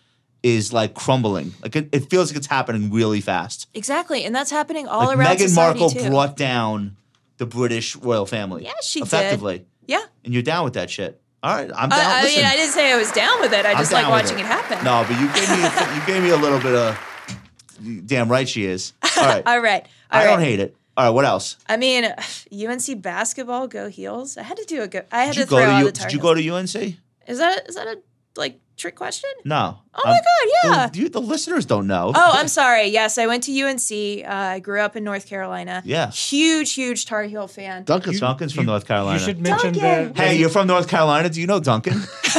Speaker 3: is like crumbling. Like it, it feels like it's happening really fast.
Speaker 2: exactly, and that's happening all
Speaker 3: Like,
Speaker 2: around
Speaker 3: Meghan
Speaker 2: society
Speaker 3: Markle
Speaker 2: too.
Speaker 3: brought down the British royal family.
Speaker 2: Yeah, she did.
Speaker 3: effectively.
Speaker 2: yeah,
Speaker 3: And you're down with that shit. All right, I'm down.
Speaker 2: I, I
Speaker 3: Listen,
Speaker 2: mean, I didn't say I was down with it. I
Speaker 3: I'm
Speaker 2: just like
Speaker 3: down with
Speaker 2: watching it. happen.
Speaker 3: No, but you gave me a, you gave me a little bit of. Damn right she is. All right,
Speaker 2: [laughs] All right, all
Speaker 3: I don't
Speaker 2: right.
Speaker 3: hate it. All right, what else?
Speaker 2: I mean, [sighs] UNC basketball go heels. I had to do a go. I had
Speaker 3: Did you
Speaker 2: to throw
Speaker 3: go to
Speaker 2: out
Speaker 3: U-
Speaker 2: the Tar
Speaker 3: Did you
Speaker 2: Heels.
Speaker 3: go to UNC?
Speaker 2: Is that is that a like trick question?
Speaker 3: No.
Speaker 2: Oh my God, yeah.
Speaker 3: The, you- the listeners don't know.
Speaker 2: Oh, I'm sorry. Yes, I went to UNC. Uh, I grew up in North Carolina.
Speaker 3: Yeah.
Speaker 2: huge, huge Tar Heel fan.
Speaker 1: Duncan's
Speaker 3: Duncan's from
Speaker 4: You-
Speaker 3: North Carolina.
Speaker 4: You should mention the,
Speaker 2: Duncan!
Speaker 4: the-
Speaker 3: hey, you're from North Carolina. Do you know Duncan?
Speaker 4: [laughs]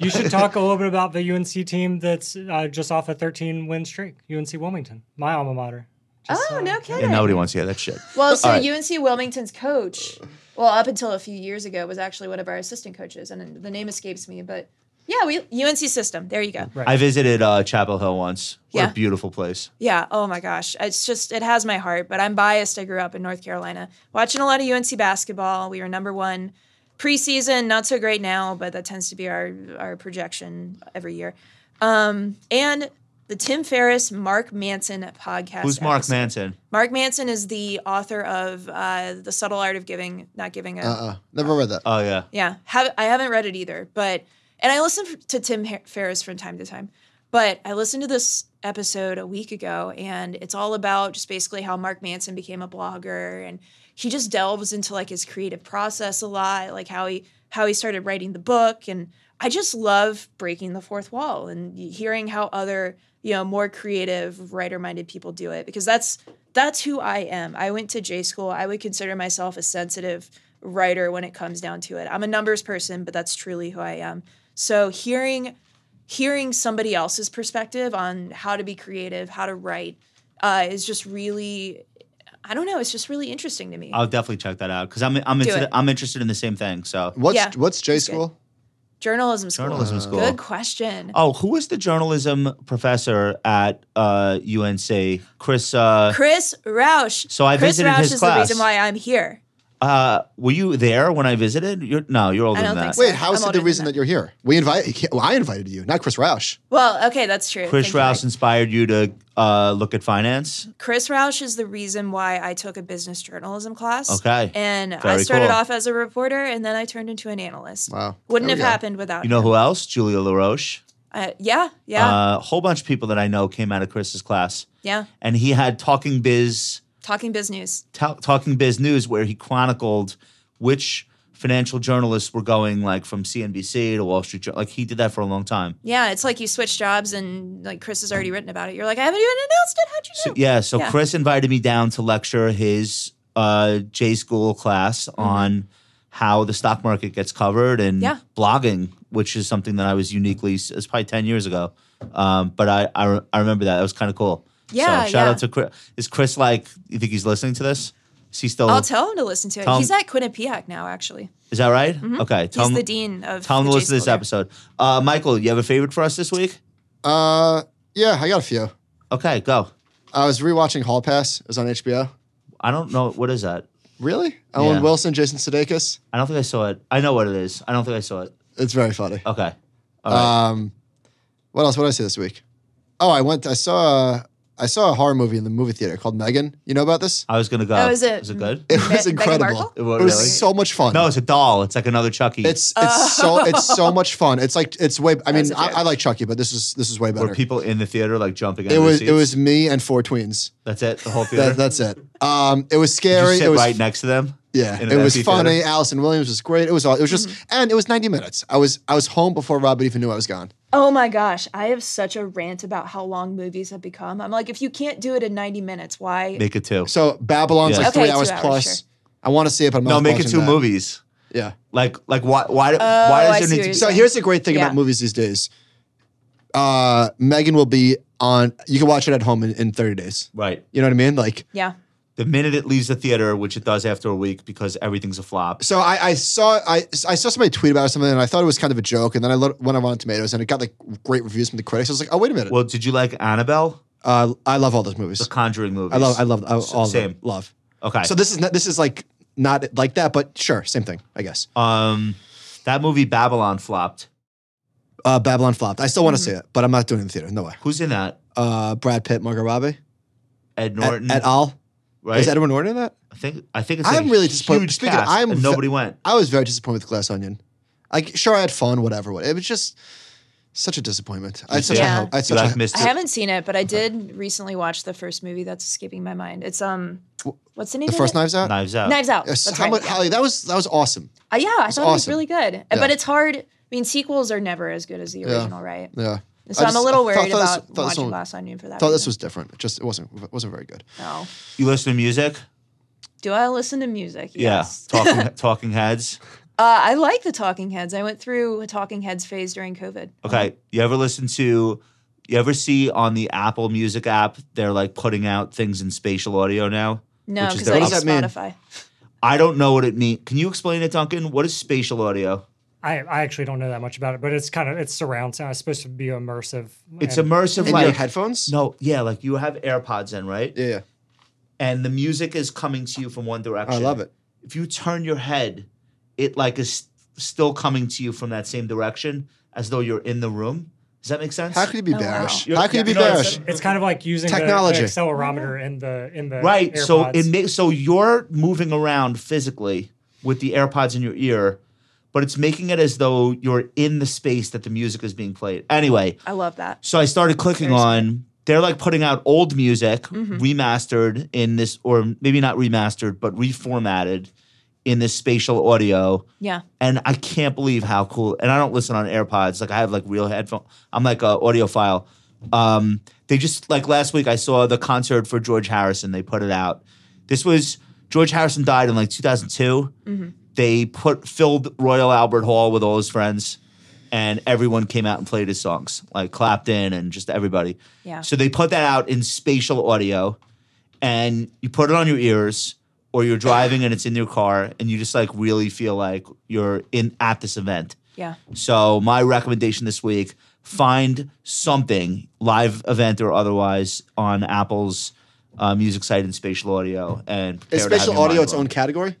Speaker 4: you should talk a little bit about the UNC team that's uh, just off a 13 win streak. UNC Wilmington, my alma mater. Just,
Speaker 2: oh
Speaker 4: uh,
Speaker 2: no kidding.
Speaker 3: yeah, nobody wants to hear that shit.
Speaker 2: Well, so
Speaker 3: All right.
Speaker 2: UNC Wilmington's coach, well, up until a few years ago, was actually one of our assistant coaches, and the name escapes me, but Yeah, we UNC system. There you go.
Speaker 4: Right.
Speaker 3: I visited uh, Chapel Hill once. What
Speaker 2: Yeah.
Speaker 3: a beautiful place.
Speaker 2: Yeah. Oh my gosh. It's just it has my heart, but I'm biased. I grew up in North Carolina watching a lot of UNC basketball. We were number one preseason, not so great now, but that tends to be our our projection every year. Um, and the Tim Ferriss Mark Manson podcast.
Speaker 3: Who's Mark
Speaker 2: episode.
Speaker 3: Manson?
Speaker 2: Mark Manson is the author of uh, the Subtle Art of Giving, not giving a
Speaker 1: Uh uh Never read that.
Speaker 3: Oh yeah.
Speaker 2: yeah, have, I haven't read it either, but and I listen f- to Tim Har- Ferriss from time to time. But I listened to this episode a week ago, and it's all about just basically how Mark Manson became a blogger, and he just delves into like his creative process a lot, like how he how he started writing the book, and I just love breaking the fourth wall and hearing how other you know more creative writer minded people do it because that's that's who I am. I went to J school. I would consider myself a sensitive writer when it comes down to it. I'm a numbers person, but that's truly who I am. So hearing hearing somebody else's perspective on how to be creative, how to write, uh, is just really I don't know. It's just really interesting to me.
Speaker 3: I'll definitely check that out because I'm I'm into
Speaker 2: it.
Speaker 3: the- I'm interested in the same thing. So
Speaker 1: What's
Speaker 2: yeah.
Speaker 1: what's J
Speaker 2: It's good.
Speaker 1: school?
Speaker 2: journalism school.
Speaker 3: journalism school.
Speaker 2: Good question.
Speaker 3: Oh, who was the journalism professor at uh, UNC? Chris. Uh,
Speaker 2: Chris Rausch.
Speaker 3: So I
Speaker 2: Chris
Speaker 3: visited
Speaker 2: Rausch
Speaker 3: his
Speaker 2: is
Speaker 3: class.
Speaker 2: the reason why I'm here.
Speaker 3: uh, were you there when I visited? You're, no, you're older
Speaker 2: I
Speaker 3: than
Speaker 2: don't
Speaker 3: that.
Speaker 2: think so.
Speaker 1: Wait, how is
Speaker 2: I'm
Speaker 1: it the
Speaker 2: older
Speaker 1: reason
Speaker 2: than
Speaker 1: that you're here? We invite. he can't- Well, I invited you, not Chris Roush.
Speaker 2: Well, okay, that's true.
Speaker 3: Chris
Speaker 2: Thank you, Mike.
Speaker 3: Rouse inspired you to uh, look at finance.
Speaker 2: Chris Roush is the reason why I took a business journalism class.
Speaker 3: Okay.
Speaker 2: And I
Speaker 3: Very
Speaker 2: started
Speaker 3: cool.
Speaker 2: off as a reporter and then I turned into an analyst.
Speaker 1: Wow.
Speaker 2: Wouldn't
Speaker 1: There
Speaker 2: have
Speaker 1: we go.
Speaker 2: happened without
Speaker 3: You know
Speaker 2: him.
Speaker 3: who else? Julia LaRoche.
Speaker 2: Uh, yeah, yeah,
Speaker 3: Uh, a whole bunch of people that I know came out of Chris's class,
Speaker 2: yeah.
Speaker 3: and he had Talking Biz,
Speaker 2: Talking Biz News.
Speaker 3: Ta- Talking Biz News, where he chronicled which financial journalists were going, like from CNBC to Wall Street Journal. Like he did that for a long time.
Speaker 2: Yeah, it's like you switch jobs and like Chris has already written about it. You're like, I haven't even announced it. How'd you know?
Speaker 3: So, yeah, so
Speaker 2: Oh, Yeah.
Speaker 3: Chris invited me down to lecture his uh, J school class on how the stock market gets covered and
Speaker 2: Mm-hmm. Yeah.
Speaker 3: blogging, which is something that I was uniquely, it's probably 10 years ago. Um, but I, I, re- I remember that. That was kind of cool.
Speaker 2: Yeah,
Speaker 3: So shout
Speaker 2: yeah.
Speaker 3: out to Chris. Is Chris like, you think he's listening to this? Is he still,
Speaker 2: I'll tell him to listen to it.
Speaker 3: Tell him-
Speaker 2: He's at Quinnipiac now, actually.
Speaker 3: is that right? Okay.
Speaker 2: Mm-hmm.
Speaker 3: Tell
Speaker 2: He's
Speaker 3: him,
Speaker 2: the dean of.
Speaker 3: tell him
Speaker 2: the
Speaker 3: to
Speaker 2: J
Speaker 3: listen to this
Speaker 2: School there.
Speaker 3: episode. Uh, Michael, you have a favorite for us this week?
Speaker 1: Uh, yeah, I got a few.
Speaker 3: Okay, go.
Speaker 1: I was rewatching Hall Pass. It was on HBO.
Speaker 3: I don't know. What is that?
Speaker 1: Really? Owen
Speaker 3: Yeah.
Speaker 1: Wilson, Jason Sudeikis.
Speaker 3: I don't think I saw it. I know what it is. I don't think I saw it.
Speaker 1: It's very funny.
Speaker 3: Okay. All right.
Speaker 1: Um, what else? What did I see this week? Oh, I went. I saw. A, I saw a horror movie in the movie theater called Megan. You know about this?
Speaker 3: I was gonna go.
Speaker 2: Oh, is it-
Speaker 3: Is it good?
Speaker 1: It
Speaker 2: Me-
Speaker 1: was
Speaker 2: Meghan
Speaker 1: incredible.
Speaker 2: Markle?
Speaker 1: It
Speaker 3: It wa-
Speaker 1: was
Speaker 3: really?
Speaker 1: so much fun.
Speaker 3: no, it's a doll. It's like another Chucky.
Speaker 1: it's it's so it's so much fun. It's like it's way. I mean,
Speaker 2: Oh. a
Speaker 1: I,
Speaker 2: joke.
Speaker 1: I like Chucky, but this is this is way
Speaker 3: where
Speaker 1: better.
Speaker 3: people in the theater like jumping.
Speaker 1: It was it was me and four tweens.
Speaker 3: That's it. The whole theater.
Speaker 1: [laughs] That, that's it. Um, it was
Speaker 3: Did you
Speaker 1: scary.
Speaker 3: sit
Speaker 1: it was
Speaker 3: right next to them.
Speaker 1: Yeah,
Speaker 3: in
Speaker 1: it
Speaker 3: an
Speaker 1: was
Speaker 3: empty
Speaker 1: funny.
Speaker 3: theater?
Speaker 1: Allison Williams was great. It was all. It was just,
Speaker 2: Mm-hmm.
Speaker 1: and it was ninety minutes. I was I was home before Robert even knew I was gone.
Speaker 2: Oh my gosh, I have such a rant about how long movies have become. I'm like, if you can't do it in 90 minutes, why?
Speaker 3: Make it two.
Speaker 1: So Babylon's
Speaker 3: Yeah.
Speaker 1: like three
Speaker 2: Okay, two
Speaker 1: hours,
Speaker 2: hours,
Speaker 1: plus.
Speaker 2: sure.
Speaker 1: I want to see it, but I'm
Speaker 3: no,
Speaker 1: not
Speaker 3: make it
Speaker 1: watching
Speaker 3: two
Speaker 1: that.
Speaker 3: movies.
Speaker 1: Yeah.
Speaker 3: Like like why why why
Speaker 2: Oh, I
Speaker 3: does
Speaker 2: see what
Speaker 3: there need
Speaker 2: you're
Speaker 3: to
Speaker 1: So
Speaker 2: Yeah.
Speaker 1: here's the great thing about
Speaker 2: Yeah.
Speaker 1: movies these days. Uh, Megan will be on. You can watch it at home in, in thirty days.
Speaker 3: be right?
Speaker 1: You know what I mean? Like,
Speaker 2: yeah.
Speaker 3: The minute it leaves the theater, which it does after a week because everything's a flop.
Speaker 1: so I, I saw I, I saw somebody tweet about it or something, and I thought it was kind of a joke. And then I lo- went on Rotten Tomatoes, and it got like great reviews from the critics. I was like, oh wait a minute.
Speaker 3: Well, did you like Annabelle?
Speaker 1: uh, I love all those movies.
Speaker 3: The Conjuring movies.
Speaker 1: I love I love I,
Speaker 3: S-
Speaker 1: all of them.
Speaker 3: Same.
Speaker 1: Love.
Speaker 3: Okay.
Speaker 1: So this is not, this is like not like that, but sure, same thing, I guess.
Speaker 3: um, that movie Babylon flopped.
Speaker 1: Uh, Babylon flopped. I still want
Speaker 2: Mm-hmm.
Speaker 1: to see it, but I'm not doing it in the theater. No way.
Speaker 3: Who's in that?
Speaker 1: Uh, Brad Pitt, Margot Robbie,
Speaker 3: Ed
Speaker 1: at,
Speaker 3: Norton.
Speaker 1: at all.
Speaker 3: right?
Speaker 1: uh, Is Edward Norton in that?
Speaker 3: I think I think it's.
Speaker 1: I'm
Speaker 3: a
Speaker 1: really disappointed.
Speaker 3: Huge
Speaker 1: Speaking of-
Speaker 3: cast,
Speaker 1: I'm
Speaker 3: and
Speaker 1: ve-
Speaker 3: nobody went.
Speaker 1: I was very disappointed with Glass Onion. Like, sure, I had fun, whatever. what- It was just such a disappointment. I had such
Speaker 2: Yeah.
Speaker 1: a, I had
Speaker 3: You
Speaker 1: such
Speaker 3: like
Speaker 1: a,
Speaker 3: missed
Speaker 2: I
Speaker 3: it.
Speaker 2: haven't seen it, but I did recently watch the first movie that's escaping my mind. It's um, what's the name?
Speaker 1: the
Speaker 2: of
Speaker 1: first
Speaker 2: it?
Speaker 1: Knives Out.
Speaker 3: Knives Out.
Speaker 2: Knives Out.
Speaker 1: Yes,
Speaker 2: That's
Speaker 1: how
Speaker 2: right.
Speaker 1: much-
Speaker 2: yeah.
Speaker 1: how- that was that was awesome.
Speaker 2: Uh, yeah, I thought it was
Speaker 1: awesome.
Speaker 2: really good, Uh, but it's hard. I mean, sequels are never as good as the original, right?
Speaker 1: Yeah.
Speaker 2: So
Speaker 1: I
Speaker 2: I'm a
Speaker 1: just-
Speaker 2: little
Speaker 1: I thought-
Speaker 2: worried
Speaker 1: thought this-
Speaker 2: about
Speaker 1: thought this
Speaker 2: watching
Speaker 1: one-
Speaker 2: Glass Onion for that.
Speaker 1: Thought this
Speaker 2: reason.
Speaker 1: was different. It just it wasn't it wasn't very good.
Speaker 2: no.
Speaker 3: You listen to music?
Speaker 2: Do I listen to music? Yes. [laughs]
Speaker 3: Yeah. Talking Talking Heads.
Speaker 2: Uh, I like the Talking Heads. I went through a Talking Heads phase during COVID.
Speaker 3: Okay. You ever listen to? You ever see on the Apple Music app? They're like putting out things in spatial audio now.
Speaker 2: No,
Speaker 3: Which is
Speaker 2: because
Speaker 3: their
Speaker 2: I
Speaker 1: What
Speaker 2: use
Speaker 1: does that mean?
Speaker 2: Spotify.
Speaker 3: I don't know what it means. Can you explain it, Duncan? What is spatial audio?
Speaker 4: I, I actually don't know that much about it, but it's kind of it's surround sound. It's supposed to be immersive.
Speaker 3: It's
Speaker 4: and
Speaker 3: immersive,
Speaker 1: In
Speaker 3: like
Speaker 1: your headphones?
Speaker 3: No, yeah, like you have AirPods in, right?
Speaker 1: Yeah, yeah.
Speaker 3: And the music is coming to you from one direction.
Speaker 1: I love it.
Speaker 3: If you turn your head, it like is still coming to you from that same direction, as though you're in the room. Does that make sense?
Speaker 1: How could you be
Speaker 2: Oh, wow.
Speaker 1: bearish?
Speaker 3: You're-
Speaker 1: How could you be
Speaker 3: you know, it's-
Speaker 1: bearish?
Speaker 4: it's kind of like using the-
Speaker 1: Technology.
Speaker 4: the, accelerometer in the in the
Speaker 3: right so
Speaker 4: AirPods.
Speaker 3: it makes so you're moving around physically with the airpods in your ear but it's making it as though you're in the space that the music is being played anyway
Speaker 2: I love that.
Speaker 3: so i started clicking
Speaker 2: Very
Speaker 3: on they're like putting out old music remastered in this or maybe not remastered but reformatted in this spatial audio
Speaker 2: Yeah.
Speaker 3: and I can't believe how cool. And I don't listen on AirPods. Like I have like real headphone. I'm like a audiophile. Um, they just like last week I saw the concert for George Harrison. They put it out. This was George Harrison died in like 2002. They put filled Royal Albert Hall with all his friends, and everyone came out and played his songs, like Clapton and just everybody.
Speaker 2: Yeah.
Speaker 3: So they put that out in spatial audio, and you put it on your ears, or you're driving and it's in your car, and you just like really feel like you're in at this event.
Speaker 2: Yeah.
Speaker 3: So my recommendation this week: find something live event or otherwise on Apple's uh, music site in spatial audio and prepare
Speaker 1: Is
Speaker 3: to have
Speaker 1: spatial
Speaker 3: your
Speaker 1: audio
Speaker 3: mind
Speaker 1: its own
Speaker 3: blown.
Speaker 1: category?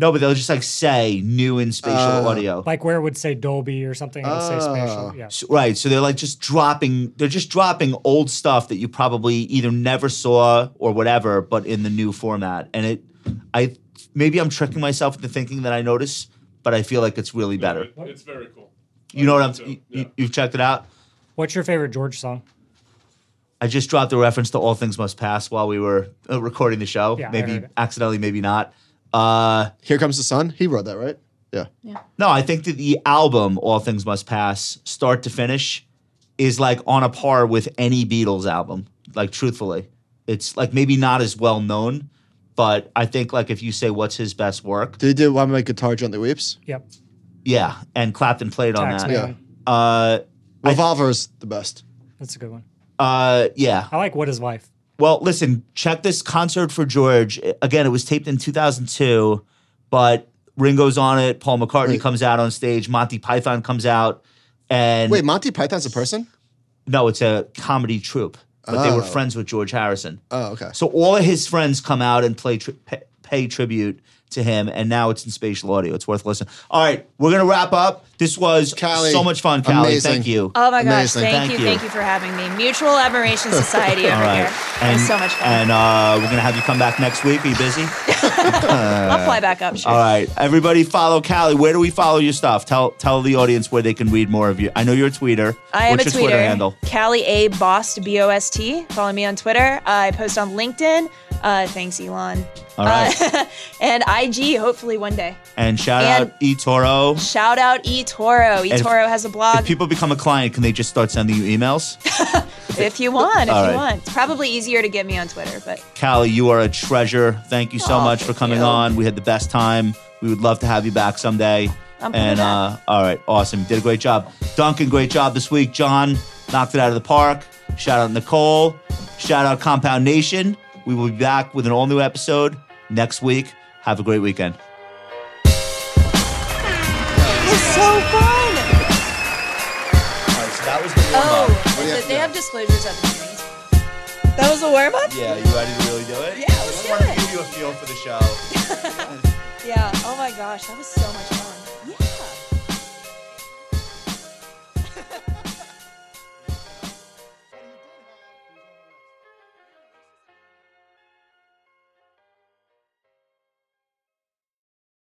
Speaker 3: No, but they'll just like say new in spatial
Speaker 1: Uh,
Speaker 3: audio.
Speaker 4: like where it would say Dolby or something. It would say spatial. Yeah.
Speaker 3: So- right. So they're like just dropping. They're just dropping old stuff that you probably either never saw or whatever, but in the new format. And it, I maybe I'm tricking myself into thinking that I notice, but I feel like it's really better.
Speaker 5: It- It's very cool.
Speaker 3: You know what I'm?
Speaker 5: So,
Speaker 3: you-
Speaker 5: yeah.
Speaker 3: you, you've checked it out.
Speaker 4: What's your favorite George song?
Speaker 3: I just dropped a reference to All Things Must Pass while we were uh, recording the show.
Speaker 4: Yeah, I heard
Speaker 3: maybe
Speaker 4: it.
Speaker 3: accidentally, maybe not. Uh,
Speaker 1: Here comes the sun. He wrote that, right? Yeah.
Speaker 3: no, I think that the album All Things Must Pass, start to finish, is like on a par with any Beatles album. Like truthfully, it's like maybe not as well known, but I think like if you say what's his best work,
Speaker 1: Did he do why my guitar gently weeps?
Speaker 4: Yep.
Speaker 3: yeah, and Clapton played on
Speaker 4: Taxman.
Speaker 3: that. Uh,
Speaker 1: Revolver's the best.
Speaker 4: That's a good one.
Speaker 3: uh, yeah,
Speaker 4: I like What Is Life.
Speaker 3: Well, listen, check this concert for George. Again, it was taped in 2002, but Ringo's on it. Paul McCartney
Speaker 1: Wait.
Speaker 3: comes out on stage. Monty Python comes out. And
Speaker 1: Wait, Monty Python's a person?
Speaker 3: no, it's a comedy troupe, but they were
Speaker 1: Oh.
Speaker 3: friends with George Harrison.
Speaker 1: Oh, okay.
Speaker 3: So all of his friends come out and play tri- pay, pay tribute to him, and now it's in spatial audio. It's worth listening. All right, we're gonna wrap up. This was
Speaker 1: Callie,
Speaker 3: so much fun, Callie.
Speaker 1: amazing.
Speaker 3: Thank you.
Speaker 2: Oh my gosh.
Speaker 1: Amazing.
Speaker 2: Thank,
Speaker 3: Thank
Speaker 2: you,
Speaker 3: you.
Speaker 2: Thank you for having me. Mutual
Speaker 3: [laughs]
Speaker 2: Admiration Society over
Speaker 3: all
Speaker 2: here.
Speaker 3: right,
Speaker 2: it
Speaker 3: and
Speaker 2: was so much fun.
Speaker 3: and uh, we're gonna have you come back next week. Are you busy?
Speaker 2: I'll fly back up. Sure.
Speaker 3: uh, All right, everybody, follow Callie. Where do we follow your stuff? Tell tell the audience where they can read more of you. I know you're a tweeter.
Speaker 2: I am
Speaker 3: What's
Speaker 2: a tweeter.
Speaker 3: your Twitter handle?
Speaker 2: Callie A Bost B O S T. Follow me on Twitter. I post on LinkedIn. Uh, thanks, Elon.
Speaker 3: All right,
Speaker 2: Uh, [laughs] and IG, hopefully one day.
Speaker 3: and shout
Speaker 2: Uh, and-
Speaker 3: out eToro.
Speaker 2: Shout out eToro.
Speaker 3: if-
Speaker 2: eToro has a blog
Speaker 3: If people become a client, can they just start sending you emails?
Speaker 2: if you want. If you
Speaker 3: All right.
Speaker 2: want, it's probably easier to get me on Twitter, but
Speaker 3: Callie, you are a treasure. Thank you so
Speaker 2: Aw,
Speaker 3: much for
Speaker 2: thank
Speaker 3: coming
Speaker 2: you.
Speaker 3: on. We had the best time. We would love to have you back someday.
Speaker 2: I'm coming
Speaker 3: and uh, all right, awesome. You did a great job. Duncan, great job this week. John knocked it out of the park. Shout out Nicole. Shout out Compound Nation. We will be back with an all new episode next week. Have a great weekend.
Speaker 2: it's so fun.
Speaker 3: All right, so that was the
Speaker 2: Oh,
Speaker 1: do you
Speaker 2: is
Speaker 1: have
Speaker 2: it-
Speaker 1: to
Speaker 2: they
Speaker 1: do?
Speaker 2: have disclosures at the beginning. That was a warm up?
Speaker 3: Yeah, you ready to really do it?
Speaker 2: Yeah, let's
Speaker 3: I
Speaker 2: do
Speaker 3: wanted
Speaker 2: it.
Speaker 3: to give you a feel for the show.
Speaker 2: Yeah. Oh my gosh, that was so much fun.